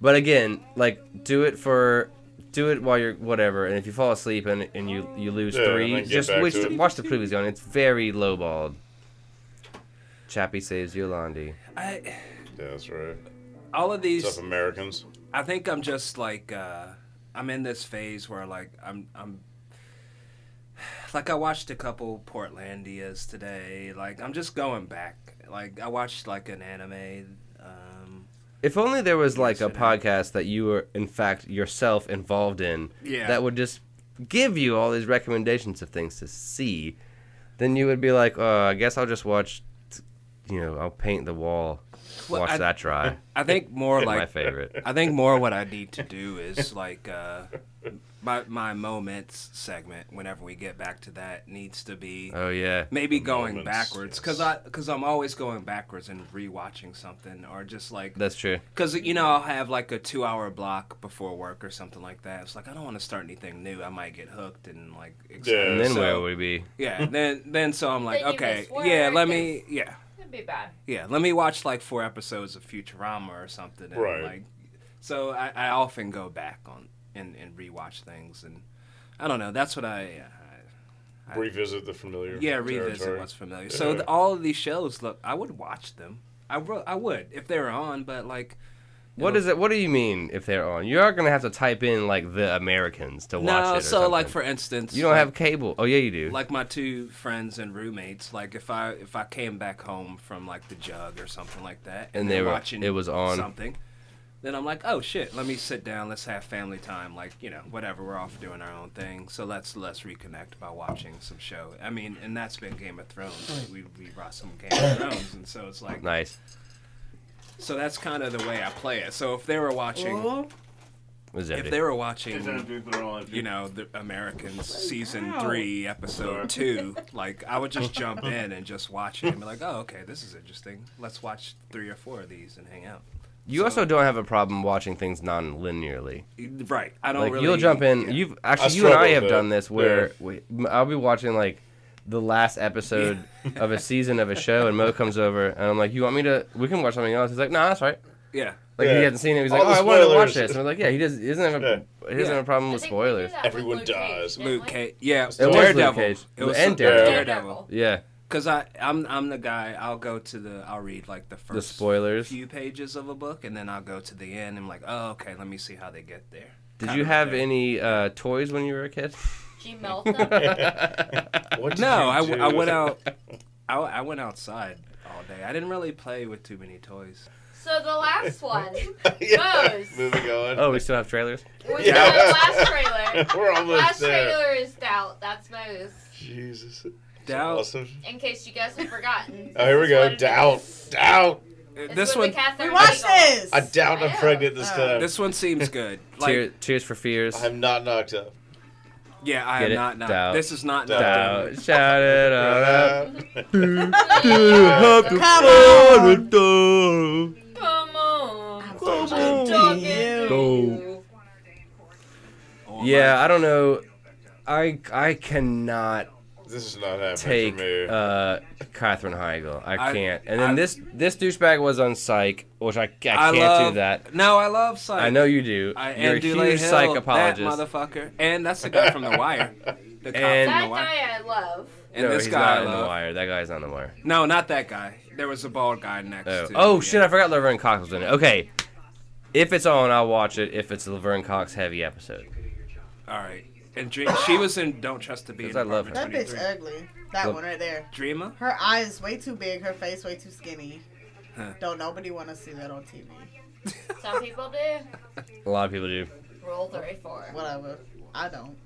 D: But again, like, do it for, do it while you're whatever. And if you fall asleep and and you you lose
C: Yeah, and then
D: three,
C: get
D: just
C: back
D: watch,
C: to it.
D: watch the previews on. It's very lowballed. Chappie saves Yolandi.
A: I
C: Yeah, that's right.
A: all of
C: What's
A: these,
C: up, Americans?
A: I think I'm just like uh, I'm in this phase where like I'm I'm like I watched a couple Portlandias today. Like I'm just going back. Like I watched like an anime. Um,
D: If only there was like a
A: Yes, it is.
D: podcast that you were, in fact, yourself involved in
A: Yeah.
D: that would just give you all these recommendations of things to see, then you would be like, oh, I guess I'll just watch, you know, I'll paint the wall,
A: Well,
D: watch
A: I- <laughs>
D: that dry.
A: I think more like <laughs>
D: My favorite.
A: I think more what I need to do is like uh, my my moments segment. Whenever we get back to that, needs to be
D: Oh, yeah.
A: maybe going
C: moments,
A: backwards because
C: yes.
A: I because I'm always going backwards and rewatching something or just like
D: That's true.
A: because you know I'll have like a two hour block before work or something like that. It's like I don't want to start anything new. I might get hooked and like excited.
D: And then
A: Uh, So-
D: where would we be?
A: yeah then then so I'm like
F: Then you
A: okay
F: miss work,
A: yeah let
F: yes.
A: me yeah
F: That'd be bad.
A: yeah, let me watch like four episodes of Futurama or something. And,
C: Right.
A: Like, so I, I often go back on and, and rewatch things, and I don't know. That's what I,
C: Revisit the familiar.
A: I yeah revisit
C: territory.
A: what's familiar. So
C: Yeah.
A: th- all of these shows, look, I would watch them. I ro- I would if they were on, but like
D: What is it? What do you mean if they're on? You are going to have to type in, like, the Americans to watch it.
A: no.
D: or
A: So like
D: something.
A: for instance,
D: You don't
A: like-
D: have cable. Oh, yeah, you do.
A: like my two friends and roommates. Like if I if I came back home from like the jug or something like that,
D: And they
A: they're
D: were- it was on.
A: something, then I'm like, oh shit, let me sit down, let's have family time, like you know whatever. We're off doing our own thing, so let's let's reconnect by watching some show. I mean, and that's been Game of Thrones. Like, we we brought some Game
D: <coughs>
A: of Thrones, and so it's like,
D: nice.
A: so that's kind of the way I play it. So if they were watching,
E: Ooh.
A: if
D: What's that?
A: they
D: do?
A: were
H: Is
A: watching
H: that a big they're all empty?
A: you know, the Americans season
E: Wow.
A: three, episode <laughs> two. Like, I would just jump in and just watch it and be like, oh, okay, this is interesting. Let's watch three or four of these and hang out.
D: You also don't have a problem watching things non-linearly.
A: Right. I don't
D: like
A: really.
D: you'll jump in.
A: yeah.
D: You've
C: I
D: actually you and I
C: struggle
D: have
C: with
D: done
C: that.
D: this where we, m- I'll be watching like the last episode
A: <laughs>
D: of a season of a show, and Mo comes over, and I'm like, "You want me to? We can watch something else." He's like, "No, that's right."
A: Yeah.
D: Like
C: Yeah.
D: he hasn't seen it. He's
C: All
D: like, "Oh,
C: the
D: I wanted to watch
C: spoilers.
D: this." And I'm like, "Yeah, he doesn't. He doesn't have a he doesn't
A: Yeah.
D: have a problem
F: I
D: with
F: think we do
D: spoilers."
F: that with
C: Everyone
F: Luke Cage,
C: dies.
F: didn't
A: Luke
F: we?
A: Cage. Yeah.
C: It was Luke
A: Daredevil.
D: Cage.
A: It was
D: And
A: some-
D: Daredevil.
A: Daredevil.
D: Yeah,
A: Cause I, I'm, I'm the guy. I'll go to the. I'll read like the first
D: the spoilers.
A: few pages of a book, and then I'll go to the end. and I'm like, oh, okay. Let me see how they get there.
D: Did
A: Kind
D: you
A: of
D: have
A: there.
D: any uh, toys when you were a kid?
F: Did you
D: <laughs>
F: melt them?
C: What did
A: No,
C: you
A: I, w-
C: do?
A: I went <laughs> out. I, I went outside all day. I didn't really play with too many toys.
F: so the last one
C: <laughs> Yeah.
F: goes.
C: Moving on.
D: Oh, we still have trailers.
F: was
C: Yeah.
F: the
A: <laughs>
F: last trailer.
C: <laughs> We're almost
F: Last
C: there.
F: trailer is doubt. That's Moe's.
C: Jesus. That's
A: Doubt.
C: Awesome.
F: In case you guys have forgotten.
C: Oh, here we
F: This is what
C: go.
F: it
C: Doubt.
F: is.
C: Doubt.
F: It's
A: this
F: with
A: one,
F: the Catherine
E: We watched
F: Bigelow.
E: this.
C: I doubt I'm
F: Yeah.
C: pregnant this time.
D: <laughs>
A: this one seems good. Like
D: Tear, Tears for Fears.
C: I'm not knocked up.
A: Yeah, I
D: Get
A: am
D: it?
A: not. not
D: Doubt.
A: This is not.
D: Shout it out.
E: <laughs> Come on.
F: Come on.
D: Go.
A: Oh,
D: Yeah, I don't know. I I cannot
C: this is not happening
D: take
C: for me.
D: uh Katherine Heigl. I
A: I-
D: can't. And then
A: I-
D: this this douchebag was on Psych, which I, I can't
A: I love
D: do that.
A: No, I love Psych.
D: I know you do.
A: I,
D: You're
A: and
D: a
A: Dule
D: huge
A: Hill,
D: Psych
A: that
D: apologist.
A: motherfucker, and that's the guy from The Wire. The cop
D: And-
A: from
F: That
A: The Wire.
F: guy I love.
A: And
D: no,
A: this
D: he's
A: guy,
D: not
A: I
D: in the
A: love.
D: wire. That guy's on the wire.
A: No, not that guy. There was a bald guy next.
D: Oh,
A: to
D: oh
A: yeah.
D: shit! I forgot Laverne Cox was in it. Okay, if it's on, I'll watch it. If it's a Laverne Cox heavy episode,
A: All right. And Dream, she was in Don't Trust the Bee.
D: Because I love
E: That
A: Apartment
E: bitch uh,
A: 23.
E: ugly. That
D: Look.
E: one right there.
A: Dreamer.
E: Her eyes way too big. Her face way too skinny.
A: Huh.
E: Don't nobody want to see that on TV.
F: Some people do.
D: a lot of people do.
F: Rule 34.
E: Whatever. I don't.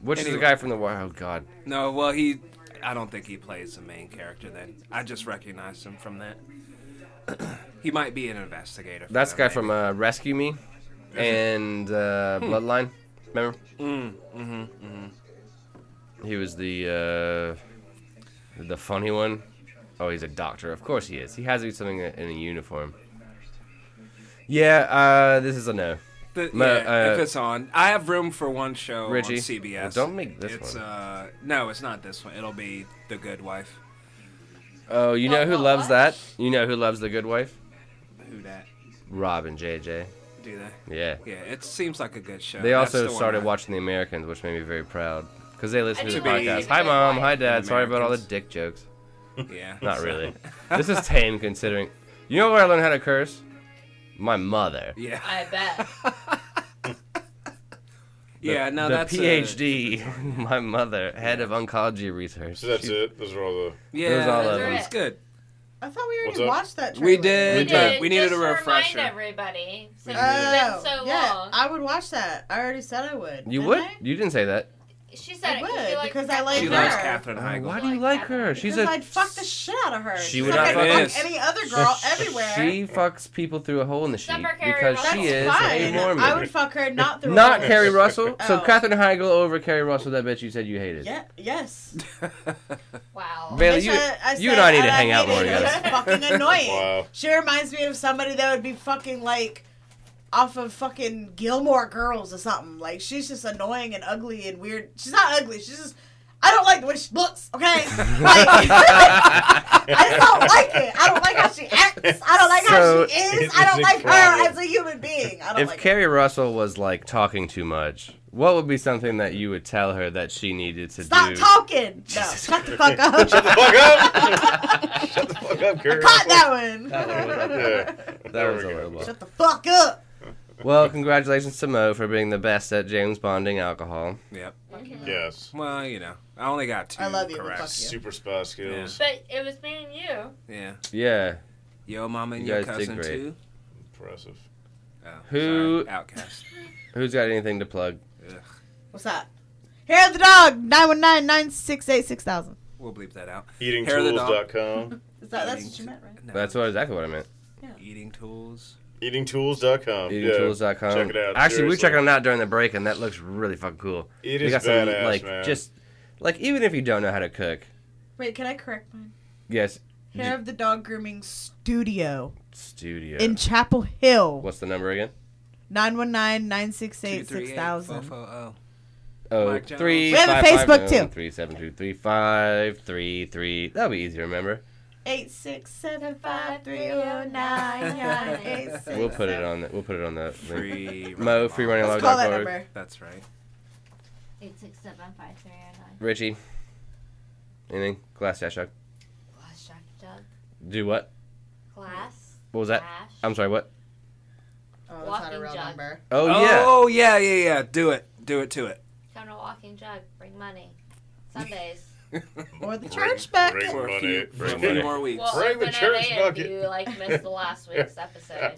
D: Which is
A: Anyway.
D: the guy from the wire? Oh god,
A: No, well he. I don't think he plays the main character. Then I just recognized him from that. <clears throat> he might be an investigator. for
D: that's the
A: them,
D: guy from uh, Rescue Me and uh, Bloodline. Remember?
A: maybe. Mm-hmm. Hmm. Mm, mm-hmm. hmm hmm
D: He was the uh, the funny one. Oh, he's a doctor. Of course he is. He has to be something in a uniform. Yeah, uh, this is a no.
A: But,
D: Ma-
A: yeah,
D: uh,
A: if it's on, I have room for one show
D: Richie,
A: on CBS.
D: don't make this
A: it's,
D: one.
A: Uh, no, it's not this one. It'll be The Good Wife.
D: Oh, you know who
F: what,
D: loves
F: what?
D: that? You know who loves The Good Wife?
A: Who that?
D: Rob and JJ.
A: Do they?
D: Yeah.
A: Yeah, it seems like a good show.
D: They
A: That's the
D: also
A: one
D: started
A: I-
D: watching The Americans, which made me very proud because they listen
F: I
D: to the
F: do like
D: podcast.
F: The
D: Hi,
F: Good
D: mom.
F: Wife.
D: Hi, dad. Sorry about all the
A: Americans.
D: dick jokes.
A: Yeah.
D: Not really. this is tame considering. You know where I learned how to curse? My mother.
A: Yeah.
F: <laughs> I
A: <laughs>
F: bet.
A: Yeah. No,
D: the
A: that's a-
D: PhD. <laughs> my mother, head of oncology research.
C: so that's
D: She-
C: it. Those are all the.
A: yeah,
D: Those all
F: of them.
A: it's good.
E: I thought we
C: What's
E: already
C: up?
E: watched that. Trailer.
A: We did.
F: We
A: But
F: did.
A: we needed
F: just
A: a refresher.
F: Remind everybody. Since
E: Oh,
F: it's been so
E: yeah,
F: long.
E: I would watch that. I already said I would.
D: You
E: Didn't
D: would?
E: I?
D: You didn't say that.
F: she said
E: I
F: it 'cause
E: would,
F: you like
E: because I
F: that
E: like
A: She
E: her.
A: loves Catherine Heigl.
D: Why do you
F: Like
D: like
F: that.
D: her? She's
E: Because
D: a.
E: I'd fuck the shit out of her.
D: She
E: She's
D: would
E: like,
D: not
A: fuck
E: I'd fuck
A: this.
E: any other girl everywhere.
D: She fucks people through a hole in the sheet
F: Except for Carrie
D: because
F: Russell.
D: she is
E: That's
D: a
E: fine.
D: Mormon.
E: I would fuck her not through.
D: Not
E: her.
D: Carrie Russell. So
E: Oh.
D: Catherine Heigl over Carrie Russell. That bitch you said you hated.
E: Yeah. <laughs> Yes.
F: Wow.
D: Bailey,
E: Bitch,
D: you,
E: I- I
D: you
E: said
D: and I need to
E: that
D: hang out more
E: hated her.
D: together. <laughs>
E: Fucking annoying.
C: Wow.
E: She reminds me of somebody that would be fucking like off of fucking Gilmore Girls or something. Like she's just annoying and ugly and weird. She's not ugly. She's just I don't like the way she looks.
D: <laughs>
E: Okay, like, I just don't like it. I don't like how she acts. I don't like
D: So-
E: how she is. I
C: It's
E: don't
C: a
E: like her
C: problem.
E: as a human being. I don't
D: If
E: like. it.
D: Carrie Russell was like talking too much, what would be something that you would tell her that she needed to
E: Stop
D: do?
E: talking. No, shut the fuck
C: <laughs>
E: up.
C: Shut the fuck
E: <laughs>
C: up! Shut the fuck up, Carrie.
E: Caught that one.
C: Yeah.
E: <laughs>
C: There
D: was
C: we
D: a
C: go.
D: little-
E: Shut the fuck up.
D: Well, congratulations to Mo for being the best at James Bonding alcohol.
A: Yep.
F: Mm-hmm.
C: Yes.
A: <laughs> Well, you know, I only got two.
E: I love you, but
A: Correct.
E: fuck you.
C: Super spy skills.
F: But it was me and you.
A: Yeah.
D: Yeah.
A: Yo, mama, and
D: You
A: your
D: guys did
A: cousin
D: great.
A: too.
C: Impressive.
A: Oh,
D: Who-
A: sorry, Outcast.
D: Who's got anything to plug?
E: What's up? Hair of the dog. Nine one nine nine six eight six thousand.
A: We'll bleep that out. Hair of the dog.
C: Eatingtools.com.
E: Is that that's
A: Eating-
E: what you meant, right?
A: No.
D: That's what exactly what I meant.
A: eating tools.
C: Eatingtools.com.
D: EatingTools.com.
C: Um, Yeah, check it out.
D: Actually, we were
C: seriously.
D: checking them out during the break, and that looks really fucking cool.
C: It
D: They
C: is
D: got
C: badass,
D: like
C: man.
D: just like even if you don't know how to cook,
E: Wait, can I correct mine?
D: yes,
E: Hair of the dog grooming studio
D: studio.
E: in Chapel Hill.
D: What's the number again?
E: Nine one nine nine six eight six
A: 238
E: thousand.
A: 440.
D: Oh,
A: Mike Jones.
D: three.
E: We have a
D: five,
E: Facebook,
D: five,
E: too.
D: oh, Three seven two three five three three. That'll be easy to remember.
E: Eight six seven five three oh nine nine eight six.
D: We'll put it on. The, we'll put it on the link.
A: Free.
D: Mo free running
E: Let's
D: log.
E: call that number.
A: That's right.
F: 8675309.
D: Richie. Anything? Glass dash jug.
F: Glass Jack Jug.
D: Do what?
F: Glass.
D: What was that?
F: Dash.
D: I'm sorry. What?
E: Oh, that's not a
F: Walking
E: real
F: jug.
E: number.
D: Oh, yeah.
A: Oh yeah, yeah, yeah. Do it. Do it to it.
F: Come to Walking Jug. Bring money. Sundays.
E: Or the church back.
C: Bring
A: For a
C: money.
A: few, for a
C: Bring
A: few
C: money.
A: more weeks.
F: Well,
C: Bring the
F: open
C: church
F: it if
C: bucket.
F: you like missed the
C: <laughs>
F: last week's episode.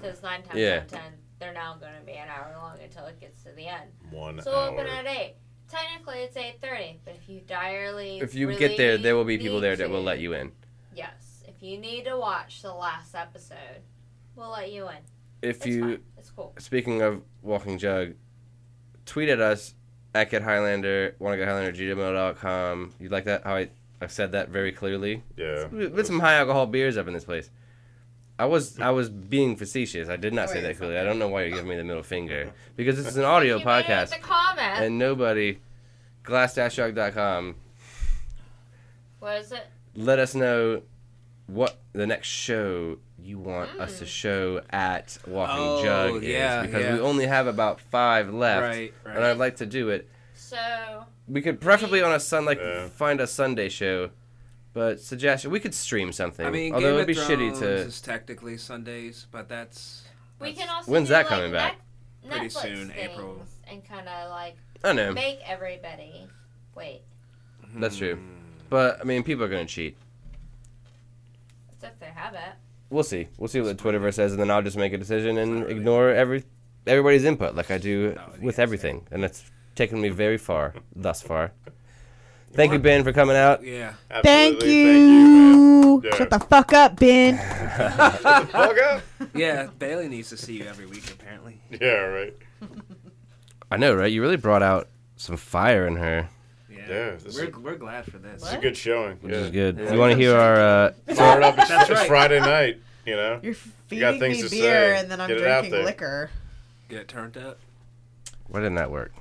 F: Because nine times
D: Yeah.
F: out of ten, they're now going to be an hour long until it gets to the end.
C: One
F: So
C: hour.
F: open at eight. Technically, it's eight thirty, but if you direly
D: <laughs> If you
F: really
D: get there, there will be people
F: need
D: there that will
F: to-
D: let you in.
F: Yes, if you need to watch the last episode, we'll let you in.
D: If
F: It's
D: you
F: fine. It's cool.
D: speaking of walking jug, tweet at us at Get Highlander, want to get Highlander, gmail.com. You like that? How I, I said that very clearly.
C: Yeah.
D: We With some high alcohol beers up in this place. I was I was being facetious. I did not say
E: Alright,
D: that
E: it's
D: clearly. I don't know why you're giving me the middle finger because this is an audio
F: You made it
D: podcast
F: The comment.
D: and nobody glass-shark.com
F: what is it?
D: let us know what the next show you want us to show at Walking
A: Oh,
D: Jug is
A: yeah,
D: because
A: yeah.
D: we only have about five left,
A: Right, right.
D: and I'd like to do it.
F: So
D: We could preferably on a sun like
C: Yeah.
D: find a Sunday show, but suggestion we could stream something.
A: I mean,
D: although
A: Game
D: it'd be
A: of Thrones
D: shitty to
A: is technically Sundays, but that's
F: we
A: that's-
F: can also
D: When's
F: do,
D: that
F: like,
D: coming back?
F: Net-
A: Pretty
F: Netflix
A: soon, April.
F: things and kind of like
D: I don't know
F: make everybody wait.
D: Mm-hmm. that's true, but I mean people are gonna cheat.
F: It's if they have it.
D: We'll see. We'll see what the Twitterverse says, and then I'll just make a decision and ignore every everybody's input like I
A: No,
D: do
A: I think
D: with
A: that's
D: everything, and it's taken me very
A: <laughs>
D: far thus far. Thank you, Ben, for coming out.
A: yeah.
E: Thank
C: Absolutely, Thank you, man.
E: you.
C: Yeah.
E: Shut the fuck up, Ben. <laughs>
C: Fuck up.
A: Yeah, Bailey needs to see you every week apparently.
C: Yeah, right.
D: <laughs> I know, right? You really brought out some fire in her,
A: Yeah.
C: Yeah, this is-
A: we're, we're glad for this.
C: It's a good showing.
D: which
C: yeah.
D: is good.
A: Yeah.
D: You want to hear our?
A: <laughs>
D: Uh,
C: Fire it up. It's,
A: That's
C: it's
A: right.
C: Friday night, you
D: <laughs>
C: know?
E: You're
C: got
E: feeding
C: things
E: me
C: to
E: beer
C: say.
E: and then I'm
C: Get it out
E: drinking
C: there.
E: liquor
A: Get turned up.
D: why didn't that work?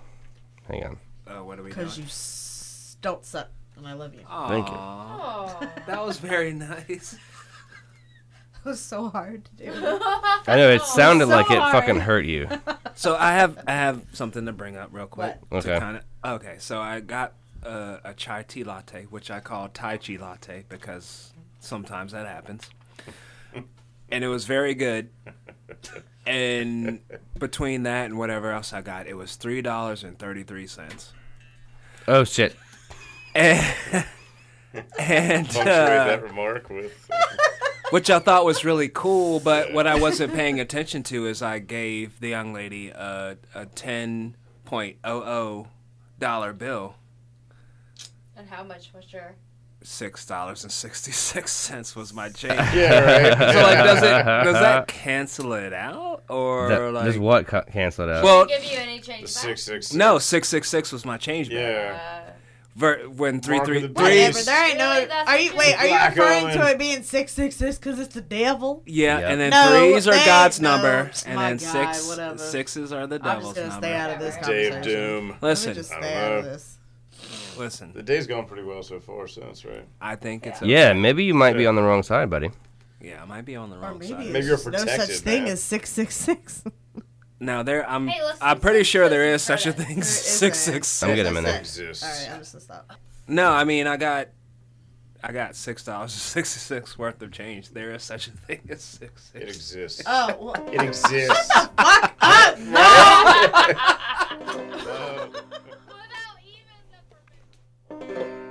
D: Hang
E: <laughs>
D: on.
A: Oh, what are we doing?
E: because you s- don't suck and I love <laughs> you.
D: Thank you.
A: Aw,
F: Oh.
A: That was very <laughs> nice.
E: It was so hard to do.
D: I know it sounded
E: Oh, so
D: like it
E: hard.
D: fucking hurt
E: <laughs>
D: you.
A: So I have I have something to bring up real quick.
D: What?
A: to
D: Okay.
A: Kinda, okay. So I got uh, a chai tea latte, which I call Thai chi latte because sometimes that happens. And it was very good. And between that and whatever else I got, it was three dollars and thirty three cents. <laughs>
D: Oh shit!
A: And, and
C: Punctuate
A: uh,
C: that remark with.
A: which I thought was really cool. But what I wasn't paying attention to is I gave the young lady a a ten point oh oh dollar bill.
F: <laughs> and how much was your?
A: Six dollars and sixty six cents was my change.
C: <laughs> Yeah, right.
A: So like, does it does that cancel it out or
D: <laughs> That,
A: like?
D: this what ca- canceled out?
A: Well,
F: Give you any change
C: The
F: back?
C: six six.
A: no, six six six was my change. back.
C: Yeah.
F: Uh,
A: Ver- when three
C: Mark of
A: three
C: the
A: three.
E: Whatever. There ain't no.
F: Really, that's
E: Are you wait? Are you
C: Black
E: referring to
C: Owen.
E: it being six six six because it's the devil?
A: Yeah,
D: Yep.
A: and then
E: No,
A: threes are
E: they-
A: God's
E: no.
A: number, and
E: My
A: then
E: God,
A: six
E: whatever.
A: sixes are the
E: I'm
A: devil's
E: just gonna
A: number.
E: stay out of this
C: Dave
E: conversation.
C: Doom.
E: Let me
A: Listen,
E: just
C: I
E: stay
C: don't
E: out of
C: know.
E: this.
A: listen.
C: The day's gone pretty well so far since, right?
A: I think it's a,
D: yeah, maybe you might be on the wrong side, buddy.
A: Yeah, I might be on the
E: Or
A: wrong
E: maybe
A: side.
E: it's
C: Maybe you're
E: just no such
C: protected,
E: thing
C: man.
E: as six six
C: <laughs>
E: six.
A: Now there, I'm.
F: Hey, listen,
A: I'm pretty
F: listen,
A: sure there
F: listen,
A: is such a
F: Curtis.
A: thing. as
E: There is
A: Six
E: a-
A: six
D: I'm
A: six.
D: gonna get him in there.
C: Exists.
E: All right, I'm just gonna stop.
A: No, I mean I got, I got six dollars <laughs> and sixty six worth of change. There is such a thing as six
C: It
A: six.
C: exists.
E: Oh, well,
C: It
E: <laughs>
C: exists.
E: fuck
C: <laughs>
E: up, no.
C: Uh,
F: without even the permission.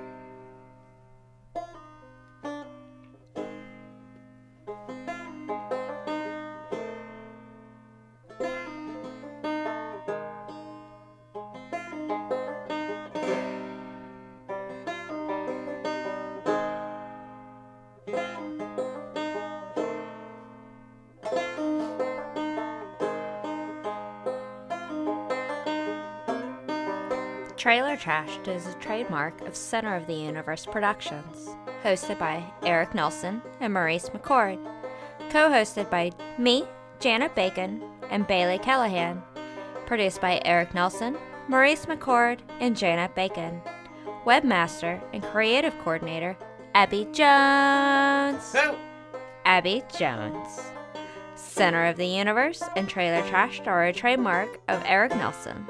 F: Trailer Trashed is a trademark of Center of the Universe Productions, hosted by Eric Nelson and Maurice McCord, co hosted by me, Janet Bacon, and Bailey Callahan, produced by Eric Nelson, Maurice McCord, and Janet Bacon, webmaster and creative coordinator Abby Jones. Abby Jones. Center of the Universe and Trailer Trashed are a trademark of Eric Nelson.